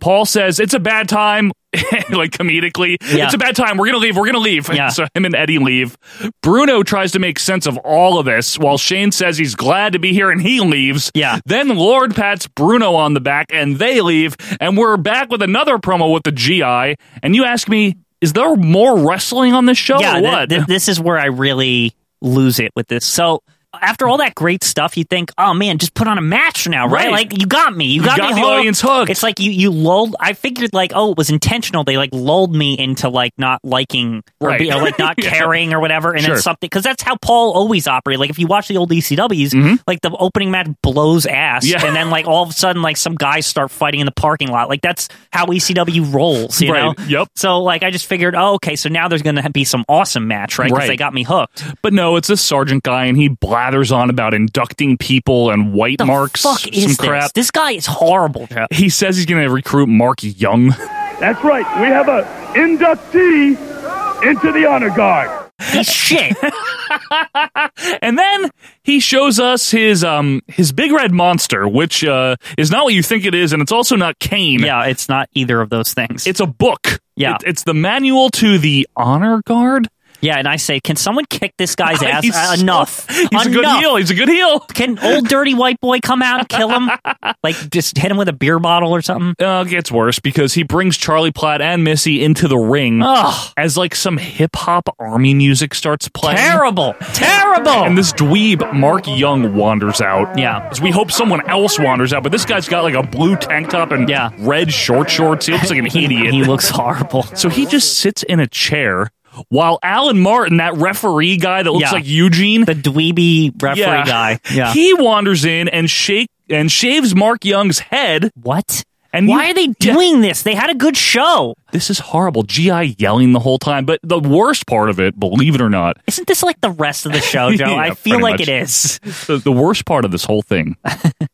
S2: Paul says it's a bad time, <laughs> like comedically.
S3: Yeah.
S2: It's a bad time. We're gonna leave. We're gonna leave.
S3: Yeah.
S2: So him and Eddie leave. Bruno tries to make sense of all of this while Shane says he's glad to be here and he leaves. Yeah. Then Lord pats Bruno on the back and they leave. And we're back with another promo with the GI. And you ask me, is there more wrestling on this show
S3: yeah,
S2: or
S3: th-
S2: what?
S3: th- this is where I really lose it with this. So after all that great stuff, you think, oh man, just put on a match now, right?
S2: Right.
S3: Like you got me, you
S2: You
S3: got,
S2: got
S3: me
S2: the
S3: hooked.
S2: audience hooked.
S3: It's like you you lulled. I figured like, oh, it was intentional. They like lulled me into like not liking or
S2: Right.
S3: be- or, like not
S2: <laughs> Yeah.
S3: caring or whatever, and
S2: Sure.
S3: then something because that's how Paul always operated. Like if you watch the old ECWs, like the opening match blows ass,
S2: Mm-hmm. Yeah.
S3: and then like all of a sudden like some guys start fighting in the parking lot. Like that's how ECW rolls, you
S2: Right.
S3: know? Yep. So like I just figured, oh, okay, so now there's going to be some awesome match, right? 'Cause
S2: Right.
S3: they got me hooked.
S2: But no, it's this sergeant guy, and he blathers on about inducting people and white marks,
S3: Fuck
S2: some
S3: is this?
S2: crap.
S3: This guy is horrible. Jeff.
S2: He says he's going to recruit Mark Young.
S18: That's right. We have a inductee into the honor guard.
S3: He's shit.
S2: and then he shows us his um his big red monster, which uh, is not what you think it is, and it's also not Kane.
S3: <laughs> Yeah, it's not either of those things.
S2: It's a book.
S3: Yeah.
S2: It- it's the manual to the honor guard.
S3: Yeah, and I say, can someone kick
S2: <laughs>
S3: this guy's ass?
S2: He's
S3: Uh,
S2: so- <laughs>
S3: enough.
S2: he's a good
S3: Enough.
S2: heel. He's a good heel.
S3: Can old dirty white boy come out and kill
S2: <laughs>
S3: him? like just hit him with a beer bottle or something?
S2: Uh, it gets worse because he brings Charlie Platt and Missy into the ring
S3: Ugh.
S2: as like some hip hop army music starts playing.
S3: Terrible. Terrible.
S2: And this dweeb, Mark Young, wanders out.
S3: Yeah.
S2: As we hope someone else wanders out, but this guy's got like a blue tank top and
S3: Yeah.
S2: red short shorts. He looks like an idiot.
S3: <laughs> He looks horrible.
S2: <laughs> So he just sits in a chair while Alan Martin, that referee guy that looks
S3: Yeah.
S2: like Eugene,
S3: the dweeby referee
S2: <laughs>
S3: guy. Yeah.
S2: he wanders in and shake and shaves Mark Young's head.
S3: What?
S2: And
S3: Why
S2: you-
S3: are they
S2: Yeah.
S3: doing this? They had a good show.
S2: This is horrible. GI yelling the whole time. But the worst part of it, believe it or not,
S3: Isn't this like the rest of the
S2: <laughs>
S3: show, Joe?
S2: Yeah,
S3: I feel
S2: pretty
S3: like
S2: much.
S3: it is.
S2: the, the worst part of this whole
S3: <laughs>
S2: thing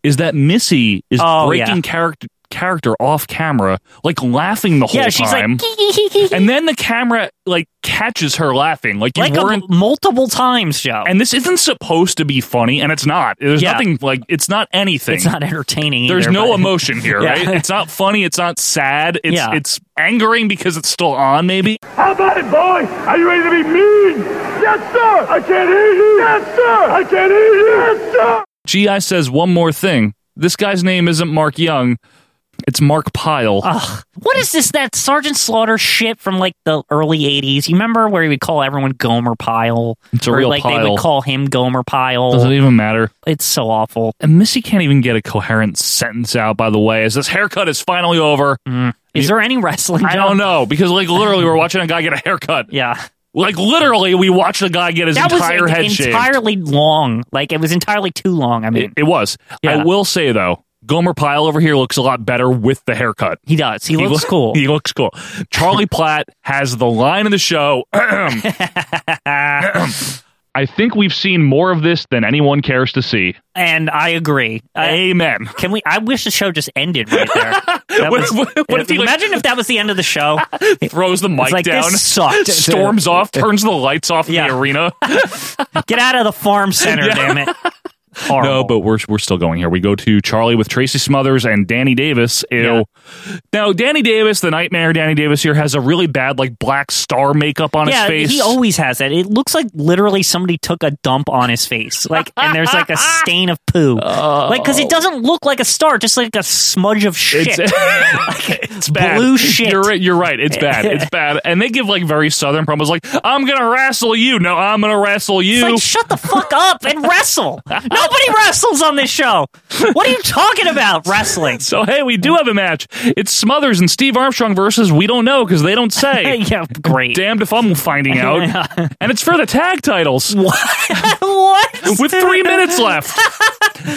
S2: is that Missy is
S3: Oh,
S2: breaking
S3: yeah.
S2: character character off camera, like laughing the whole
S3: Yeah, she's
S2: time.
S3: like
S2: and then the camera like catches her laughing, like you
S3: like a,
S2: weren't.
S3: multiple times, Joe.
S2: and this isn't supposed to be funny, and it's not. There's
S3: Yeah.
S2: nothing like it's not anything.
S3: It's not entertaining.
S2: There's
S3: either,
S2: no
S3: but- <laughs>
S2: emotion here,
S3: Yeah.
S2: right? It's not funny. It's not sad. It's
S3: Yeah.
S2: it's angering because it's still on, maybe.
S18: How about it, boy? Are you ready to be mean? Yes, sir. I can't hear you. Yes, sir. I can't hear you. Yes, sir.
S2: GI says one more thing. This guy's name isn't Mark Young. It's Mark Pyle.
S3: Oh. What is this? That Sergeant Slaughter shit from like the early '80s. You remember where he would call everyone Gomer Pyle?
S2: It's a
S3: Or,
S2: real
S3: like they
S2: pile.
S3: would call him Gomer Pyle.
S2: Doesn't even matter.
S3: it's so awful.
S2: And Missy can't even get a coherent sentence out, by the way, as this haircut is finally over.
S3: Mm-hmm. Is there any wrestling?
S2: I
S3: Joe?
S2: don't know, because, like, literally, we're watching a guy get a haircut.
S3: Yeah,
S2: Like, literally, we watched a guy get his
S3: that was
S2: entire
S3: en-
S2: head shaved.
S3: entirely long. Like it was entirely too long. I mean,
S2: It, it was.
S3: Yeah.
S2: I will say, though, Gomer Pyle over here looks a lot better with the haircut.
S3: he does. He, looks
S2: loo-
S3: cool.
S2: He looks cool.
S3: <laughs>
S2: Charlie Platt has the line of the show. <clears throat> I think we've seen more of this than anyone cares to see.
S3: and I agree. I,
S2: Amen.
S3: can we? I wish the show just ended right
S2: <laughs>
S3: there. That
S2: What-
S3: was-
S2: what- what if he, like-
S3: imagine if that was the end of the
S2: <laughs>
S3: show.
S2: Throws the mic
S3: like, this
S2: down,
S3: sucked.
S2: <laughs> storms off, turns the lights off in
S3: Yeah.
S2: the arena.
S3: Get out of the farm center,
S2: Yeah. <laughs>
S3: damn it. Horrible.
S2: no, but we're we're still going here. We go to Charlie with Tracy Smothers and Danny Davis. Ew. Now, Danny Davis, the nightmare Danny Davis here, has a really bad like black star makeup on
S3: yeah,
S2: his face.
S3: he always has that. It looks like literally somebody took a dump on his face, like, and there's
S2: <laughs>
S3: like a stain of poo, like because it doesn't look like a star, just like a smudge of shit.
S2: Oh. It's, <laughs> it's bad.
S3: Blue shit.
S2: You're right. You're right. It's
S3: <laughs>
S2: bad. It's bad. And they give like very southern promos, like "I'm gonna wrestle you." No, I'm gonna wrestle
S3: It's
S2: you.
S3: like shut the fuck up and
S2: <laughs>
S3: wrestle. Nobody wrestles on this show. What are you talking about?
S2: <laughs>
S3: Wrestling?
S2: so hey, we do have a match. It's Smothers and Steve Armstrong versus we don't know because they don't
S3: <laughs>
S2: say.
S3: yeah, great.
S2: Damned if I'm finding out.
S3: <laughs> Yeah.
S2: And it's for the tag titles.
S3: what?
S2: with three minutes left.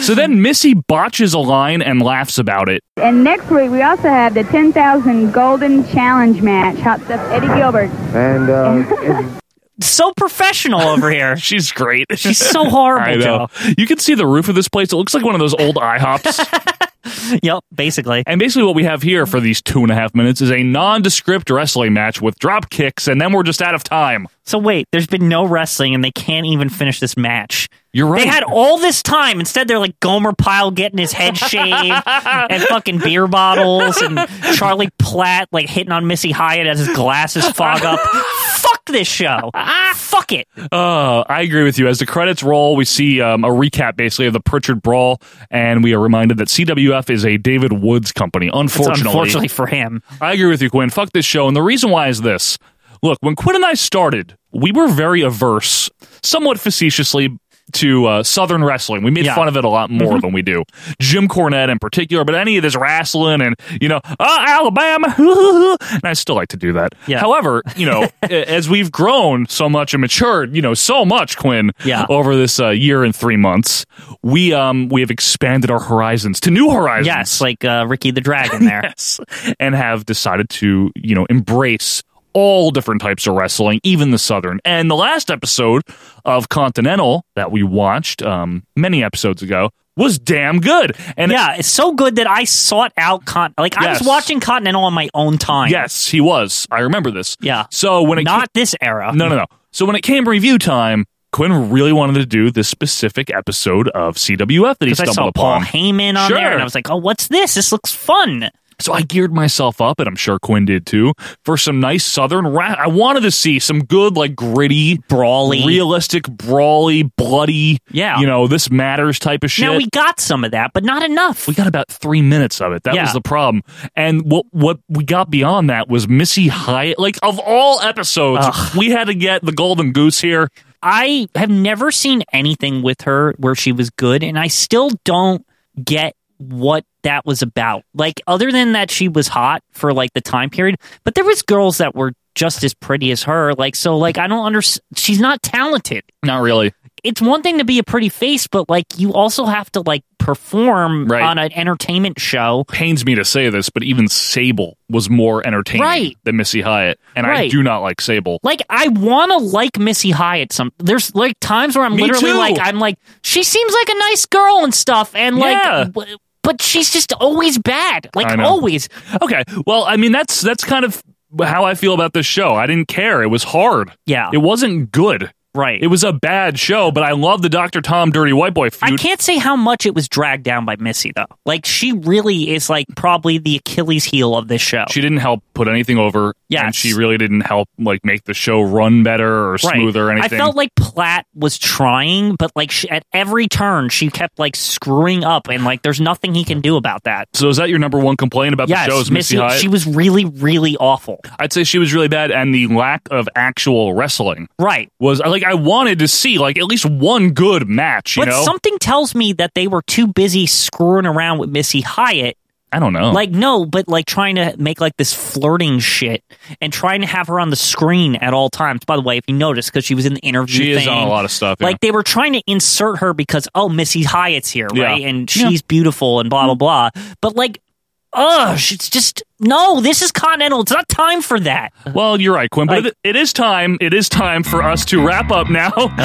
S2: So then Missy botches a line and laughs about it.
S22: And next week we also have the 10,000 Golden Challenge match. Hot stuff, Eddie Gilbert.
S18: And uh,
S3: So professional over here.
S2: She's great.
S3: She's so horrible,
S2: I know. You can see the roof of this place. It looks like one of those old IHOPs.
S3: yep, basically.
S2: And basically, what we have here for these two and a half minutes is a nondescript wrestling match with drop kicks, and then we're just out of time.
S3: So wait, there's been no wrestling, and they can't even finish this match.
S2: You're right.
S3: They had all this time. Instead, they're like Gomer Pyle getting his head
S2: <laughs>
S3: shaved, and fucking beer bottles, and Charlie Platt like hitting on Missy Hyatt as his glasses
S2: <laughs>
S3: fog up. Fuck this show. Fuck it.
S2: Uh, I agree with you. As the credits roll, we see um, a recap basically of the Pritchard Brawl, and we are reminded that CWF is a David Woods company. Unfortunately,
S3: unfortunately for him.
S2: I agree with you, Quinn. Fuck this show, and the reason why is this: look, when Quinn and I started, we were very averse, somewhat facetiously. To uh, Southern wrestling, we made
S3: Yeah. Mm-hmm.
S2: fun of it a lot more than we do. Jim Cornette in particular, but any of this wrestling and you know, oh, Alabama, <laughs> and I still like to do that.
S3: Yeah.
S2: However, you
S3: <laughs>
S2: know, a- as we've grown so much and matured, you know, so much, Quinn,
S3: Yeah.
S2: over this uh, year and three months, we um we have expanded our horizons to new horizons.
S3: Yes, like uh, Ricky the Dragon there.
S2: <laughs> Yes. and have decided to, you know, embrace all different types of wrestling, even the Southern. And the last episode of Continental that we watched um, many episodes ago was damn good. And
S3: yeah, it's so good that I sought out Con. Like I
S2: Yes.
S3: was watching Continental on my own time.
S2: yes, he was. I remember this.
S3: Yeah.
S2: So when it
S3: Not this era.
S2: No, no, no. So when it came review time, Quinn really wanted to do this specific episode of CWF that he
S3: Because I
S2: stumbled
S3: saw Paul
S2: upon.
S3: Heyman on
S2: Sure.
S3: there, and I was like, "Oh, what's this? This looks fun."
S2: So I geared myself up, and I'm sure Quinn did too, for some nice Southern rap. I wanted to see some good, like gritty,
S3: brawly,
S2: realistic, brawly, bloody,
S3: Yeah.
S2: you know, this matters type of shit.
S3: Now we got some of that, but not enough.
S2: We got about three minutes of it. That
S3: Yeah.
S2: was the problem. And what what we got beyond that was Missy Hyatt. Like of all episodes, we had to get the golden goose here.
S3: I have never seen anything with her where she was good, and I still don't get what that was about. Like, other than that, she was hot for like the time period, but there was girls that were just as pretty as her. Like, so like I don't understand. She's not talented.
S2: Not really.
S3: It's one thing to be a pretty face, but like you also have to like perform
S2: Right.
S3: on an entertainment show.
S2: Pains me to say this, but even Sable was more entertaining
S3: Right.
S2: than Missy Hyatt, and I
S3: Right.
S2: do not like Sable.
S3: Like I want to like Missy Hyatt. Some there's like times where I'm
S2: Me
S3: literally
S2: too.
S3: like I'm like she seems like a nice girl and stuff, and like
S2: Yeah.
S3: w- but she's just always bad.
S2: I
S3: Like
S2: know.
S3: always. Oh,
S2: Okay. Well, I mean that's that's kind of how I feel about this show. I didn't care. It was hard.
S3: Yeah.
S2: It wasn't good.
S3: Right.
S2: It was a bad show, but I love the Dr. Tom Dirty White Boy feud.
S3: I can't say how much it was dragged down by Missy though. Like she really is like probably the Achilles heel of this show.
S2: she didn't help put anything over.
S3: Yes.
S2: And she really didn't help like make the show run better or
S3: Right.
S2: smoother or anything.
S3: I felt like Platt was trying, but like she, at every turn she kept like screwing up, and like there's nothing he can do about that.
S2: so is that your number one complaint about
S3: Yes,
S2: the show? Is Missy, Hyatt?
S3: she was really, really awful.
S2: I'd say she was really bad, and the lack of actual wrestling
S3: Right.
S2: was like I wanted to see like at least one good match. You
S3: but
S2: know,
S3: something tells me that they were too busy screwing around with Missy Hyatt.
S2: I don't know.
S3: Like, no, but like trying to make like this flirting shit and trying to have her on the screen at all times. By the way, if you notice, because she was in the interview,
S2: she is on
S3: thing,
S2: a lot of stuff. yeah.
S3: Like they were trying to insert her because oh Missy Hyatt's here
S2: Yeah.
S3: right and
S2: Yeah. Mm.
S3: she's beautiful and blah blah blah but like ugh it's just no this is Continental it's not time for
S2: <sighs>
S3: that
S2: Well, you're right, Quinn. But
S3: Like-
S2: it, it is time. It is time for us to wrap up now <laughs>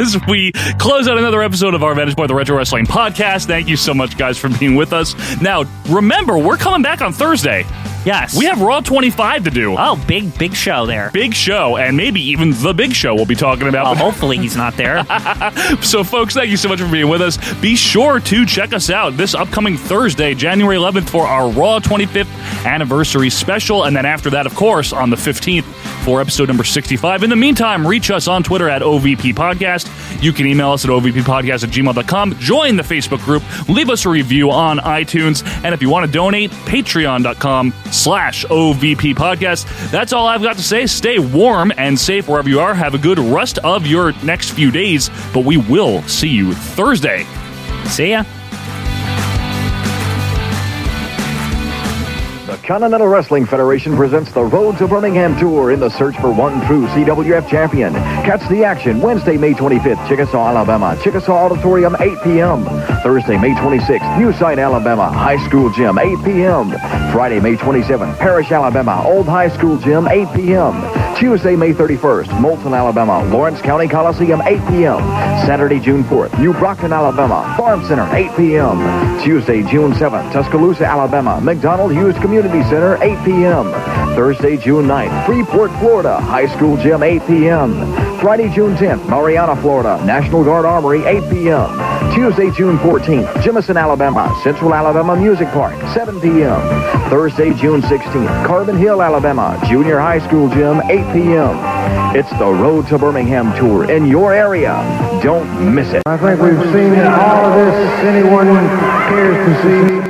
S2: as we close out another episode of our Vantage Point, the Retro Wrestling Podcast. Thank you so much, guys, for being with us. Now, remember, we're coming back on Thursday.
S3: yes
S2: We have Raw 25 to do.
S3: oh big big show there
S2: Big show, and maybe even the big show we'll be talking about.
S3: well, hopefully he's not there.
S2: <laughs> So, folks, thank you so much for being with us. Be sure to check us out this upcoming Thursday, January 11th, for our Raw 25th anniversary special. And then after that, of course, on the 15th for episode number 65. In the meantime, reach us on Twitter at OVP Podcast. You can email us at OVPpodcast at gmail.com. Join the Facebook group. Leave us a review on iTunes. And if you want to donate, patreon.com slash OVP Podcast. That's all I've got to say. Stay warm and safe wherever you are. Have a good rest of your next few days. But we will see you Thursday.
S3: See ya.
S8: The Continental Wrestling Federation presents the Road to Birmingham Tour in the search for one true CWF champion. Catch the action Wednesday, May 25th, Chickasaw, Alabama, Chickasaw Auditorium, 8 p.m. Thursday, May 26th, Newsite, Alabama, High School Gym, 8 p.m. Friday, May 27th, Parrish, Alabama, Old High School Gym, 8 p.m. Tuesday, May 31st, Moulton, Alabama, Lawrence County Coliseum, 8 p.m. Saturday, June 4th, New Brockton, Alabama, Farm Center, 8 p.m. Tuesday, June 7th, Tuscaloosa, Alabama, McDonald Hughes Community Center, 8 p.m. Thursday, June 9th, Freeport, Florida, High School Gym, 8 p.m. Friday, June 10th, Mariana, Florida, National Guard Armory, 8 p.m. Tuesday, June 14th, Jemison, Alabama, Central Alabama Music Park, 7 p.m. Thursday, June 16th, Carbon Hill, Alabama, Junior High School Gym, 8 p.m. It's the Road to Birmingham Tour in your area. Don't miss it.
S9: I think we've seen all of this anyone cares to see.